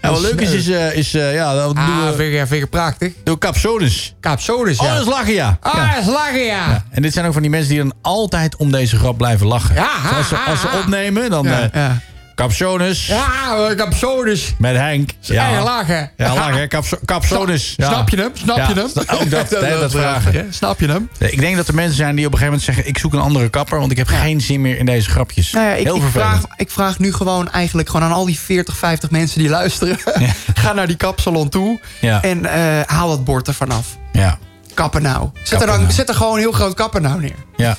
[SPEAKER 11] ja, wat leuk is, is... eh, is eh, ja, dat
[SPEAKER 12] Ah,
[SPEAKER 11] doen we,
[SPEAKER 12] vind ik prachtig.
[SPEAKER 11] Door Capsonus.
[SPEAKER 12] Capsonus,
[SPEAKER 11] Oh, dat is lachen, ja. Ja.
[SPEAKER 12] Ah, is lachen, ja.
[SPEAKER 11] En dit zijn ook van die mensen die dan altijd om deze grap blijven lachen. Dus als, ze, als ze opnemen, dan... eh Capsonus.
[SPEAKER 12] Ja, eh, Capsonus.
[SPEAKER 11] Met Henk.
[SPEAKER 12] eigen eh, lachen.
[SPEAKER 11] Ja, lachen. Capso- Capsonus. Ja.
[SPEAKER 12] Snap je hem? Snap
[SPEAKER 11] Ja,
[SPEAKER 12] je hem?
[SPEAKER 11] sta- Ook dat, hè, dat vragen.
[SPEAKER 12] Snap je hem?
[SPEAKER 11] Nee, Ik denk dat er mensen zijn die op een gegeven moment zeggen... ik zoek een andere kapper, want ik heb geen zin meer in deze grapjes.
[SPEAKER 12] Nou ja, ik,
[SPEAKER 11] Heel
[SPEAKER 12] ik,
[SPEAKER 11] vervelend.
[SPEAKER 12] vraag, ik vraag nu gewoon eigenlijk gewoon aan al die 40, 50 mensen die luisteren. Ga naar die kapsalon toe
[SPEAKER 11] Ja.
[SPEAKER 12] en eh, haal dat bord ervan af.
[SPEAKER 11] Ja.
[SPEAKER 12] Kappen nou. Zet, er dan, zet er gewoon een heel groot kappen nou neer.
[SPEAKER 11] Ja.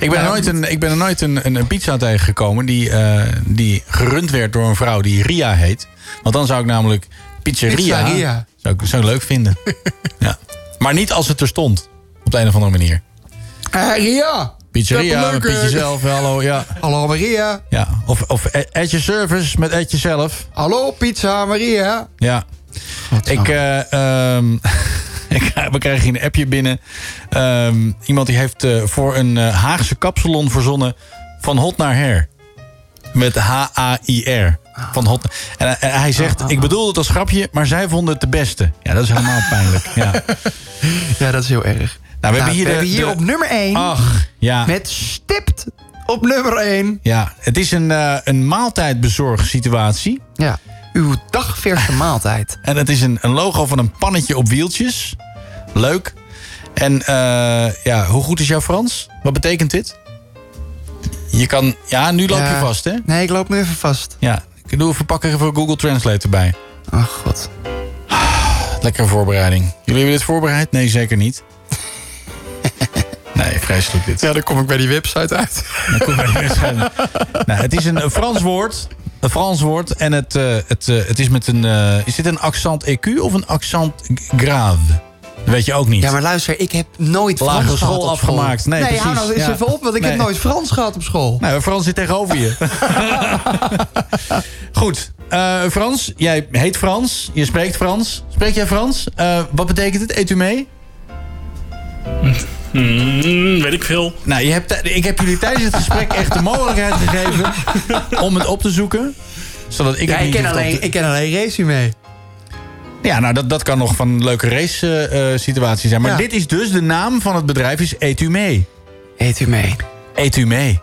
[SPEAKER 11] Ik ben er nooit een, ik ben er nooit een, een, een pizza tegengekomen die, eh, die gerund werd door een vrouw die Ria heet. Want dan zou ik namelijk pizzeria,
[SPEAKER 12] Pizzeria.
[SPEAKER 11] Zou, ik, zou ik leuk vinden. ja. Maar niet als het er stond. Op de een of andere manier.
[SPEAKER 12] Eh, Ria.
[SPEAKER 11] Pizzeria,
[SPEAKER 12] Kappen
[SPEAKER 11] met
[SPEAKER 12] leuk, eh.
[SPEAKER 11] Pietje zelf, hallo, ja.
[SPEAKER 12] Hallo Maria.
[SPEAKER 11] ja. Of, of eh, at your service met Nou, at jezelf.
[SPEAKER 12] Hallo pizza Maria.
[SPEAKER 11] Ja.
[SPEAKER 12] nou?
[SPEAKER 11] Ik, eh, ehm, ik, we krijgen hier een appje binnen. Ehm, iemand die heeft eh, voor een eh, Haagse kapsalon verzonnen... van hot naar her. Met H-A-I-R. Van hot. En, hij- en hij
[SPEAKER 12] Ah,
[SPEAKER 11] zegt, ik bedoelde het als grapje... maar zij vonden het de beste. Ja, dat is helemaal pijnlijk. Ja, nou,
[SPEAKER 12] Ja, dat is heel erg.
[SPEAKER 11] we hebben
[SPEAKER 12] Nou,
[SPEAKER 11] hier, de- de-
[SPEAKER 12] op nummer 1.
[SPEAKER 11] Ach, ja.
[SPEAKER 12] Met stipt op nummer 1.
[SPEAKER 11] Ja, het is een, eh een maaltijdbezorgsituatie.
[SPEAKER 12] Ja, uw dagverse maaltijd.
[SPEAKER 11] En het is een, een logo van een pannetje op wieltjes. Leuk. En eh, ja, hoe goed is jouw Frans? Wat betekent dit? Je kan... Ja, nu loop je
[SPEAKER 12] Ja.
[SPEAKER 11] vast, hè?
[SPEAKER 12] Nee, ik loop nu even vast.
[SPEAKER 11] Ja. Ik doe even pakken voor Google Translate erbij. Ah,
[SPEAKER 12] Ach, god.
[SPEAKER 11] Lekkere voorbereiding. Jullie hebben dit voorbereid? Nee, zeker niet. Nee, vreselijk dit.
[SPEAKER 12] Ja, dan kom ik bij die website uit.
[SPEAKER 11] Dan kom je weer schijnen. nou, het is een een Frans woord. Een Frans woord. En het, eh, het, eh, het is met een... eh, is dit een accent EQ of een accent g- grave? Dat weet je ook niet.
[SPEAKER 12] Ja, maar luister, ik heb nooit Frans
[SPEAKER 11] Lagere
[SPEAKER 12] gehad
[SPEAKER 11] school
[SPEAKER 12] op school.
[SPEAKER 11] afgemaakt. Nee, precies.
[SPEAKER 12] hou nou eens
[SPEAKER 11] Ja.
[SPEAKER 12] even op, want ik heb
[SPEAKER 11] Nee.
[SPEAKER 12] nooit Frans gehad op school.
[SPEAKER 11] Nou, Frans zit tegenover je. Goed. Eh, Frans, jij heet Frans. Je spreekt Frans. Spreek jij Frans? Eh, wat betekent het? Eet u mee?
[SPEAKER 12] Hmm,
[SPEAKER 23] weet ik veel.
[SPEAKER 11] Nou, je hebt, tij- ik heb jullie tijdens het gesprek echt de mogelijkheid gegeven om het op te zoeken. Zodat ik
[SPEAKER 12] ja,
[SPEAKER 11] het
[SPEAKER 12] ik
[SPEAKER 11] niet
[SPEAKER 12] ken,
[SPEAKER 11] hoef op
[SPEAKER 12] alleen,
[SPEAKER 11] te-
[SPEAKER 12] ik ken alleen resume.
[SPEAKER 11] Ja, nou, dat, dat kan nog van een leuke race eh, eh, situatie zijn. Maar
[SPEAKER 12] Ja.
[SPEAKER 11] dit is dus de naam van het bedrijf is Eet u mee.
[SPEAKER 12] Eet u mee.
[SPEAKER 11] Eet u mee.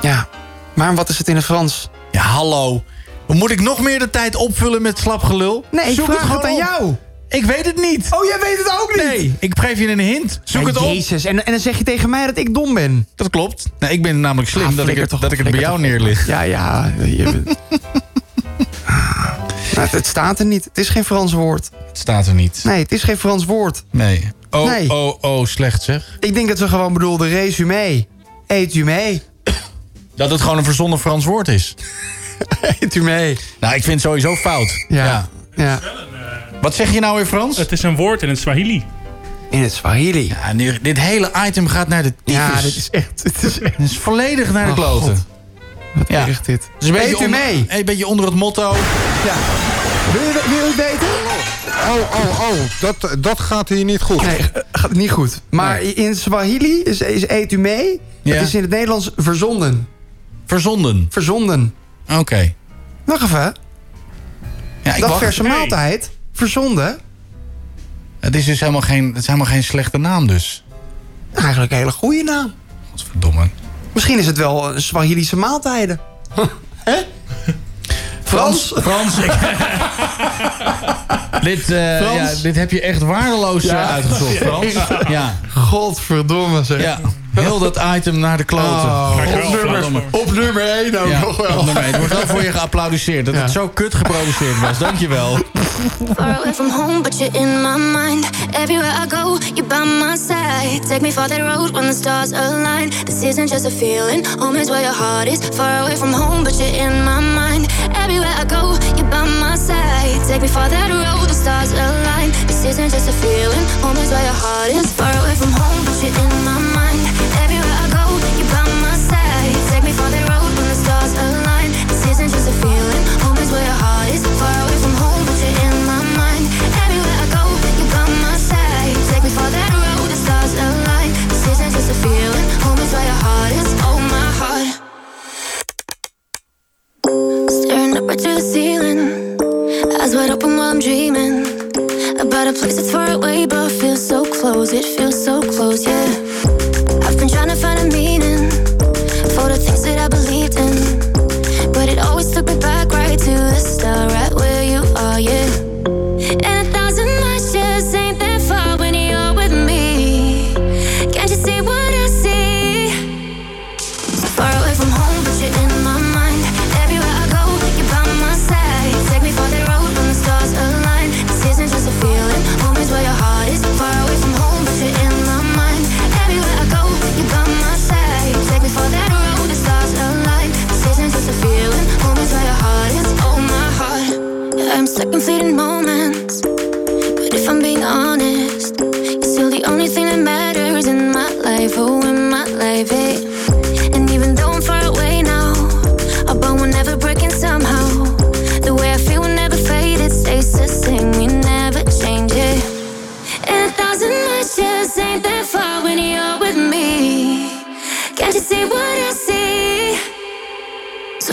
[SPEAKER 12] Ja, maar wat is het in het Frans?
[SPEAKER 11] Ja, hallo. Moet ik nog meer de tijd opvullen met slap gelul?
[SPEAKER 12] Nee, ik
[SPEAKER 11] Zoek
[SPEAKER 12] vraag het,
[SPEAKER 11] gewoon
[SPEAKER 12] aan
[SPEAKER 11] op.
[SPEAKER 12] jou.
[SPEAKER 11] Ik weet het niet.
[SPEAKER 12] Oh, jij weet het ook niet?
[SPEAKER 11] Nee, ik geef je een hint. Zoek
[SPEAKER 12] Ja,
[SPEAKER 11] het op.
[SPEAKER 12] Jezus, en, en dan zeg je tegen mij dat ik dom ben.
[SPEAKER 11] Dat klopt. Nee, ik ben namelijk slim
[SPEAKER 12] Ah,
[SPEAKER 11] dat, ik
[SPEAKER 12] flikker
[SPEAKER 11] het,
[SPEAKER 12] toch
[SPEAKER 11] dat
[SPEAKER 12] op,
[SPEAKER 11] ik het bij
[SPEAKER 12] flikker
[SPEAKER 11] jou
[SPEAKER 12] toch op.
[SPEAKER 11] neerlig.
[SPEAKER 12] Ja, ja. Maar het, het staat er niet. Het is geen Frans woord.
[SPEAKER 11] Het staat er niet.
[SPEAKER 12] Nee, het is geen Frans woord.
[SPEAKER 11] Nee. Oh,
[SPEAKER 12] Nee.
[SPEAKER 11] oh, oh, slecht zeg.
[SPEAKER 12] Ik denk dat ze gewoon bedoelde resume. Eet u mee.
[SPEAKER 11] Dat het gewoon een verzonnen Frans woord is.
[SPEAKER 12] Eet u mee.
[SPEAKER 11] Nou, ik vind het sowieso fout.
[SPEAKER 12] Ja. Ja.
[SPEAKER 11] Wat zeg je nou in Frans? Het
[SPEAKER 24] is een woord in het Swahili.
[SPEAKER 12] In het Swahili?
[SPEAKER 11] Ja, nu, dit hele item gaat naar de tyfus.
[SPEAKER 12] Ja, dit is echt... Dit is,
[SPEAKER 11] Het is volledig naar de
[SPEAKER 12] Oh,
[SPEAKER 11] kloten.
[SPEAKER 12] God. Wat ja. dit.
[SPEAKER 11] Dus een beetje
[SPEAKER 12] Eet u
[SPEAKER 11] onder-
[SPEAKER 12] mee.
[SPEAKER 11] Een beetje onder het motto.
[SPEAKER 12] Ja. Wil je, wil je het weten?
[SPEAKER 25] Oh, oh, oh, dat, dat gaat hier niet goed.
[SPEAKER 12] Nee, eh, gaat niet goed. Maar in Swahili is, is eet u mee.
[SPEAKER 11] Ja.
[SPEAKER 12] Dat is in het Nederlands verzonden.
[SPEAKER 11] Verzonden?
[SPEAKER 12] Verzonden.
[SPEAKER 11] Oké.
[SPEAKER 12] Wacht even.
[SPEAKER 11] Ja, ik
[SPEAKER 12] dat
[SPEAKER 11] wacht.
[SPEAKER 12] verse
[SPEAKER 11] Hey.
[SPEAKER 12] maaltijd. Verzonden.
[SPEAKER 11] Het is dus helemaal geen, het is helemaal geen slechte naam dus.
[SPEAKER 12] Eigenlijk een hele goede naam.
[SPEAKER 11] Godverdomme.
[SPEAKER 12] Misschien is het wel eh, Swahilische maaltijden. Hè? Frans?
[SPEAKER 11] Frans. Dit, eh,
[SPEAKER 12] Frans?
[SPEAKER 11] ja, dit heb je echt waardeloos eh,
[SPEAKER 12] Ja.
[SPEAKER 11] uitgezocht, Frans.
[SPEAKER 12] Ja.
[SPEAKER 11] Ja.
[SPEAKER 12] Godverdomme zeg.
[SPEAKER 11] ja. Heel dat item naar de kloten.
[SPEAKER 12] Oh, op, nummer,
[SPEAKER 11] Godverdomme.
[SPEAKER 12] op nummer 1 ook
[SPEAKER 11] Ja,
[SPEAKER 12] nog wel.
[SPEAKER 11] op nummer één. Er wordt wel voor je geapplaudisseerd. Dat
[SPEAKER 12] Ja.
[SPEAKER 11] het zo kut geproduceerd was. Dankjewel.
[SPEAKER 26] Far away from home, but you're in my mind. Everywhere I go, you're by my side. Take me for that road when the stars align. This isn't just a feeling, home is where your heart is. Far away from home, but you're in my mind. Everywhere I go, you're by my side. Take me for that road, the stars align. This isn't just a feeling, home is where your heart is. Far away from home, but you're in my mind. Everywhere I go, you're by my side. Take me for that road when the stars align. This isn't just a feeling, home is where your heart is. Far away from home, but you're in my mind. Everywhere I go, you're by my side. Take me for that road, the stars align. This isn't just a feeling, home is where your heart is. Oh my heart. Staring up right to the ceiling, eyes wide open while I'm dreaming about a place that's far away but feels so close. It feels so close, yeah. I've been trying to find a meaning for the things that I believed in. But it always took me back right to the start, right where you are, yeah. And a thousand miles just ain't that far when you're with me. Can't you see what I see? Far away from home, but you're in my mind. Everywhere I go, you're by my side. Take me for that road when the stars align. This isn't just a feeling. Home is where your heart is. Far away from home, but you're in my mind. Everywhere I go, you're by my side. Take me for that road, the stars align. This isn't just a feeling. Home is where your heart is. Oh my heart, I'm stuck in fleeting moments. But if I'm being honest, you're still the only thing that matters in my life. Oh, in my life, hey. And even though I'm far away now, our bond will never break in somehow. The way I feel will never fade, it stays the same. We never change it. And a thousand miles just ain't that far when you're with me. Can't you see what I see? So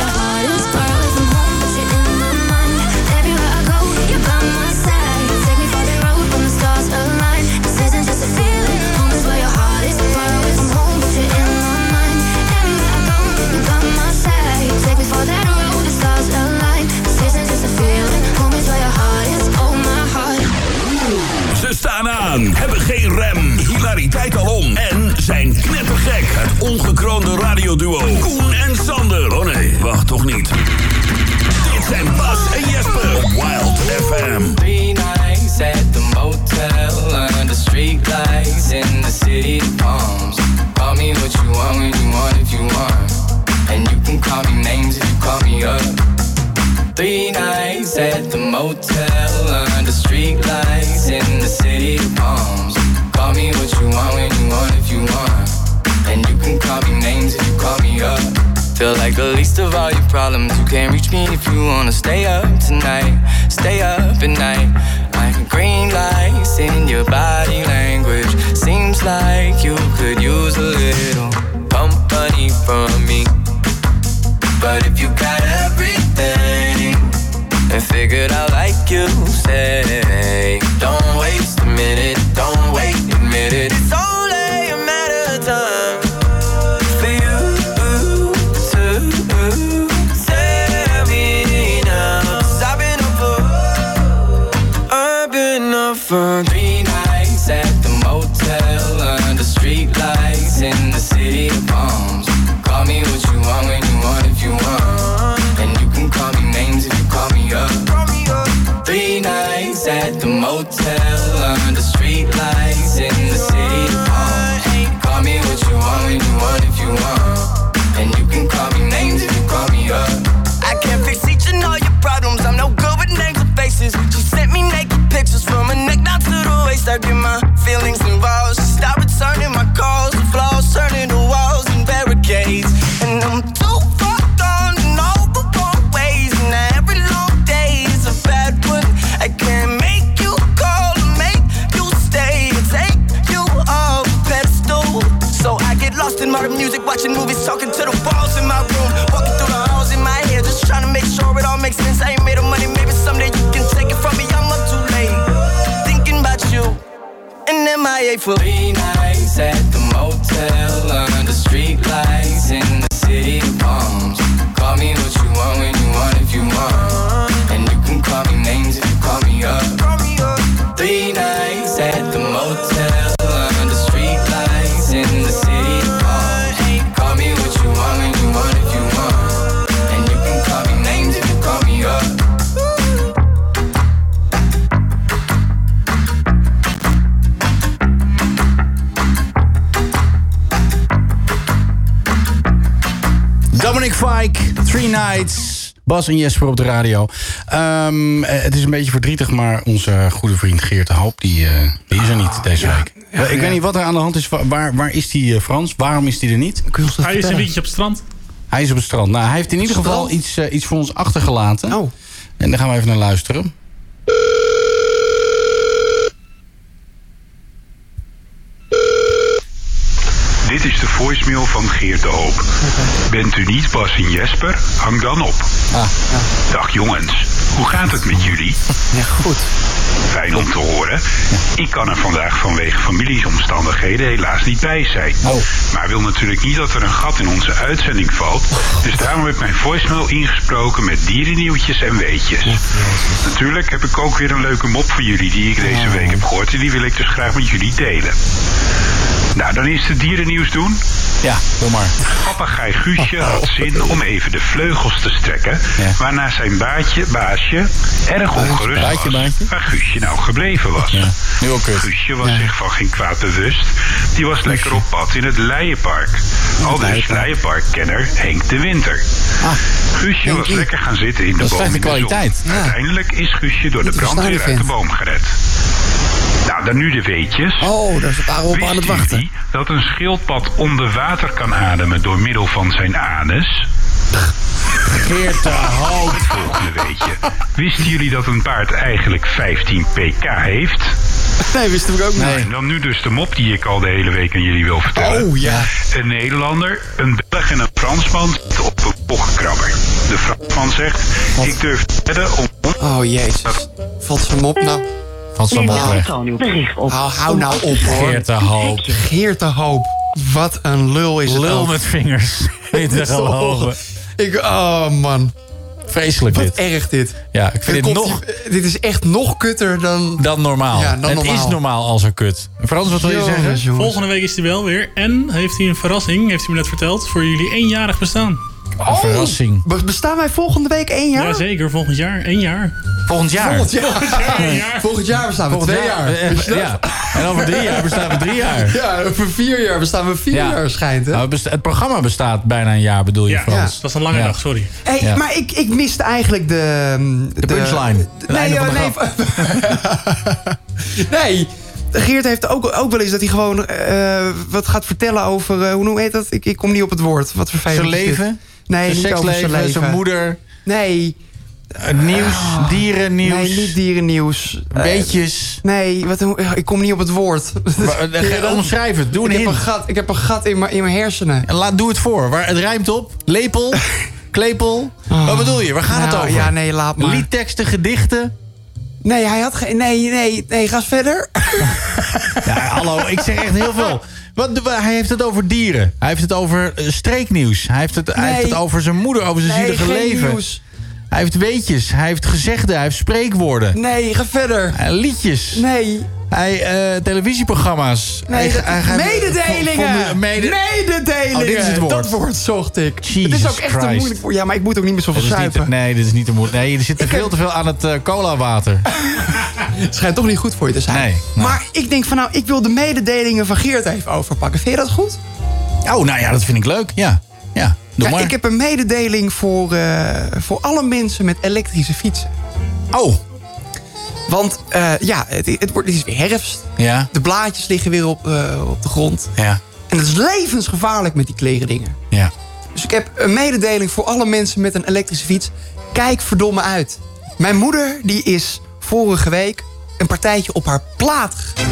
[SPEAKER 26] your heart is. Far away from home, but you're in my mind. Everywhere I go, you're by my side. Take me for that road when the stars align. This isn't just a feeling, home is where your heart is. Far away from home, but you're in my mind. Everywhere I go, you're by my side. Take me for that road, the stars align. This isn't just a feeling, home is where your heart is. Oh my heart.
[SPEAKER 5] Ze staan aan, hebben geen rem, hilariteit alom en zijn knettergek. Het ongekroonde radioduo Koen en Sander. Oh nee, wacht, toch niet. Dit zijn Bas en Jesper op Wild FM.
[SPEAKER 23] Three nights at the motel under street lights in the city of palms. Call me what you want when you want if you want. And you can call me names if you call me up. Three nights at the motel under street lights in the city of palms. Call me what you want when you want if you want. And you can call me names if you call me up. Feel like the least of all your problems. You can't reach me if you wanna stay up tonight. Stay up at night. Like green lights in your body language. Seems like you could use a little company from me. But if you got everything and Girl, I like you. Say, don't waste a minute. Don't wait a minute. It's only a matter of time for you to tell me now. i I've been up for, I've been up for three nights at the motel under street lights in the city of palms. Call me what you want when you want if you want. And you can call me names if you call me up. Three nights at the motel under street lights in the city of palms. Call me what you want when you want if you want. And you can call me names if you call me up.
[SPEAKER 27] I can't fix each and all your problems. I'm no good with names or faces. She sent me naked pictures from her neck down to the waist. I get my feelings involved. She stopped returning my calls. The flaws turning to walls and barricades. And I'm too far gone in all the wrong ways. And now every long day is a bad one. I can't make you call or make you stay. and Take you off the pedestal. So I get lost in my music, watching movies, talking to the walls in my room, walking through the halls in my head, just trying to make sure it all makes sense. I ain't made of money, maybe someday you can take it from me. I'm up too late, thinking about you, and MIA for
[SPEAKER 23] three nights at the motel under street lights in the city of palms. Call me what you want when you want if you want. And you can call me names if you call me up. Three nights at the motel under street lights in the city of palms. Call me what you want when you want if you want. And you can call me names if you call me up.
[SPEAKER 11] Dominic Fike, Three Nights. Bas en Jesper op de radio. Ehm, eh, het is een beetje verdrietig, maar onze goede vriend Geert de Hoop... die, eh, die is er niet deze week. Eh, ik weet niet wat er aan de hand is. Wa- Waar, waar is die, eh, Frans? Waarom is die er niet?
[SPEAKER 6] Hij is een weekje op het strand.
[SPEAKER 11] Hij is op het strand. Nou, hij heeft in ieder geval iets, eh, iets voor ons achtergelaten.
[SPEAKER 12] Oh.
[SPEAKER 11] En daar gaan we even naar luisteren.
[SPEAKER 28] Dit is de voicemail van Geert de Hoop. Bent u niet Bas en Jesper? Hang dan op. Dag jongens, hoe gaat het met jullie?
[SPEAKER 12] Ja, goed.
[SPEAKER 28] Fijn om te horen. Ik kan er vandaag vanwege familieomstandigheden helaas niet bij zijn.
[SPEAKER 11] Oh.
[SPEAKER 28] Maar wil natuurlijk niet dat er een gat in onze uitzending valt. Dus daarom heb ik mijn voicemail ingesproken met dierennieuwtjes en weetjes. Natuurlijk heb ik ook weer een leuke mop voor jullie die ik deze week heb gehoord. En die wil ik dus graag met jullie delen. Nou, dan is het dierennieuws doen.
[SPEAKER 11] Ja, doe maar. Oh.
[SPEAKER 28] Papegaai Guusje had zin om even de vleugels te strekken. Waarna zijn baatje, baasje erg ongerust
[SPEAKER 11] Baatje,
[SPEAKER 28] was
[SPEAKER 11] baatje.
[SPEAKER 28] waar Guusje nou gebleven was. Guusje was zich van geen kwaad bewust. Die was lekker op pad in het Leienpark. Al dus Leienparkkenner Henk de Winter. Guusje was
[SPEAKER 11] Henkie.
[SPEAKER 28] lekker gaan zitten in de
[SPEAKER 11] Dat is
[SPEAKER 28] boom in
[SPEAKER 11] fijne
[SPEAKER 28] de zon.
[SPEAKER 11] kwaliteit. Ja.
[SPEAKER 28] Uiteindelijk is Guusje door de
[SPEAKER 11] Moeten we
[SPEAKER 28] brandweer
[SPEAKER 11] snel
[SPEAKER 28] uit de
[SPEAKER 11] even.
[SPEAKER 28] boom gered. Nou, dan nu de weetjes.
[SPEAKER 12] Oh, daar is Rob aan het wachten.
[SPEAKER 28] dat een schildpad onder water kan ademen door middel van zijn anus?
[SPEAKER 11] Geert de
[SPEAKER 12] eh,
[SPEAKER 11] Hoop.
[SPEAKER 28] Het volgende weetje. Wisten jullie dat een paard eigenlijk 15 pk heeft?
[SPEAKER 12] Nee, wisten we ook niet.
[SPEAKER 28] En dan nu dus de mop die ik al de hele week aan jullie wil vertellen.
[SPEAKER 12] Oh, ja.
[SPEAKER 28] Een Nederlander, een Belg en een Fransman zitten op een bokkenkrabber. De Fransman zegt, ik durf te wedden om...
[SPEAKER 12] Oh jezus. Valt ze hem op nou?
[SPEAKER 11] Valt
[SPEAKER 28] ze hem op,
[SPEAKER 6] nou
[SPEAKER 28] hè?
[SPEAKER 12] Bericht op. Hou, hou nou op hoor.
[SPEAKER 11] Geert de Hoop.
[SPEAKER 12] Geert de Hoop. Wat een lul is het
[SPEAKER 11] Lul
[SPEAKER 12] ook.
[SPEAKER 11] met vingers. Niet te geloven.
[SPEAKER 12] Ik, oh man.
[SPEAKER 11] Vreselijk
[SPEAKER 12] Wat erg dit.
[SPEAKER 11] Ja, ik vind
[SPEAKER 12] Er
[SPEAKER 11] dit
[SPEAKER 12] komt-
[SPEAKER 11] nog...
[SPEAKER 12] Dit is echt nog kutter dan...
[SPEAKER 11] Dan normaal.
[SPEAKER 12] Ja, dan
[SPEAKER 11] het
[SPEAKER 12] normaal.
[SPEAKER 11] is normaal als een kut. Frans, wat wil je
[SPEAKER 12] Jongens,
[SPEAKER 11] zeggen?
[SPEAKER 12] jongens.
[SPEAKER 6] Volgende week is hij wel weer. En heeft hij een verrassing, heeft hij me net verteld, voor jullie éénjarig bestaan.
[SPEAKER 11] Een verrassing.
[SPEAKER 12] Be- Bestaan wij volgende week één jaar?
[SPEAKER 6] Jazeker, volgend jaar. Eén jaar.
[SPEAKER 11] Volgend jaar?
[SPEAKER 12] Volgend jaar. Volgend jaar bestaan we
[SPEAKER 11] Volgend
[SPEAKER 12] twee
[SPEAKER 11] jaar.
[SPEAKER 12] jaar.
[SPEAKER 11] Eh,
[SPEAKER 12] Weet je dat?
[SPEAKER 11] ja. En over drie jaar bestaan we drie jaar.
[SPEAKER 12] Ja, over vier jaar bestaan we vier
[SPEAKER 11] Ja.
[SPEAKER 12] jaar schijnt. Hè?
[SPEAKER 11] Nou, het besta- het programma bestaat bijna een jaar, bedoel je,
[SPEAKER 6] Ja,
[SPEAKER 11] Frans?
[SPEAKER 6] ja. dat is een lange dag, sorry.
[SPEAKER 12] Hey,
[SPEAKER 11] Ja.
[SPEAKER 12] Maar ik, ik miste eigenlijk de... De,
[SPEAKER 11] punchline. Het
[SPEAKER 12] nee,
[SPEAKER 11] einde
[SPEAKER 12] eh,
[SPEAKER 11] van de
[SPEAKER 12] nee, nee. Geert heeft ook, ook wel eens dat hij gewoon eh, wat gaat vertellen over... eh, hoe noem- heet dat? Ik, ik kom niet op het woord. Wat vervelend
[SPEAKER 11] Zijn
[SPEAKER 12] is dit.
[SPEAKER 11] leven?
[SPEAKER 12] Nee,
[SPEAKER 11] Zijn
[SPEAKER 12] niet over
[SPEAKER 11] seksleven,
[SPEAKER 12] zijn leven.
[SPEAKER 11] zijn moeder? Eh,
[SPEAKER 12] Nee. Ah.
[SPEAKER 11] nieuws, dierennieuws.
[SPEAKER 12] Nee, niet dierennieuws. Eh,
[SPEAKER 11] Beetjes.
[SPEAKER 12] nee, wat, hoe- ik kom niet op het woord.
[SPEAKER 11] Maar, eh,
[SPEAKER 12] Ken je dat?
[SPEAKER 11] omschrijf het, doe een
[SPEAKER 12] ik heb
[SPEAKER 11] hint.
[SPEAKER 12] een gat, Ik heb een gat in mijn in mijn hersenen.
[SPEAKER 11] Laat, doe het voor. Waar, het rijmt op. Lepel. Klepel. Wat bedoel je? Waar gaat het
[SPEAKER 12] Nou,
[SPEAKER 11] over?
[SPEAKER 12] ja, nee, laat maar.
[SPEAKER 11] Liedteksten, gedichten.
[SPEAKER 12] Nee, hij had geen... Nee, nee, nee, ga eens verder.
[SPEAKER 11] Ja, hallo, ik zeg echt heel veel. Wat, wa- hij heeft het over dieren. Hij heeft het over eh, streeknieuws. Hij heeft het, hij
[SPEAKER 12] Nee.
[SPEAKER 11] heeft het over zijn moeder, over zijn
[SPEAKER 12] Nee,
[SPEAKER 11] zielige
[SPEAKER 12] geen
[SPEAKER 11] leven.
[SPEAKER 12] nieuws.
[SPEAKER 11] Hij heeft weetjes, hij heeft gezegden, hij heeft spreekwoorden. Eh,
[SPEAKER 12] Nee, ga verder.
[SPEAKER 11] liedjes.
[SPEAKER 12] Nee.
[SPEAKER 11] Hij, eh, televisieprogramma's.
[SPEAKER 12] Nee,
[SPEAKER 11] hij,
[SPEAKER 12] dat-
[SPEAKER 11] hij- hij-
[SPEAKER 12] mededelingen!
[SPEAKER 11] Formu- mede-
[SPEAKER 12] mededelingen!
[SPEAKER 11] Oh, dit is het woord.
[SPEAKER 12] Dat woord zocht ik. het is
[SPEAKER 11] Jesus
[SPEAKER 12] ook echt een
[SPEAKER 11] Christ.
[SPEAKER 12] moeilijk woord. Ja, maar ik moet ook niet meer zo
[SPEAKER 11] Dit is niet-
[SPEAKER 12] verzuipen.
[SPEAKER 11] nee, dit is niet te moeilijk. Nee, er zit er veel te veel aan het eh, colawater.
[SPEAKER 12] Het schijnt toch niet goed voor je te zijn.
[SPEAKER 11] Nee.
[SPEAKER 12] Maar ik denk van nou, ik wil de mededelingen van Geert even overpakken. Vind je dat goed?
[SPEAKER 11] Oh, nou ja, dat vind ik leuk. Ja, ja. Doe
[SPEAKER 12] Ja,
[SPEAKER 11] maar.
[SPEAKER 12] ik heb een mededeling voor, eh, voor alle mensen met elektrische fietsen.
[SPEAKER 11] Oh.
[SPEAKER 12] Want eh, ja, het, het, wordt, het is weer herfst.
[SPEAKER 11] Ja.
[SPEAKER 12] De blaadjes liggen weer op, eh, op de grond.
[SPEAKER 11] Ja.
[SPEAKER 12] En het is levensgevaarlijk met die kleredingen.
[SPEAKER 11] Ja.
[SPEAKER 12] Dus ik heb een mededeling voor alle mensen met een elektrische fiets. Kijk verdomme uit. Mijn moeder die is vorige week een partijtje op haar plaat gegaan.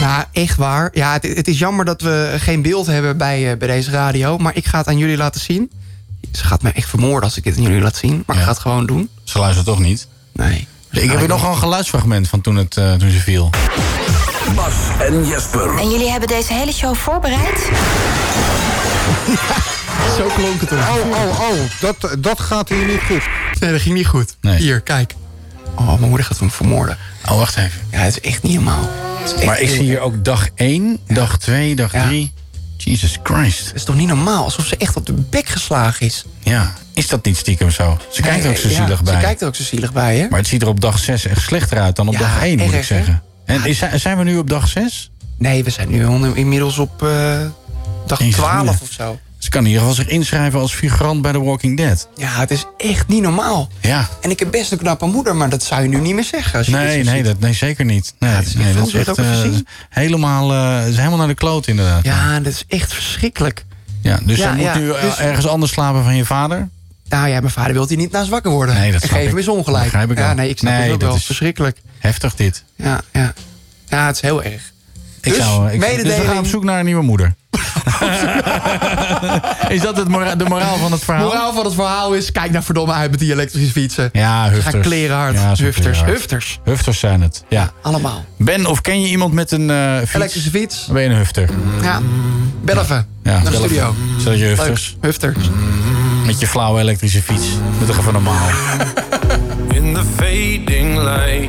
[SPEAKER 12] Nou, echt waar. Ja, het, het is jammer dat we geen beeld hebben bij, eh, bij deze radio. Maar ik ga het aan jullie laten zien. Ze gaat mij echt vermoorden als ik dit aan jullie laat zien. Maar ik ga het gewoon doen.
[SPEAKER 11] Ze luistert toch niet?
[SPEAKER 12] Nee.
[SPEAKER 11] Ik heb hier nog een geluidsfragment van toen, het, eh, toen ze viel.
[SPEAKER 5] Bas en Jesper.
[SPEAKER 7] En jullie hebben deze hele show voorbereid?
[SPEAKER 12] Zo klonk het
[SPEAKER 22] Oh, oh, oh, dat, dat gaat hier niet goed.
[SPEAKER 12] Nee, dat ging niet goed. Hier, kijk. Oh, mijn moeder gaat hem vermoorden.
[SPEAKER 11] Oh, wacht even.
[SPEAKER 12] Ja, het is echt niet normaal. Het is echt
[SPEAKER 11] Maar ik
[SPEAKER 12] heel
[SPEAKER 11] zie hier ook dag 1, dag 2, dag 3. Jesus Christ. Dat
[SPEAKER 12] is toch niet normaal? Alsof ze echt op de bek geslagen is.
[SPEAKER 11] Ja, is dat niet stiekem zo? Oh, Ze kijkt er ook zo
[SPEAKER 12] ja,
[SPEAKER 11] zielig
[SPEAKER 12] ze
[SPEAKER 11] bij.
[SPEAKER 12] kijkt er ook zo zielig bij, hè?
[SPEAKER 11] Maar het ziet er op dag 6 echt slechter uit dan op
[SPEAKER 12] Ja,
[SPEAKER 11] dag 1, moet
[SPEAKER 12] erg,
[SPEAKER 11] ik zeggen. En is, zijn we nu op dag 6?
[SPEAKER 12] Nee, we zijn nu on- inmiddels op eh, dag 12 of zo.
[SPEAKER 11] Ze kan in ieder geval zich inschrijven als figurant bij The Walking Dead.
[SPEAKER 12] Ja, het is echt niet normaal.
[SPEAKER 11] Ja.
[SPEAKER 12] En ik heb best een knappe moeder, maar dat zou je nu niet meer zeggen. Als je dit
[SPEAKER 11] Nee,
[SPEAKER 12] zo
[SPEAKER 11] nee,
[SPEAKER 12] ziet.
[SPEAKER 11] dat, nee, zeker niet. Nee, dat is, nee, dat is
[SPEAKER 12] Heb je
[SPEAKER 11] echt
[SPEAKER 12] dat ook
[SPEAKER 11] eh,
[SPEAKER 12] gezien?
[SPEAKER 11] dat is helemaal, eh, is helemaal naar de kloot inderdaad.
[SPEAKER 12] Ja, dat is echt verschrikkelijk.
[SPEAKER 11] Ja, dus
[SPEAKER 12] Ja,
[SPEAKER 11] dan moet
[SPEAKER 12] ja,
[SPEAKER 11] nu eh,
[SPEAKER 12] dus-
[SPEAKER 11] ergens anders slapen van je vader?
[SPEAKER 12] Nou ja, mijn vader wil hier niet naast wakker worden.
[SPEAKER 11] Nee, dat
[SPEAKER 12] Ik
[SPEAKER 11] snap
[SPEAKER 12] geef hem
[SPEAKER 11] ik.
[SPEAKER 12] eens ongelijk.
[SPEAKER 11] Begrijp ik
[SPEAKER 12] ja,
[SPEAKER 11] wel.
[SPEAKER 12] nee, ik snap
[SPEAKER 11] Nee,
[SPEAKER 12] het ook
[SPEAKER 11] dat
[SPEAKER 12] wel.
[SPEAKER 11] is-
[SPEAKER 12] Verschrikkelijk.
[SPEAKER 11] Heftig dit.
[SPEAKER 12] Ja, ja. ja, het is heel erg.
[SPEAKER 11] Ik
[SPEAKER 12] Dus,
[SPEAKER 11] zou, ik, dus we gaan op
[SPEAKER 12] mededeling-
[SPEAKER 11] zoek naar een nieuwe moeder. is dat het mora- de moraal van het verhaal?
[SPEAKER 12] moraal van het verhaal is, kijk naar verdomme uit met die elektrische fietsen.
[SPEAKER 11] Ja, Ah, hufters.
[SPEAKER 12] Ga kleren hard.
[SPEAKER 11] Ja, zo'n
[SPEAKER 12] hufters.
[SPEAKER 11] kleren hard.
[SPEAKER 12] Hufters.
[SPEAKER 11] Hufters zijn het, ja.
[SPEAKER 12] Allemaal.
[SPEAKER 11] Ben, of ken je iemand met een eh, fiets?
[SPEAKER 12] Elektrische fiets.
[SPEAKER 11] Dan ben je een hufter.
[SPEAKER 12] Ja. Bel even.
[SPEAKER 11] Ja,
[SPEAKER 12] naar de
[SPEAKER 11] bel even.
[SPEAKER 12] studio.
[SPEAKER 11] Zodat je
[SPEAKER 12] Leuk.
[SPEAKER 11] hufters.
[SPEAKER 12] Hufters.
[SPEAKER 11] Met je flauwe elektrische fiets. Doe toch even normaal.
[SPEAKER 29] In the fading light,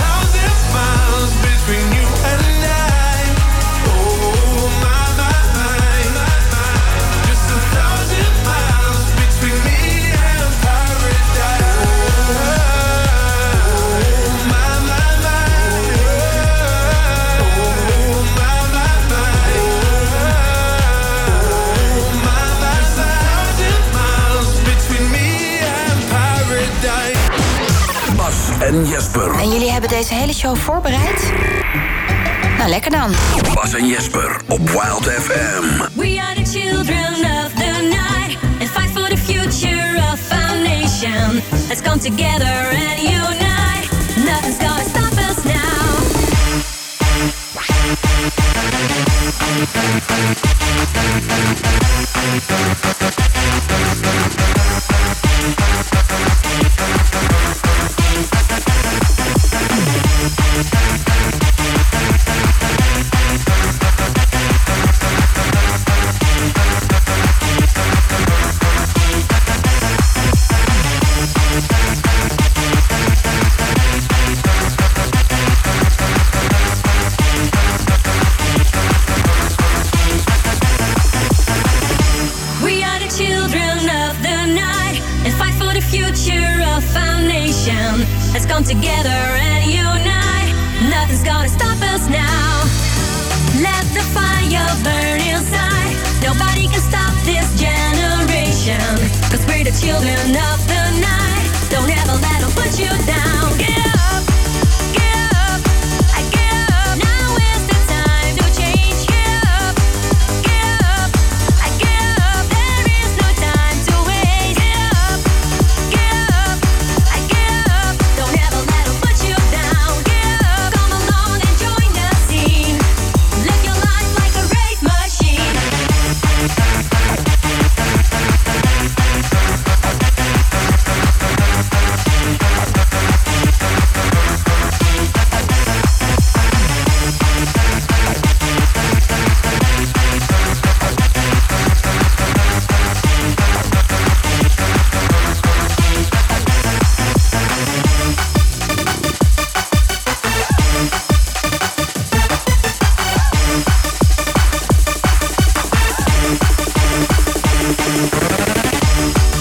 [SPEAKER 5] en Jesper.
[SPEAKER 7] En jullie hebben deze hele show voorbereid? Nou, lekker dan.
[SPEAKER 5] Bas en Jesper op Wild FM.
[SPEAKER 30] We are the children of the night and fight for the future of our nation. Let's come together and unite. Nothing's gonna stop us now. We are the children of the night and fight for the future of our nation. Let's come together and unite. Nothing's gonna stop us now. Let the fire burn inside. Nobody can stop this generation. Cause we're the children of the night. Don't ever let them put you down. Get up. Get up. I get up. Now is the time to change. Get up. Get up. I get up. There is no time to waste. Get up. Get up. I get up. Don't ever let them put you down. Get up. Come along and join the scene. Live your life like a rave machine.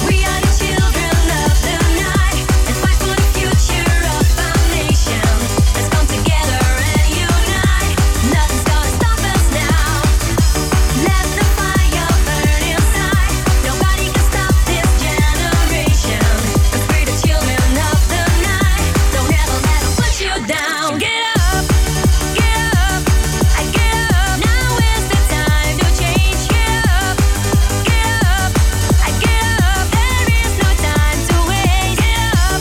[SPEAKER 30] We are the children of the night and fight for the future of our nation. Let's come together and unite. Nothing's gonna stop us now. Let the fire burn inside. Nobody can stop this generation. we're the children of the night. Don't ever let 'em put you down. Get up, get up, I get up. Now is the time to change. Get up, get up. I get up, there is no time to waste. Get up,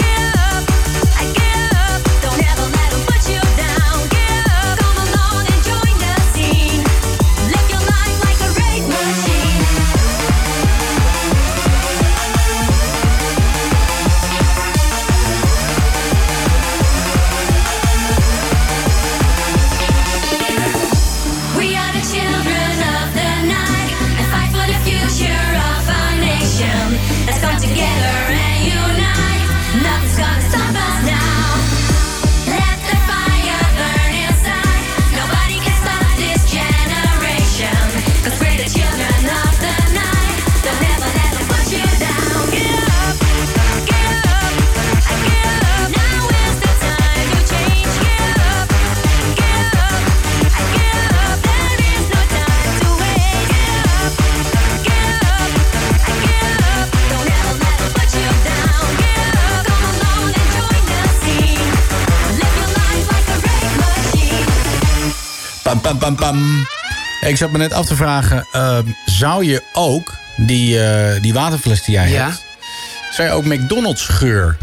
[SPEAKER 30] get up, I get up. Don't ever let 'em put you down. Get up, come along and join the scene. Live your life like a rave machine. We are the children of the night and fight for the future of our nation. Let's come together and unite. Nothing's gonna stop us now. Let the fire burn inside. Nobody can stop this generation. Cause we're the children of the night. Don't ever let them put you down. Get up, get up, I get up. Now is the time to change. Get up, get up, I get up. There is no time to wait. Get up, get up, I get up. Don't ever let them put you down. Get up, come along and join the scene. Live your life like a rave machine.
[SPEAKER 11] Pam, pam, pam, pam. Ik zat me net af te vragen, eh, zou je ook die, eh, die waterfles die jij
[SPEAKER 12] Ja.
[SPEAKER 11] hebt, zou je ook McDonald's geur?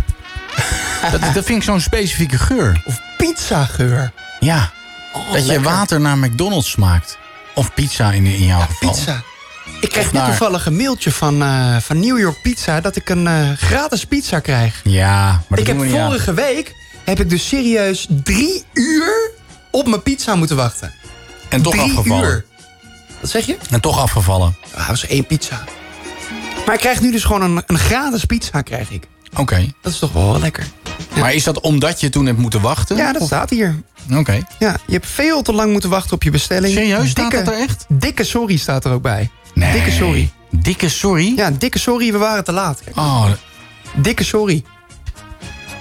[SPEAKER 11] dat, dat vind ik zo'n specifieke geur. Of
[SPEAKER 12] pizza geur.
[SPEAKER 11] Ja, dat je
[SPEAKER 12] lekker.
[SPEAKER 11] water naar McDonald's smaakt. Of pizza in, in jouw geval.
[SPEAKER 12] Pizza. Ik kreeg net
[SPEAKER 11] naar-
[SPEAKER 12] toevallig een mailtje van, eh, van New York Pizza dat ik een eh, gratis pizza krijg.
[SPEAKER 11] Ja, maar dat
[SPEAKER 12] ik heb
[SPEAKER 11] doen we niet aan.
[SPEAKER 12] vorige week heb ik dus serieus drie uur op mijn pizza moeten wachten.
[SPEAKER 11] En toch
[SPEAKER 12] drie
[SPEAKER 11] afgevallen.
[SPEAKER 12] Uur. Wat zeg je?
[SPEAKER 11] En toch afgevallen.
[SPEAKER 12] Ah, dat was één pizza. Maar ik krijg nu dus gewoon een, een gratis pizza, krijg ik.
[SPEAKER 11] Oké.
[SPEAKER 12] Dat is toch wel lekker.
[SPEAKER 11] Maar is dat omdat je toen hebt moeten wachten?
[SPEAKER 12] Ja, dat
[SPEAKER 11] Of-
[SPEAKER 12] staat hier.
[SPEAKER 11] Oké.
[SPEAKER 12] Ja, je hebt veel te lang moeten wachten op je bestelling.
[SPEAKER 11] Serieus? Staat
[SPEAKER 12] Dikke-
[SPEAKER 11] dat er echt?
[SPEAKER 12] Dikke sorry staat er ook bij.
[SPEAKER 11] Nee.
[SPEAKER 12] Dikke sorry.
[SPEAKER 11] Dikke sorry?
[SPEAKER 12] Ja, dikke sorry, we waren te laat. Kijk.
[SPEAKER 11] Oh.
[SPEAKER 12] Dikke sorry.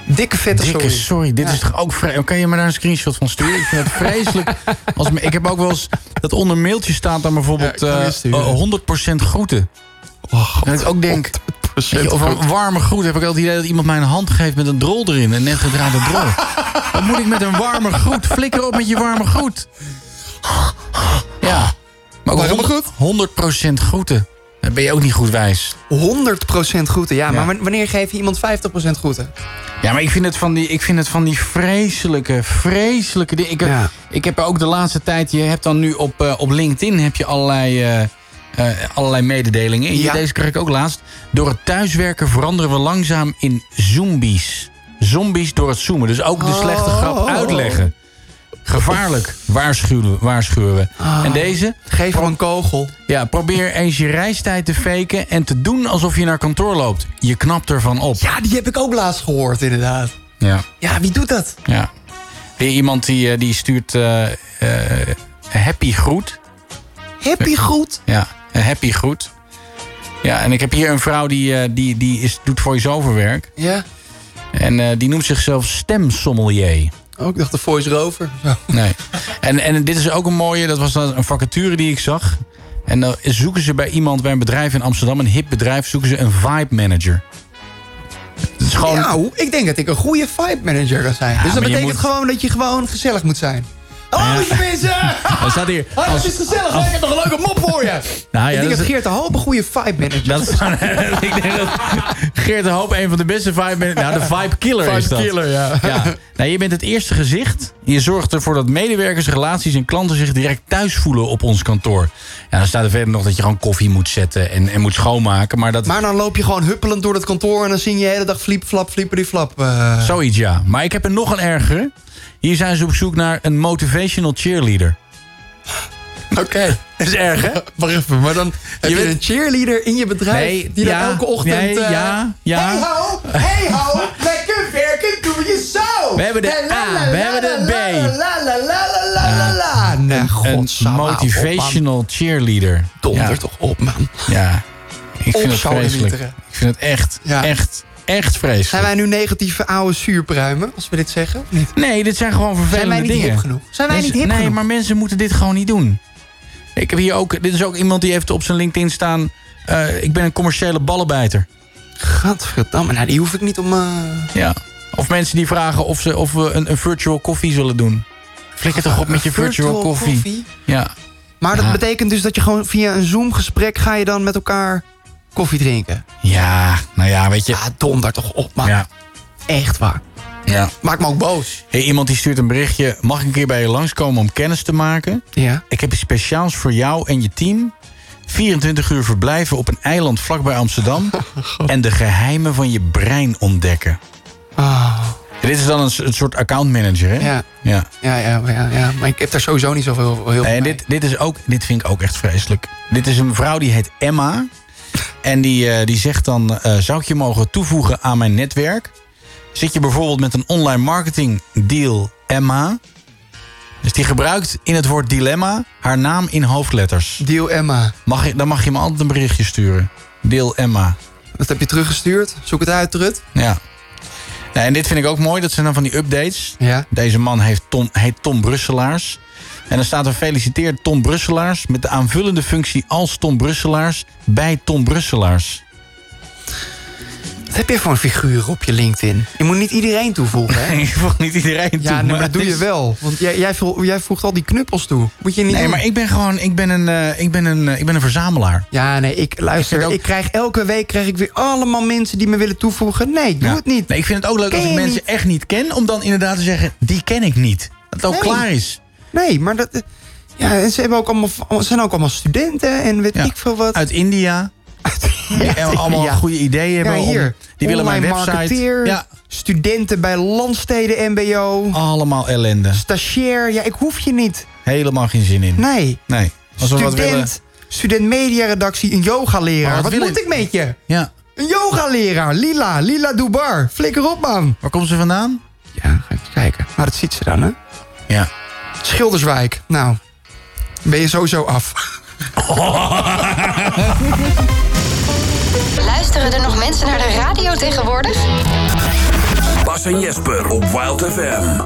[SPEAKER 12] Dikke vette
[SPEAKER 11] Dikke
[SPEAKER 12] sorry.
[SPEAKER 11] sorry. dit is toch ook vrij... Kan je me daar een screenshot van sturen? Ik vind het vreselijk. Als, me- ik heb ook wel eens dat onder oh,
[SPEAKER 12] Oh,
[SPEAKER 11] een mailtje staat dan bijvoorbeeld... eh, eh, 100% groeten. dat ik ook denk... Weet je, Over een warme groet heb ik altijd het idee dat iemand mij een hand geeft met een drol erin. Een net gedraaide drol. Wat moet ik met een warme groet? Flikker op met je warme groet. Ja. Maar ook 100, 100% groeten. Dan ben je ook niet goed wijs.
[SPEAKER 12] 100% groeten, ja, Maar wanneer geef je iemand 50% groeten?
[SPEAKER 11] Ja, maar ik vind het van die, ik vind het van die vreselijke, vreselijke dingen. Ik, heb- ik heb ook de laatste tijd... Je hebt dan nu op, eh, op LinkedIn heb je allerlei, eh, eh, allerlei mededelingen. Hier, Deze kreeg ik ook laatst. Door het thuiswerken veranderen we langzaam in zombies. Zombies door het zoomen. Dus ook
[SPEAKER 12] Oh.
[SPEAKER 11] de slechte grap uitleggen. Gevaarlijk. Waarschuwen, waarschuwen we. en deze?
[SPEAKER 12] Ah. Geef hem een kogel.
[SPEAKER 11] Ja, probeer eens je reistijd te faken en te doen alsof je naar kantoor loopt. Je knapt ervan op.
[SPEAKER 12] Ja, die heb ik ook laatst gehoord, inderdaad.
[SPEAKER 11] Ja.
[SPEAKER 12] Ja, wie doet dat?
[SPEAKER 11] Ja. Weer iemand die, eh, die stuurt eh, eh, happy groet.
[SPEAKER 12] Happy groet?
[SPEAKER 11] Ja, een happy groet. Ja, en ik heb hier een vrouw die, eh, die, die is, doet voice-over werk.
[SPEAKER 12] Ja.
[SPEAKER 11] En eh, die noemt zichzelf stemsommelier.
[SPEAKER 12] Oh, ik dacht de voice-rover.
[SPEAKER 11] Nee. En, en dit is ook een mooie, dat was dan een vacature die ik zag. En dan zoeken ze bij iemand, bij een bedrijf in Amsterdam, een hip bedrijf, zoeken ze een vibe manager. Het is gewoon...
[SPEAKER 12] Nou, ik denk dat ik een goede vibe manager kan zijn. dus
[SPEAKER 11] maar
[SPEAKER 12] dat
[SPEAKER 11] je
[SPEAKER 12] betekent
[SPEAKER 11] moet-
[SPEAKER 12] gewoon dat je gewoon gezellig moet zijn.
[SPEAKER 11] Ja.
[SPEAKER 12] Oh, je mensen!
[SPEAKER 11] Er staat hier,
[SPEAKER 12] Hoi,
[SPEAKER 11] als-
[SPEAKER 12] het is gezellig.
[SPEAKER 11] als- Nou
[SPEAKER 12] hè? Ik heb nog een leuke mop voor je.
[SPEAKER 11] ja,
[SPEAKER 12] ik
[SPEAKER 11] dat
[SPEAKER 12] denk
[SPEAKER 11] is-
[SPEAKER 12] dat Geert de Hoop een goede vibe manager
[SPEAKER 11] Dat is, ik denk dat Geert de Hoop een van de beste vibe man- Nou, de vibe killer is
[SPEAKER 12] Vibe
[SPEAKER 11] dat.
[SPEAKER 12] killer, ja.
[SPEAKER 11] Nou, je bent het eerste gezicht. Je zorgt ervoor dat medewerkers, relaties en klanten zich direct thuis voelen op ons kantoor. Ja, dan staat er verder nog dat je gewoon koffie moet zetten en, en moet schoonmaken. Maar, dat,
[SPEAKER 12] Maar dan loop je gewoon huppelend door het kantoor... en dan zie je de hele dag fliep, flap, flieperie, flap. eh.
[SPEAKER 11] Zoiets, ja. Maar ik heb er nog een ergere. Hier zijn ze op zoek naar een motivational cheerleader.
[SPEAKER 12] Oké.
[SPEAKER 11] Dat is erg, hè?
[SPEAKER 12] Wacht even, maar dan heb je,
[SPEAKER 11] weet-
[SPEAKER 12] een cheerleader in je bedrijf...
[SPEAKER 11] Nee,
[SPEAKER 12] die
[SPEAKER 11] ja,
[SPEAKER 12] dan elke ochtend...
[SPEAKER 11] nee,
[SPEAKER 12] eh,
[SPEAKER 11] ja, ja.
[SPEAKER 12] Hey ho, hey ho, lekker werken doe je zo.
[SPEAKER 11] We hebben de
[SPEAKER 12] La, la,
[SPEAKER 11] A,
[SPEAKER 12] la,
[SPEAKER 11] we hebben de
[SPEAKER 12] la,
[SPEAKER 11] B.
[SPEAKER 12] La la la la la la la. Ah, Nee,
[SPEAKER 11] een
[SPEAKER 12] godsamme,
[SPEAKER 11] motivational cheerleader.
[SPEAKER 12] Donder
[SPEAKER 11] Ja.
[SPEAKER 12] toch op, man.
[SPEAKER 11] Ja, ik
[SPEAKER 12] Op
[SPEAKER 11] vind het
[SPEAKER 12] zo'n
[SPEAKER 11] vreselijk.
[SPEAKER 12] liter, hè.
[SPEAKER 11] Ik vind het echt, echt, echt
[SPEAKER 12] Zijn
[SPEAKER 11] vreselijk.
[SPEAKER 12] wij nu negatieve oude zuurpruimen, als we dit zeggen? Of niet?
[SPEAKER 11] Nee, dit zijn gewoon vervelende
[SPEAKER 12] Zijn wij niet
[SPEAKER 11] dingen.
[SPEAKER 12] hip genoeg? Zijn wij
[SPEAKER 11] Mensen-
[SPEAKER 12] niet hip
[SPEAKER 11] nee,
[SPEAKER 12] genoeg?
[SPEAKER 11] maar mensen moeten dit gewoon niet doen. Ik heb hier ook, dit is ook iemand die heeft op zijn LinkedIn staan... eh, ik ben een commerciële ballenbijter.
[SPEAKER 12] Gadverdamme, nou die hoef ik niet om... eh,
[SPEAKER 11] Ja. Of mensen die vragen of, ze, of we een, een virtual koffie zullen doen. Flikker toch op met je virtual,
[SPEAKER 12] Virtual
[SPEAKER 11] koffie.
[SPEAKER 12] koffie?
[SPEAKER 11] Ja.
[SPEAKER 12] Maar dat
[SPEAKER 11] Ja.
[SPEAKER 12] betekent dus dat je gewoon via een Zoom-gesprek... ga je dan met elkaar koffie drinken.
[SPEAKER 11] ja, nou ja, weet je...
[SPEAKER 12] Ah, dom daar toch op, man.
[SPEAKER 11] Ja.
[SPEAKER 12] Echt waar.
[SPEAKER 11] Ja.
[SPEAKER 12] Maak me ook boos.
[SPEAKER 11] Hey, iemand die stuurt een berichtje. Mag ik een keer bij je langskomen om kennis te maken?
[SPEAKER 12] Ja.
[SPEAKER 11] Ik heb iets speciaals voor jou en je team. 24 uur verblijven op een eiland vlakbij Amsterdam. en de geheimen van je brein ontdekken.
[SPEAKER 12] Ah.
[SPEAKER 11] En dit is dan een, s- een soort accountmanager, hè?
[SPEAKER 12] Ja.
[SPEAKER 11] ja.
[SPEAKER 12] Ja, ja, maar ja, ja, maar ik heb daar sowieso niet zoveel heel veel
[SPEAKER 11] Nee, en
[SPEAKER 12] mee.
[SPEAKER 11] dit, dit, is ook, dit vind ik ook echt vreselijk. Dit is een vrouw die heet Emma. En die, eh, die zegt dan, eh, zou ik je mogen toevoegen aan mijn netwerk? Zit je bijvoorbeeld met een online marketing deal Emma? Dus die gebruikt in het woord dilemma haar naam in hoofdletters.
[SPEAKER 12] Deal Emma.
[SPEAKER 11] Mag, je- dan mag je me altijd een berichtje sturen. Deal Emma.
[SPEAKER 12] Dat heb je teruggestuurd. Zoek het uit, Trut.
[SPEAKER 11] Ja. Nou, en dit vind ik ook mooi. Dat zijn dan van die updates.
[SPEAKER 12] Ja.
[SPEAKER 11] Deze man heeft Tom, heet Tom Brusselaars. En dan staat er feliciteert Tom Brusselaars... met de aanvullende functie als Tom Brusselaars bij Tom Brusselaars.
[SPEAKER 12] Wat heb je voor een figuur op je LinkedIn? Je moet niet iedereen toevoegen, hè?
[SPEAKER 11] Ik voeg niet iedereen toe.
[SPEAKER 12] Ja, nee, maar dat
[SPEAKER 11] het
[SPEAKER 12] doe je
[SPEAKER 11] is-
[SPEAKER 12] wel. Want jij, jij, vo- jij voegt al die knuppels toe. Moet je niet
[SPEAKER 11] Nee,
[SPEAKER 12] doen.
[SPEAKER 11] maar ik ben gewoon... Ik ben een, eh, ik ben een, eh, ik ben een verzamelaar.
[SPEAKER 12] Ja, nee, ik luister.
[SPEAKER 11] Ik
[SPEAKER 12] Ik,
[SPEAKER 11] vind ook-
[SPEAKER 12] krijg elke week krijg ik weer allemaal mensen die me willen toevoegen. Nee, ik doe
[SPEAKER 11] Ja.
[SPEAKER 12] het niet.
[SPEAKER 11] Nee, ik vind het ook leuk
[SPEAKER 12] Ken
[SPEAKER 11] als ik
[SPEAKER 12] je
[SPEAKER 11] mensen
[SPEAKER 12] niet?
[SPEAKER 11] echt niet ken... om dan inderdaad te zeggen, die ken ik niet. Dat het ook
[SPEAKER 12] Nee.
[SPEAKER 11] klaar is.
[SPEAKER 12] Nee, maar dat. eh, Ja, en ze hebben ook allemaal, allemaal- zijn ook allemaal studenten en weet
[SPEAKER 11] Ja.
[SPEAKER 12] ik veel wat.
[SPEAKER 11] Uit India. Die allemaal
[SPEAKER 12] ja.
[SPEAKER 11] goede ideeën hebben.
[SPEAKER 12] Ja,
[SPEAKER 11] om-
[SPEAKER 12] hier.
[SPEAKER 11] die willen mijn
[SPEAKER 12] Online
[SPEAKER 11] website.
[SPEAKER 12] marketeer,
[SPEAKER 11] Ja,
[SPEAKER 12] Studenten bij landsteden MBO.
[SPEAKER 11] allemaal ellende.
[SPEAKER 12] Stagiair. Ja, ik hoef je niet.
[SPEAKER 11] Helemaal geen zin in.
[SPEAKER 12] Nee.
[SPEAKER 11] Nee. Als we wat willen.
[SPEAKER 12] Student. Student mediaredactie. Een yogaleraar.
[SPEAKER 11] Maar wat
[SPEAKER 12] Wat,
[SPEAKER 11] Oh, wil
[SPEAKER 12] moet
[SPEAKER 11] ik-
[SPEAKER 12] ik met je?
[SPEAKER 11] Ja.
[SPEAKER 12] Een yogaleraar. Lila. Lila Dubar. Flikker op, man.
[SPEAKER 11] Waar komt ze vandaan?
[SPEAKER 12] Ja, ga even kijken. Maar dat ziet ze dan, hè?
[SPEAKER 11] Ja.
[SPEAKER 12] Schilderswijk. Nou, ben je sowieso af.
[SPEAKER 7] Luisteren er nog mensen naar de radio tegenwoordig?
[SPEAKER 5] Bas en Jesper op Wild FM.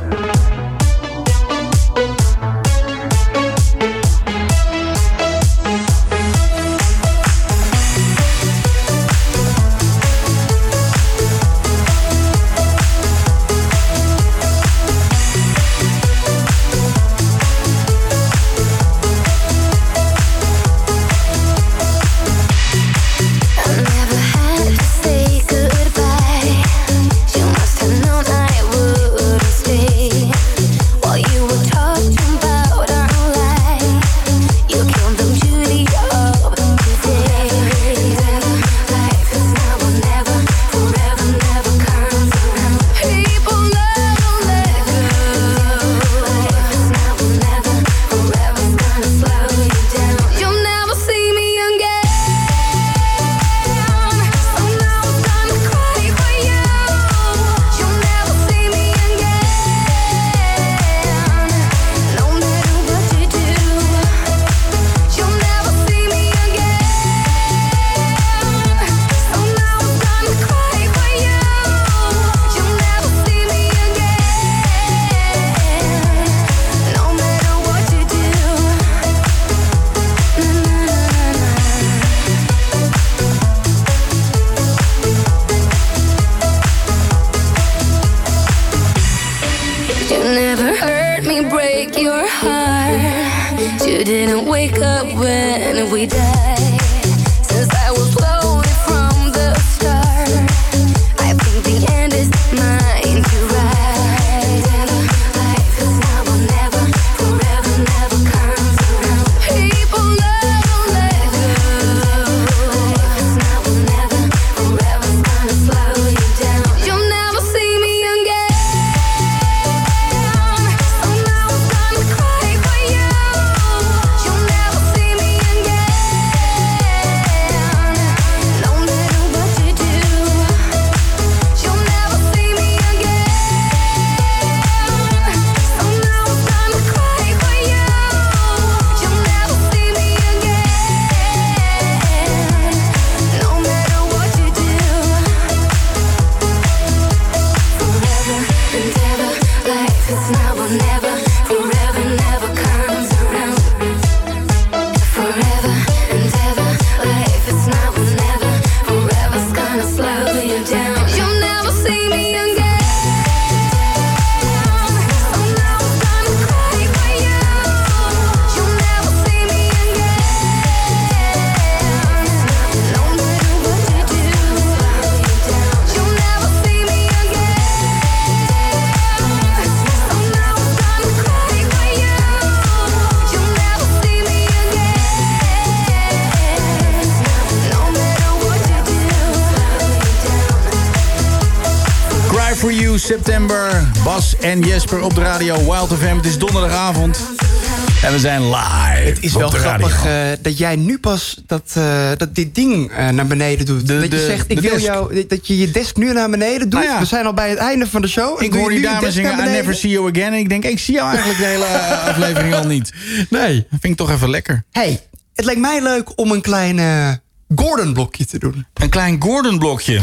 [SPEAKER 26] till we die. Since I was loaded from the start, I think the end is mine to ride. Cause now or never, forever never comes around. People never let go. Cause now or never, forever's gonna slow you down. You'll never see me again. So now I'm gonna cry for you. You'll never see me again. No matter what you do, you'll never see me again. So now I'm gonna cry for you. You'll never see me again. No matter what you do, forever and ever, life is now or never. Forever never comes around. Forever and ever, life is now or never. Forever's gonna slow you down. You'll never see me again.
[SPEAKER 11] Cry for You, september. Bas en Jesper op de radio Wild FM. Het is donderdagavond en we zijn live.
[SPEAKER 12] Het is wel
[SPEAKER 11] op de
[SPEAKER 12] grappig
[SPEAKER 11] radio.
[SPEAKER 12] eh, dat jij nu pas dat, eh, dat dit ding eh, naar beneden doet. dat
[SPEAKER 11] de-
[SPEAKER 12] je zegt,
[SPEAKER 11] de
[SPEAKER 12] ik wil
[SPEAKER 11] desk.
[SPEAKER 12] jou, dat je je desk nu naar beneden doet.
[SPEAKER 11] Nou ja.
[SPEAKER 12] We zijn al bij het einde van de show. en
[SPEAKER 11] Ik
[SPEAKER 12] doe
[SPEAKER 11] hoor
[SPEAKER 12] je
[SPEAKER 11] die
[SPEAKER 12] nu je
[SPEAKER 11] dame
[SPEAKER 12] desk
[SPEAKER 11] zingen
[SPEAKER 12] naar
[SPEAKER 11] I
[SPEAKER 12] beneden?
[SPEAKER 11] never see you again. En ik denk, ik zie jou eigenlijk de hele eh, aflevering al niet. Nee. Vind ik toch even lekker.
[SPEAKER 12] hey, het lijkt mij leuk om een klein eh, Gordon-blokje te doen.
[SPEAKER 11] Een klein Gordon-blokje?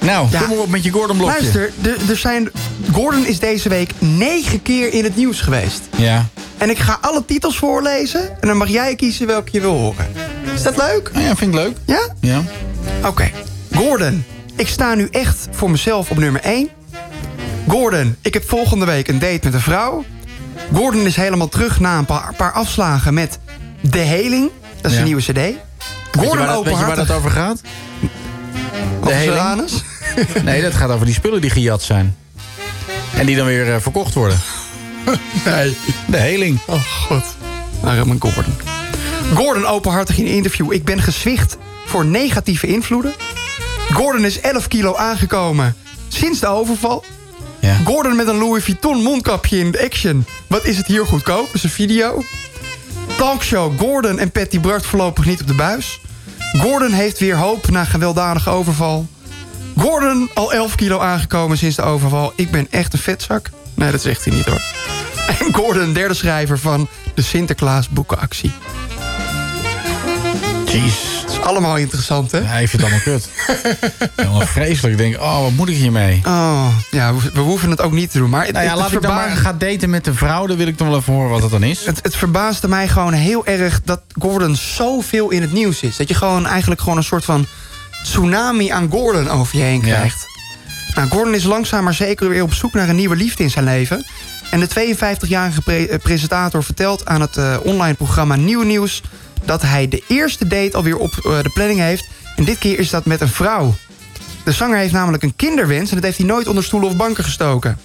[SPEAKER 11] Nou, kom maar op met je Gordon-blokje.
[SPEAKER 12] Luister, er, er zijn, Gordon is deze week negen keer in het nieuws geweest.
[SPEAKER 11] Ja.
[SPEAKER 12] En ik ga alle titels voorlezen en dan mag jij kiezen welke je wil horen. Is dat leuk?
[SPEAKER 11] Ja, vind ik leuk.
[SPEAKER 12] Ja?
[SPEAKER 11] Ja.
[SPEAKER 12] Oké. Gordon, ik sta nu echt voor mezelf op nummer 1. Gordon, ik heb volgende week een date met een vrouw. Gordon is helemaal terug na een paar, paar afslagen met De Heling. Dat is
[SPEAKER 11] Ja.
[SPEAKER 12] een nieuwe cd.
[SPEAKER 11] Weet je
[SPEAKER 12] Gordon
[SPEAKER 11] waar, dat- weet je waar
[SPEAKER 12] openhartig.
[SPEAKER 11] dat over gaat?
[SPEAKER 12] Over zijn
[SPEAKER 11] Heling?
[SPEAKER 12] anus?
[SPEAKER 11] Nee, dat gaat over die spullen die gejat zijn. En die dan weer eh, verkocht worden.
[SPEAKER 12] Nee.
[SPEAKER 11] De heling.
[SPEAKER 12] Oh god. Nou, Arme Gordon. Gordon openhartig in een interview. Ik ben gezwicht voor negatieve invloeden. Gordon is 11 kilo aangekomen sinds de overval. Gordon met een Louis Vuitton mondkapje in de action. Wat is het hier goedkoop? Dat is een video. Talkshow Gordon en Patty Bart voorlopig niet op de buis. Gordon heeft weer hoop na gewelddadige overval. Gordon al 11 kilo aangekomen sinds de overval. Ik ben echt een vetzak. Nee, dat zegt hij niet hoor. En Gordon, derde schrijver van de Sinterklaas boekenactie.
[SPEAKER 11] Jeez.
[SPEAKER 12] Het is allemaal interessant, hè?
[SPEAKER 11] Hij vindt het allemaal kut. Helemaal vreselijk. Ik denk, oh, wat moet ik hiermee?
[SPEAKER 12] Oh, ja, we, we hoeven het ook niet te doen. Maar het,
[SPEAKER 11] nou ja,
[SPEAKER 12] het-
[SPEAKER 11] laat
[SPEAKER 12] het
[SPEAKER 11] ik dan maar
[SPEAKER 12] verbaast-
[SPEAKER 11] gaan daten met een vrouw. Dan wil ik dan wel even horen wat dat dan is.
[SPEAKER 12] het, het verbaasde mij gewoon heel erg dat Gordon zoveel in het nieuws is. Dat je gewoon eigenlijk gewoon een soort van tsunami aan Gordon over je heen krijgt. Nou, Gordon is langzaam maar zeker weer op zoek naar een nieuwe liefde in zijn leven. En de 52-jarige pre- eh, presentator vertelt aan het eh, online programma Nieuw Nieuws... dat hij de eerste date alweer op eh, de planning heeft. En dit keer is dat met een vrouw. De zanger heeft namelijk een kinderwens... en dat heeft hij nooit onder stoelen of banken gestoken.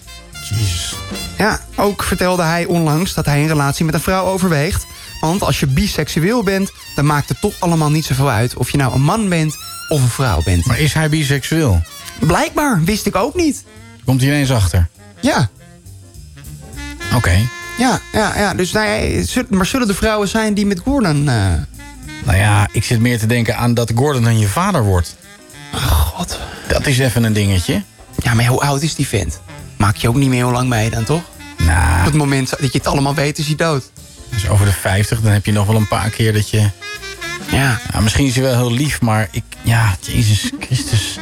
[SPEAKER 12] Ja, ook vertelde hij onlangs dat hij een relatie met een vrouw overweegt. Want als je biseksueel bent, dan maakt het toch allemaal niet zoveel uit... of je nou een man bent of een vrouw bent.
[SPEAKER 11] Maar is hij biseksueel?
[SPEAKER 12] Blijkbaar, wist ik ook niet.
[SPEAKER 11] Komt hij ineens achter?
[SPEAKER 12] Ja,
[SPEAKER 11] Oké.
[SPEAKER 12] ja, ja, ja. Dus, nou ja, zul- maar zullen er vrouwen zijn die met Gordon... eh,
[SPEAKER 11] Nou ja, ik zit meer te denken aan dat Gordon dan je vader wordt.
[SPEAKER 12] God.
[SPEAKER 11] Dat is even een dingetje.
[SPEAKER 12] Ja, maar hoe oud is die vent? Maak je ook niet meer heel lang mee dan, toch?
[SPEAKER 11] Nou.
[SPEAKER 12] Op het moment dat je het allemaal weet, is hij dood.
[SPEAKER 11] Dus over de 50, dan heb je nog wel een paar keer dat je...
[SPEAKER 12] Ja.
[SPEAKER 11] Nou, misschien is hij wel heel lief, maar ik... Ja, Jezus Christus.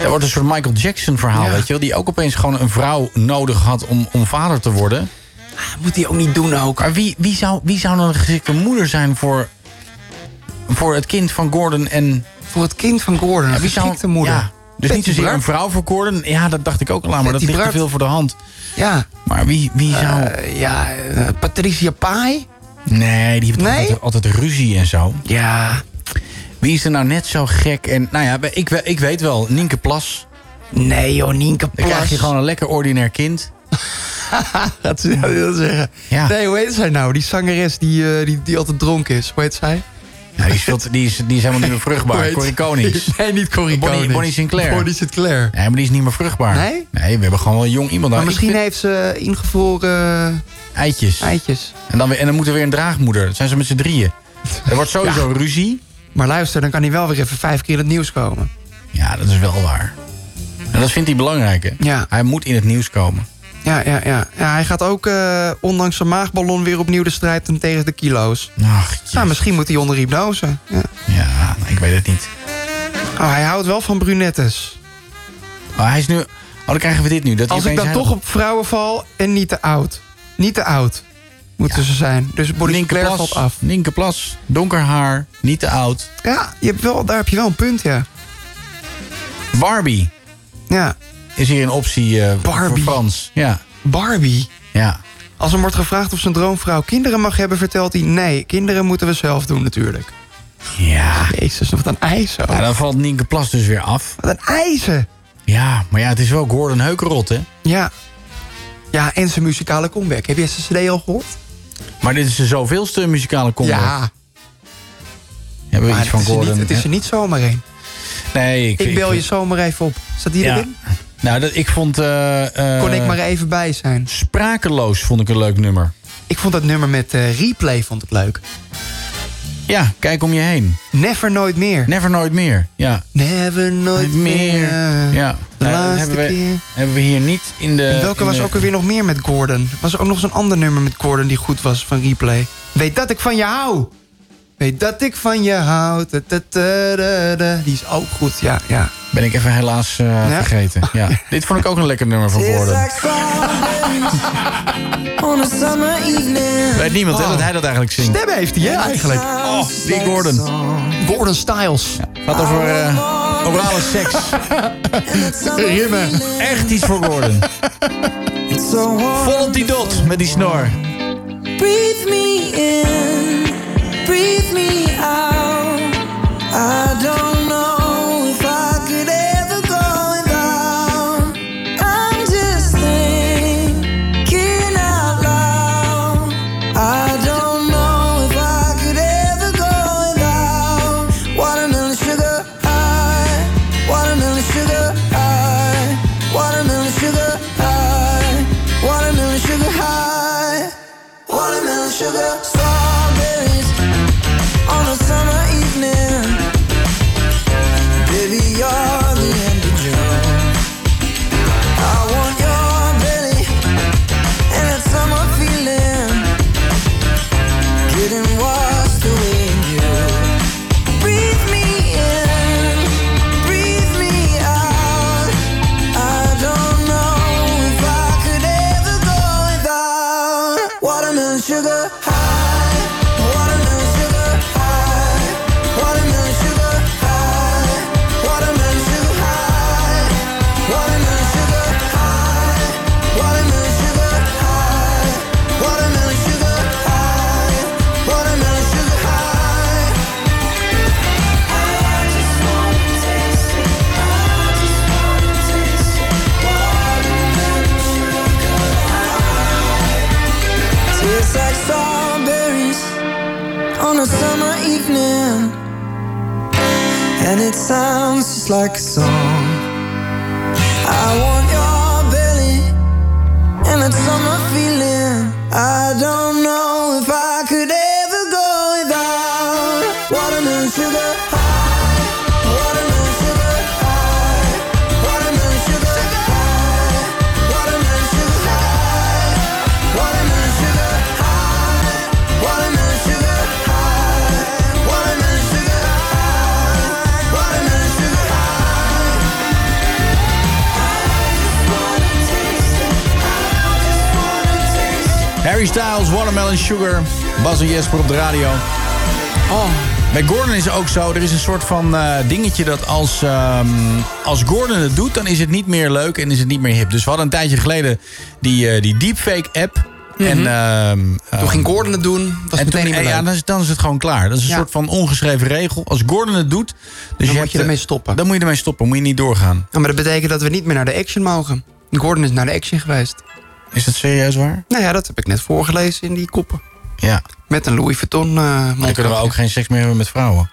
[SPEAKER 11] Er wordt een soort Michael Jackson verhaal, weet je wel? Die ook opeens gewoon een vrouw nodig had om, om vader te worden.
[SPEAKER 12] Ah, moet hij ook niet doen ook.
[SPEAKER 11] Maar wie, wie, zou, wie zou dan een geschikte moeder zijn voor, voor het kind van Gordon en...
[SPEAKER 12] Voor het kind van Gordon, een geschikte moeder.
[SPEAKER 11] Ja, dus
[SPEAKER 12] Patty
[SPEAKER 11] niet zozeer
[SPEAKER 12] Bart.
[SPEAKER 11] een vrouw voor Gordon. Ja, dat dacht ik ook al aan, maar dat
[SPEAKER 12] Patty
[SPEAKER 11] ligt te
[SPEAKER 12] Bart.
[SPEAKER 11] veel voor de hand.
[SPEAKER 12] Ja.
[SPEAKER 11] Maar wie, wie zou...
[SPEAKER 12] Eh, ja, eh, Patricia Pai.
[SPEAKER 11] Nee, die heeft altijd, altijd ruzie en zo. Ja. Wie is er nou net zo gek? En nou ja, ik, we- ik weet wel, Nienke Plas.
[SPEAKER 12] Nee joh, Nienke
[SPEAKER 11] Dan krijg je
[SPEAKER 12] Plas.
[SPEAKER 11] gewoon een lekker ordinair kind.
[SPEAKER 12] dat is dat wil zeggen. Nee, hoe heet zij nou? Die zangeres die, eh, die, die altijd dronken is. Hoe heet zij?
[SPEAKER 11] Ja, die, is, veel te- die, is, die is helemaal niet meer
[SPEAKER 12] Hoe
[SPEAKER 11] vruchtbaar.
[SPEAKER 12] heet-
[SPEAKER 11] Corrie Konings.
[SPEAKER 12] Nee, niet Corrie
[SPEAKER 11] Bonnie-
[SPEAKER 12] Konings.
[SPEAKER 11] Bonnie Sinclair.
[SPEAKER 12] Bonnie Sinclair.
[SPEAKER 11] Nee, maar die is niet meer vruchtbaar.
[SPEAKER 12] Nee?
[SPEAKER 11] we hebben gewoon wel een jong iemand. Nou,
[SPEAKER 12] Maar
[SPEAKER 11] Ik
[SPEAKER 12] misschien heeft ze ingevroren...
[SPEAKER 11] Eitjes.
[SPEAKER 12] Eitjes.
[SPEAKER 11] En dan, weer- en dan moet er weer een draagmoeder. Dat zijn ze met z'n drieën. Er wordt sowieso ruzie.
[SPEAKER 12] Maar luister, dan kan hij wel weer even vijf keer in het nieuws komen.
[SPEAKER 11] Ja, dat is wel waar. En dat vindt hij belangrijk, hè?
[SPEAKER 12] Ja.
[SPEAKER 11] Hij moet in het nieuws komen.
[SPEAKER 12] Ja, ja, ja. ja hij gaat ook eh, ondanks zijn maagballon weer opnieuw de strijd doen tegen de kilo's. nou, misschien moet hij onder hypnose. Ja,
[SPEAKER 11] ja Nou, ik weet het niet.
[SPEAKER 12] Oh, hij houdt wel van brunettes.
[SPEAKER 11] Oh, hij is nu... Oh, dan krijgen we dit nu. Dat hij
[SPEAKER 12] Als ik
[SPEAKER 11] opeens
[SPEAKER 12] dan
[SPEAKER 11] heel-
[SPEAKER 12] toch op vrouwen val en niet te oud. Niet te oud moeten ze zijn. Dus Bonnie
[SPEAKER 11] Nienke
[SPEAKER 12] Sinclair
[SPEAKER 11] Plas,
[SPEAKER 12] valt af.
[SPEAKER 11] Nienke Plas, donker haar, niet te oud.
[SPEAKER 12] Ja, je hebt wel, daar heb je wel een punt, ja.
[SPEAKER 11] Barbie.
[SPEAKER 12] Ja.
[SPEAKER 11] Is hier een optie eh, voor Frans. Ja.
[SPEAKER 12] Barbie?
[SPEAKER 11] Ja.
[SPEAKER 12] Als hem wordt gevraagd of zijn droomvrouw kinderen mag hebben, vertelt hij... nee, kinderen moeten we zelf doen natuurlijk.
[SPEAKER 11] Ja.
[SPEAKER 12] Jezus, wat een ijzer.
[SPEAKER 11] Ja, dan valt Nienke Plas dus weer af.
[SPEAKER 12] Wat een ijzer.
[SPEAKER 11] Ja, maar ja, het is wel Gordon Heukerot, hè?
[SPEAKER 12] Ja. Ja, en zijn muzikale comeback. Heb je zijn CD al gehoord?
[SPEAKER 11] Maar dit is de zoveelste muzikale combo.
[SPEAKER 12] Ja.
[SPEAKER 11] Hebben we
[SPEAKER 12] Maar
[SPEAKER 11] iets van
[SPEAKER 12] het is er
[SPEAKER 11] Gordon?
[SPEAKER 12] niet- het is
[SPEAKER 11] hè?
[SPEAKER 12] er niet zomaar één.
[SPEAKER 11] Nee, ik...
[SPEAKER 12] Ik bel je zomaar even op. Staat die
[SPEAKER 11] Ja.
[SPEAKER 12] erin?
[SPEAKER 11] Nou, dat, ik vond... eh, eh,
[SPEAKER 12] Kon ik maar even bij zijn.
[SPEAKER 11] Sprakeloos vond ik een leuk nummer.
[SPEAKER 12] Ik vond dat nummer met eh, replay vond ik leuk.
[SPEAKER 11] Ja, kijk om je heen.
[SPEAKER 12] Never nooit meer.
[SPEAKER 11] Never nooit meer, ja.
[SPEAKER 12] Never nooit meer.
[SPEAKER 11] Ja.
[SPEAKER 12] De
[SPEAKER 11] Nou, dat
[SPEAKER 12] laatste
[SPEAKER 11] hebben we,
[SPEAKER 12] keer.
[SPEAKER 11] Hebben we hier niet in de...
[SPEAKER 12] En welke
[SPEAKER 11] in
[SPEAKER 12] was
[SPEAKER 11] de-
[SPEAKER 12] ook alweer nog meer met Gordon? Was er ook nog zo'n ander nummer met Gordon die goed was van replay? Weet dat ik van je hou. Weet dat ik van je hou. Ta, ta, ta, da, da. Die is ook goed, ja. ja.
[SPEAKER 11] Ben ik even helaas eh, vergeten. Ja. Dit vond ik ook een lekker nummer van
[SPEAKER 31] Tastes
[SPEAKER 11] Gordon.
[SPEAKER 31] like strawberries on a summer evening. Oh.
[SPEAKER 11] Weet niemand hè, dat hij dat eigenlijk zingt.
[SPEAKER 12] Stem heeft hij, hè, eigenlijk.
[SPEAKER 11] Oh, die Gordon.
[SPEAKER 12] Gordon Styles.
[SPEAKER 11] Gaat over eh orale seks.
[SPEAKER 12] Rimmen.
[SPEAKER 11] Echt iets voor Gordon. Vol op die dot met die snor.
[SPEAKER 31] Breathe me in, breathe me out. I don't know if I could ever go without. I'm just thinking out loud. I don't know if I could ever go without watermelon sugar high, watermelon sugar high, watermelon sugar high, watermelon sugar high. Watermelon sugar, strawberries on a summer evening. Baby, you're the end of June. I want your belly and that summer feeling. Getting washed away in you. Breathe me in, breathe me out. I don't know if I could ever go without watermelon sugar high, watermelon sugar high, watermelon sugar high, watermelon sugar high, watermelon sugar high, watermelon sugar high, watermelon sugar high, watermelon sugar high. I just wanna taste it. I just wanna taste it. Watermelon sugar high. Tastes like strawberries on a summer evening, and it sounds just like a song. I want your belly and that summer feeling. I don't know if I could ever go without watermelon sugar high. Watermelon sugar high. Watermelon sugar high. Watermelon sugar high. Watermelon sugar high. Watermelon sugar high. Watermelon sugar high. Watermelon sugar high.
[SPEAKER 11] Harry Styles, Watermelon Sugar. Bas en Jesper op de radio. Oh. Bij Gordon is het ook zo. Er is een soort van eh, dingetje dat als, ehm, als Gordon het doet... dan is het niet meer leuk en is het niet meer hip. Dus we hadden een tijdje geleden die, eh, die deepfake-app.
[SPEAKER 12] Mhm.
[SPEAKER 11] En, ehm,
[SPEAKER 12] Toen ging Gordon het doen. Was
[SPEAKER 11] en
[SPEAKER 12] meteen
[SPEAKER 11] toen-
[SPEAKER 12] niet meer
[SPEAKER 11] eh, ja,
[SPEAKER 12] leuk.
[SPEAKER 11] dan, is, dan is het gewoon klaar. Dat is een
[SPEAKER 12] Ja.
[SPEAKER 11] soort van ongeschreven regel. Als Gordon het doet... Dus dan je moet je ermee
[SPEAKER 12] stoppen.
[SPEAKER 11] Dan moet je ermee stoppen. Moet je niet doorgaan.
[SPEAKER 12] Ja, maar dat betekent dat we niet meer naar de action mogen. Gordon is naar de action geweest.
[SPEAKER 11] Is dat serieus waar?
[SPEAKER 12] Nou ja, dat heb ik net voorgelezen in die koppen.
[SPEAKER 11] Ja.
[SPEAKER 12] Met een Louis Vuitton eh
[SPEAKER 11] Dan kunnen we ook geen seks meer hebben met vrouwen.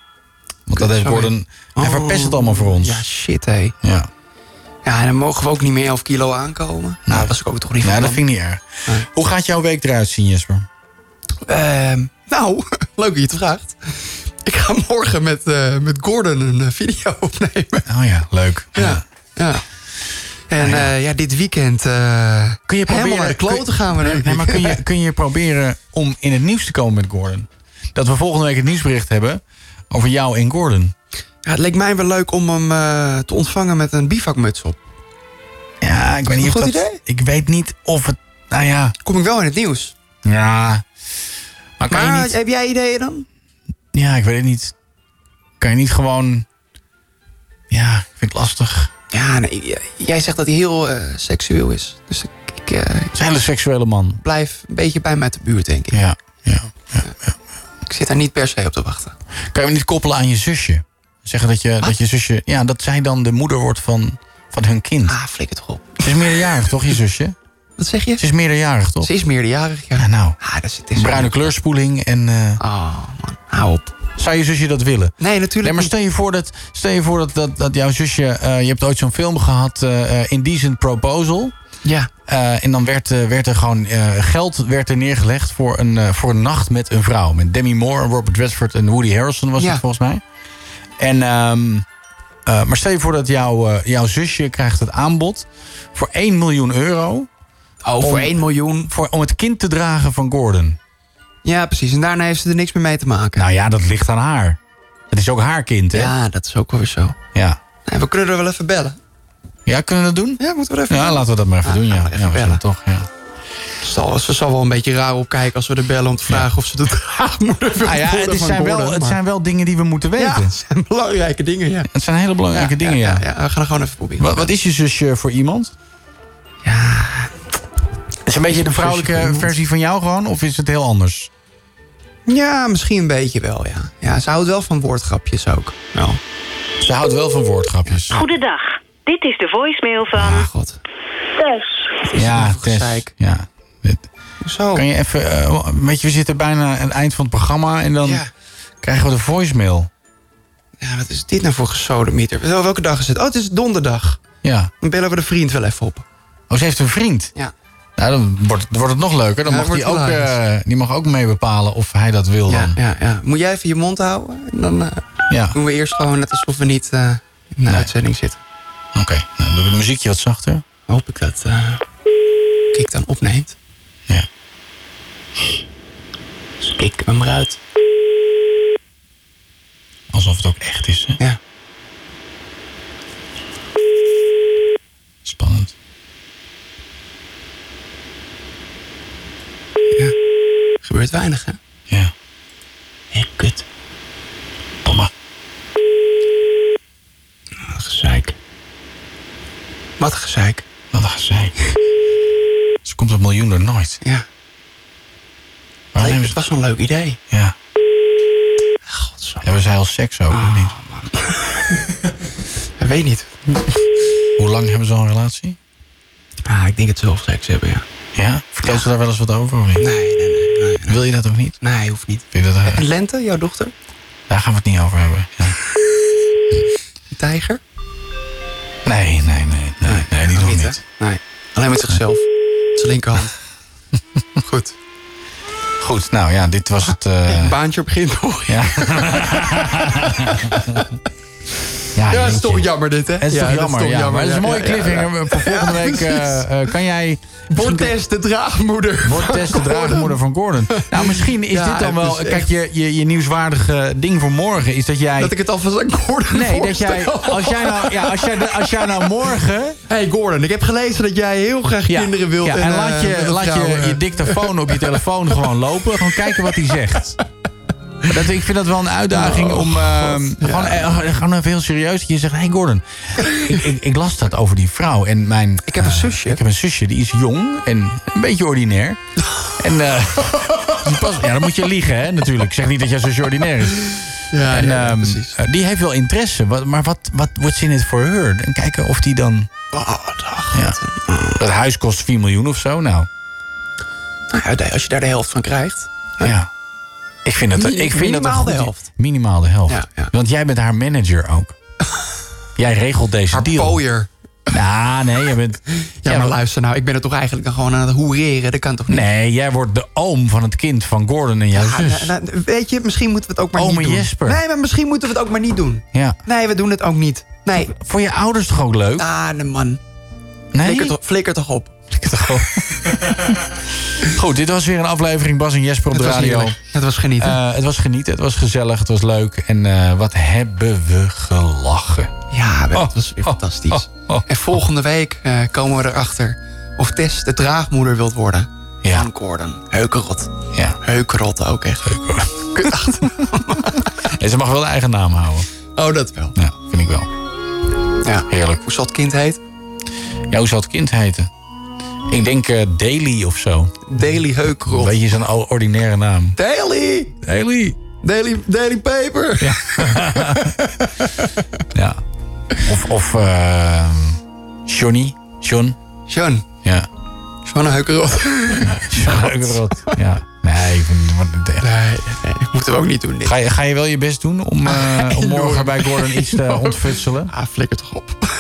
[SPEAKER 11] Want dat
[SPEAKER 12] Zo
[SPEAKER 11] heeft Gordon... Hij verpest het allemaal voor ons.
[SPEAKER 12] Oh. Ja, shit hé.
[SPEAKER 11] Ja.
[SPEAKER 12] Ja, en dan mogen we ook niet meer 11 kilo aankomen. Nou, dat was ik ook toch niet van
[SPEAKER 11] Nou, dat
[SPEAKER 12] plan.
[SPEAKER 11] vind ik niet erg. Hoe gaat jouw week eruit zien, Jesper?
[SPEAKER 12] Ehm, nou, leuk dat je het vraagt. Ik ga morgen met, eh, met Gordon een eh, video opnemen.
[SPEAKER 11] Oh ja, Ah, leuk.
[SPEAKER 12] Ja, ja. En eh, ja, dit weekend eh
[SPEAKER 11] kun je
[SPEAKER 12] helemaal naar de kloten gaan we. denk
[SPEAKER 11] Nee,
[SPEAKER 12] ik.
[SPEAKER 11] maar kun je, kun je proberen om in het nieuws te komen met Gordon? Dat we volgende week het nieuwsbericht hebben over jou en Gordon.
[SPEAKER 12] Ja, het leek mij wel leuk om hem eh, te ontvangen met een bivakmuts op.
[SPEAKER 11] Ja, ik weet niet
[SPEAKER 12] een
[SPEAKER 11] of
[SPEAKER 12] goed
[SPEAKER 11] dat-
[SPEAKER 12] idee?
[SPEAKER 11] Ik weet niet of het... Nou ja.
[SPEAKER 12] Kom ik wel in het nieuws?
[SPEAKER 11] Ja. Maar kan je
[SPEAKER 12] Maar
[SPEAKER 11] niet...
[SPEAKER 12] heb jij ideeën dan?
[SPEAKER 11] Ja, ik weet het niet. Kan je niet gewoon... Ja, ik vind het lastig.
[SPEAKER 12] Ja, nee, j- jij zegt dat hij heel eh, seksueel is. Dus ik, ik eh,
[SPEAKER 11] Het is een hele seksuele man.
[SPEAKER 12] blijf een beetje bij mij uit de buurt, denk ik.
[SPEAKER 11] Ja, ja,
[SPEAKER 12] Ik zit daar niet per se op te wachten.
[SPEAKER 11] Kan je hem niet koppelen aan je zusje? Zeggen dat je, dat je zusje... Ja, dat zij dan de moeder wordt van, van hun kind.
[SPEAKER 12] Ah, flikker toch op.
[SPEAKER 11] Ze is meerderjarig, toch, je zusje?
[SPEAKER 12] Wat zeg je?
[SPEAKER 11] Ze is meerderjarig, toch?
[SPEAKER 12] Ze is meerderjarig, ja.
[SPEAKER 11] Ja, nou.
[SPEAKER 12] Ah, dat is, het is
[SPEAKER 11] Bruine kleurspoeling en... eh,
[SPEAKER 12] Oh, man, hou op.
[SPEAKER 11] Zou je zusje dat willen?
[SPEAKER 12] Nee, natuurlijk
[SPEAKER 11] Nee, maar
[SPEAKER 12] niet.
[SPEAKER 11] stel je voor dat, stel je voor dat, dat, dat jouw zusje... eh, je hebt ooit zo'n film gehad, eh, eh, Indecent Proposal.
[SPEAKER 12] Ja.
[SPEAKER 11] Eh, en dan werd, eh, werd er gewoon eh, geld werd er neergelegd voor een, eh, voor een nacht met een vrouw. Met Demi Moore, Robert Redford en Woody Harrelson was
[SPEAKER 12] Ja.
[SPEAKER 11] het volgens mij. En, ehm, eh, maar stel je voor dat jouw, eh, jouw zusje krijgt het aanbod voor 1 miljoen euro.
[SPEAKER 12] Oh, voor 1 miljoen.
[SPEAKER 11] Voor, om het kind te dragen van Gordon.
[SPEAKER 12] Ja, precies. En daarna heeft ze er niks meer mee te maken.
[SPEAKER 11] Nou ja, dat ligt aan haar. Het is ook haar kind, hè?
[SPEAKER 12] Ja, dat is ook wel weer zo.
[SPEAKER 11] Ja.
[SPEAKER 12] Nee, we kunnen er wel even bellen.
[SPEAKER 11] Ja, kunnen we dat doen?
[SPEAKER 12] Ja, moeten we er even
[SPEAKER 11] Ja,
[SPEAKER 12] bellen. Ah,
[SPEAKER 11] laten we dat maar even doen. Ja, ja, we zullen toch. Ja.
[SPEAKER 12] Zal, ze zal wel een beetje raar opkijken als we er bellen om te vragen of ze de draagmoeder wil
[SPEAKER 11] Ah, ja,
[SPEAKER 12] worden
[SPEAKER 11] het, is-
[SPEAKER 12] van
[SPEAKER 11] zijn wel,
[SPEAKER 12] Gordon,
[SPEAKER 11] het
[SPEAKER 12] maar-
[SPEAKER 11] zijn wel dingen die we moeten weten.
[SPEAKER 12] Ja, het zijn belangrijke dingen, ja.
[SPEAKER 11] Het zijn hele belangrijke
[SPEAKER 12] Ja,
[SPEAKER 11] dingen, ja.
[SPEAKER 12] ja, we gaan er gewoon even proberen.
[SPEAKER 11] Wat, wat is je zusje voor iemand? Ja. Is een beetje de vrouwelijke versie van jou gewoon? Of is het heel anders?
[SPEAKER 12] Ja, misschien een beetje wel, ja. Ja, ze houdt wel van woordgrapjes ook. Nou.
[SPEAKER 11] Ze houdt wel van woordgrapjes.
[SPEAKER 9] Goedendag. Dit is de voicemail van.
[SPEAKER 12] God.
[SPEAKER 9] Tess.
[SPEAKER 11] Ja, Tess. Ja.
[SPEAKER 12] Zo.
[SPEAKER 11] Kan je even... eh, weet je, we zitten bijna aan het eind van het programma... en dan krijgen we de voicemail.
[SPEAKER 12] Ja, wat is dit nou voor gesodemieter? Wel, Welke dag is het? Oh, het is donderdag.
[SPEAKER 11] Ja.
[SPEAKER 12] Dan bellen we de vriend wel even op.
[SPEAKER 11] Oh, ze heeft een vriend?
[SPEAKER 12] Ja.
[SPEAKER 11] Nou, dan wordt, dan wordt het nog leuker. Dan
[SPEAKER 12] Ja,
[SPEAKER 11] mag die,
[SPEAKER 12] wordt
[SPEAKER 11] ook,
[SPEAKER 12] hilarisch.
[SPEAKER 11] eh, die mag ook mee bepalen of hij dat wil
[SPEAKER 12] Ja,
[SPEAKER 11] dan.
[SPEAKER 12] ja, ja. Moet jij even je mond houden? En dan eh,
[SPEAKER 11] Ja.
[SPEAKER 12] doen we eerst gewoon net alsof we niet eh, in de uitzending zitten.
[SPEAKER 11] Oké, nou, doe het muziekje wat zachter.
[SPEAKER 12] Hoop ik dat eh Kik dan opneemt.
[SPEAKER 11] Ja.
[SPEAKER 12] Dus Kik hem eruit.
[SPEAKER 11] Alsof het ook echt is, hè?
[SPEAKER 12] Ja.
[SPEAKER 11] Spannend.
[SPEAKER 12] Gebeurt weinig, hè?
[SPEAKER 11] Ja.
[SPEAKER 12] Hé, kut.
[SPEAKER 11] Mama.
[SPEAKER 12] Wat een gezeik. Wat een gezeik.
[SPEAKER 11] Wat een gezeik. Ze komt een miljoen er nooit.
[SPEAKER 12] Ja.
[SPEAKER 11] Waarom hebben
[SPEAKER 12] Leek, het
[SPEAKER 11] ze...
[SPEAKER 12] was een leuk idee.
[SPEAKER 11] Ja. Hebben zij al seks ook, of niet?
[SPEAKER 12] Ah, Ik weet niet.
[SPEAKER 11] Hoe lang hebben ze al een relatie?
[SPEAKER 12] Ah, ik denk het zelf seks hebben, ja.
[SPEAKER 11] Ja? Vertel ze daar wel eens wat over, of niet?
[SPEAKER 12] Nee, nee, nee. nee, nee.
[SPEAKER 11] Wil je dat ook niet?
[SPEAKER 12] Nee, hoeft niet.
[SPEAKER 11] Vind je dat, eh,
[SPEAKER 12] En Lente, jouw dochter?
[SPEAKER 11] daar gaan we het niet over hebben. Ja.
[SPEAKER 12] Die tijger?
[SPEAKER 11] Nee, nee, nee. Nee, nee, die nog
[SPEAKER 12] niet, hè?
[SPEAKER 11] niet.
[SPEAKER 12] Nee. Alleen met zichzelf. Met zijn linkerhand. Goed.
[SPEAKER 11] Goed, nou ja, dit was het... eh,
[SPEAKER 12] Baantje begint nog.
[SPEAKER 11] Ja.
[SPEAKER 12] Ja, dat is
[SPEAKER 11] jeetje.
[SPEAKER 12] toch jammer dit, hè?
[SPEAKER 11] Het is
[SPEAKER 12] Ja,
[SPEAKER 11] toch jammer,
[SPEAKER 12] dat
[SPEAKER 11] ja. Maar dat is een mooie
[SPEAKER 12] ja, ja,
[SPEAKER 11] cliffhanger.
[SPEAKER 12] ja.
[SPEAKER 11] Voor volgende
[SPEAKER 12] Ja,
[SPEAKER 11] week
[SPEAKER 12] precies.
[SPEAKER 11] eh, eh, kan jij...
[SPEAKER 12] Bortes, de draagmoeder.
[SPEAKER 11] Bortes, de draagmoeder van Gordon. Nou, misschien is
[SPEAKER 12] Ja,
[SPEAKER 11] dit dan wel...
[SPEAKER 12] het is
[SPEAKER 11] Kijk,
[SPEAKER 12] echt-
[SPEAKER 11] je, je, je nieuwswaardige ding voor morgen is dat jij...
[SPEAKER 12] Dat ik het alvast aan Gordon
[SPEAKER 11] Nee, dat jij,
[SPEAKER 12] voorstel.
[SPEAKER 11] als, jij nou, ja, als, jij, als jij nou morgen...
[SPEAKER 12] hey Gordon, ik heb gelezen dat jij heel graag
[SPEAKER 11] Ja,
[SPEAKER 12] kinderen wilt.
[SPEAKER 11] ja, en,
[SPEAKER 12] eh,
[SPEAKER 11] laat je,
[SPEAKER 12] met een
[SPEAKER 11] laat
[SPEAKER 12] vrouw,
[SPEAKER 11] je,
[SPEAKER 12] eh.
[SPEAKER 11] je dictafoon op je telefoon gewoon lopen. Gewoon kijken wat hij zegt. Maar Dat, ik vind dat wel een uitdaging
[SPEAKER 12] Oh,
[SPEAKER 11] om... eh, gewoon, eh, gewoon even heel serieus. Je zegt, hey Gordon, ik, ik, ik las dat over die vrouw. En mijn, ik heb een zusje. Ik heb een zusje, die is jong en een beetje ordinair. en eh, die past, ja, dan moet je liegen, hè, natuurlijk. Ik zeg niet dat jouw zusje ordinair is. en, ehm, eh, die heeft wel interesse, wat- maar wat, wat what's in it for her? En kijken of die dan...
[SPEAKER 12] Ah,
[SPEAKER 11] ja. Dat huis kost 4 miljoen of zo, nou. als je daar de helft van krijgt. Ja. Ik vind dat,
[SPEAKER 12] Mini-
[SPEAKER 11] ik vind dat een
[SPEAKER 12] minimaal de
[SPEAKER 11] goed-
[SPEAKER 12] helft.
[SPEAKER 11] Minimaal de helft. Want jij bent haar manager ook. Jij regelt deze deal.
[SPEAKER 12] pooier.
[SPEAKER 11] Nou, nee, jij bent...
[SPEAKER 12] Ja, maar luister nou, ik ben er toch eigenlijk dan gewoon aan het hoereren. Dat kan toch niet?
[SPEAKER 11] Nee, jij wordt de oom van het kind van Gordon en jouw
[SPEAKER 12] Ja,
[SPEAKER 11] zus.
[SPEAKER 12] nou, nou, weet je, misschien moeten we het ook maar
[SPEAKER 11] Ome
[SPEAKER 12] niet doen.
[SPEAKER 11] dus- Jesper.
[SPEAKER 12] Nee, maar misschien moeten we het ook maar niet doen.
[SPEAKER 11] Ja.
[SPEAKER 12] Nee, we doen het ook niet. Nee.
[SPEAKER 11] Voor je ouders toch ook leuk?
[SPEAKER 12] Ah, nee, man.
[SPEAKER 11] Nee?
[SPEAKER 12] Flikker toch, flikker toch op.
[SPEAKER 11] Goed, dit was weer een aflevering Bas en Jesper op
[SPEAKER 12] Het
[SPEAKER 11] de
[SPEAKER 12] was
[SPEAKER 11] radio.
[SPEAKER 12] heerlijk. Het was genieten.
[SPEAKER 11] Eh, het was genieten, het was gezellig, het was leuk. En eh, wat hebben we gelachen. Oh,
[SPEAKER 12] Ja, dat was weer fantastisch. En volgende week eh, komen we erachter of Tess de draagmoeder wilt worden.
[SPEAKER 11] Ja.
[SPEAKER 12] Van Gordon. Heukerot.
[SPEAKER 11] Ja.
[SPEAKER 12] Heukerot ook echt. Heukerot. Kut
[SPEAKER 11] En ze Oh. mag wel de eigen naam houden.
[SPEAKER 12] Oh, dat wel.
[SPEAKER 11] Ja, vind ik wel.
[SPEAKER 12] Ja.
[SPEAKER 11] Heerlijk.
[SPEAKER 12] Hoe zal het kind heten?
[SPEAKER 11] Ja, hoe zal het kind heten? Ik denk eh Daily of zo.
[SPEAKER 12] Daily Heukerot.
[SPEAKER 11] Weet je, zo'n o- ordinaire naam.
[SPEAKER 12] Daily!
[SPEAKER 11] Daily!
[SPEAKER 12] Daily, daily Paper!
[SPEAKER 11] Ja. ja. Of, of eh, Johnny. John.
[SPEAKER 12] John.
[SPEAKER 11] Ja.
[SPEAKER 12] John Heukerot.
[SPEAKER 11] John Heukerot. Ja. Nee, ik vind- wat een derde.
[SPEAKER 12] Nee, ik moet het ook niet doen.
[SPEAKER 11] Ga je, ga je wel je best doen om, eh,
[SPEAKER 12] Nee,
[SPEAKER 11] om morgen
[SPEAKER 12] Lord.
[SPEAKER 11] bij Gordon iets te
[SPEAKER 12] Nee, Lord.
[SPEAKER 11] ontfutselen?
[SPEAKER 12] Ah, flikker toch op.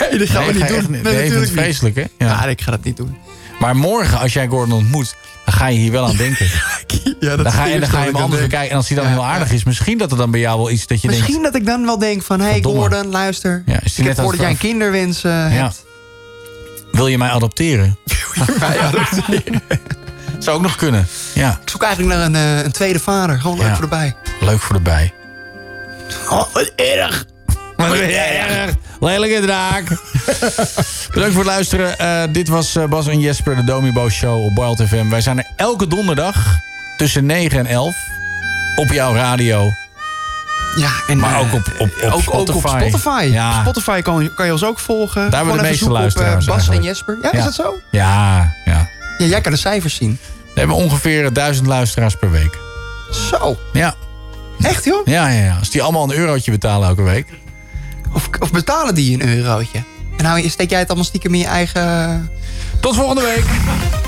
[SPEAKER 12] Nee, dat gaan
[SPEAKER 11] Nee,
[SPEAKER 12] we niet
[SPEAKER 11] ga je echt
[SPEAKER 12] doen.
[SPEAKER 11] niet- nee, ik vind het vreselijk, hè?
[SPEAKER 12] Ja, ik ga dat niet doen.
[SPEAKER 11] Maar morgen, als jij Gordon ontmoet, dan ga je hier wel aan denken.
[SPEAKER 12] Ja,
[SPEAKER 11] dan
[SPEAKER 12] is
[SPEAKER 11] ga
[SPEAKER 12] het
[SPEAKER 11] je, dan
[SPEAKER 12] eerste
[SPEAKER 11] ga je
[SPEAKER 12] wat ik
[SPEAKER 11] hem
[SPEAKER 12] aan
[SPEAKER 11] anders
[SPEAKER 12] denk.
[SPEAKER 11] bekijken. En als hij dan heel aardig is, misschien dat er dan bij jou wel iets dat je
[SPEAKER 12] Misschien
[SPEAKER 11] denkt...
[SPEAKER 12] dat ik dan wel denk van... Hé, hey
[SPEAKER 11] Verdomme.
[SPEAKER 12] Gordon, luister.
[SPEAKER 11] Ja, is die net
[SPEAKER 12] ik heb
[SPEAKER 11] aan
[SPEAKER 12] gehoord dat jij een
[SPEAKER 11] het
[SPEAKER 12] kinderwens eh,
[SPEAKER 11] Ja.
[SPEAKER 12] hebt.
[SPEAKER 11] Wil je mij adopteren?
[SPEAKER 12] Wij
[SPEAKER 11] Zou ook nog kunnen. Ja,
[SPEAKER 12] Ik zoek eigenlijk naar een, eh, een tweede vader. Gewoon leuk
[SPEAKER 11] Ja.
[SPEAKER 12] voor de bij.
[SPEAKER 11] leuk voor de bij.
[SPEAKER 12] Oh, wat erg.
[SPEAKER 11] Wat erg. Lelijke draak. Bedankt voor het luisteren. Eh, dit was eh, Bas en Jesper, de Domibo Show op Wild FM. Wij zijn er elke donderdag tussen 9 en 11 op jouw radio.
[SPEAKER 12] Ja, en,
[SPEAKER 11] maar
[SPEAKER 12] eh,
[SPEAKER 11] ook op, op, op
[SPEAKER 12] ook,
[SPEAKER 11] Spotify.
[SPEAKER 12] ook op Spotify.
[SPEAKER 11] Ja.
[SPEAKER 12] Spotify kan, kan je ons ook volgen.
[SPEAKER 11] Daar hebben
[SPEAKER 12] Gewoon
[SPEAKER 11] de
[SPEAKER 12] even
[SPEAKER 11] meeste
[SPEAKER 12] zoeken op, eh,
[SPEAKER 11] luisteraars
[SPEAKER 12] Bas en
[SPEAKER 11] eigenlijk.
[SPEAKER 12] Jesper. Ja, is
[SPEAKER 11] Ja.
[SPEAKER 12] dat zo?
[SPEAKER 11] Ja, ja.
[SPEAKER 12] Ja, jij kan de cijfers zien.
[SPEAKER 11] We hebben ongeveer 1000 luisteraars per week.
[SPEAKER 12] Zo.
[SPEAKER 11] Ja.
[SPEAKER 12] Echt joh?
[SPEAKER 11] Ja, ja, ja. Als die allemaal een eurotje betalen elke week.
[SPEAKER 12] Of, of betalen die een eurotje? En nou steek jij het allemaal stiekem in je eigen...
[SPEAKER 11] Tot volgende week.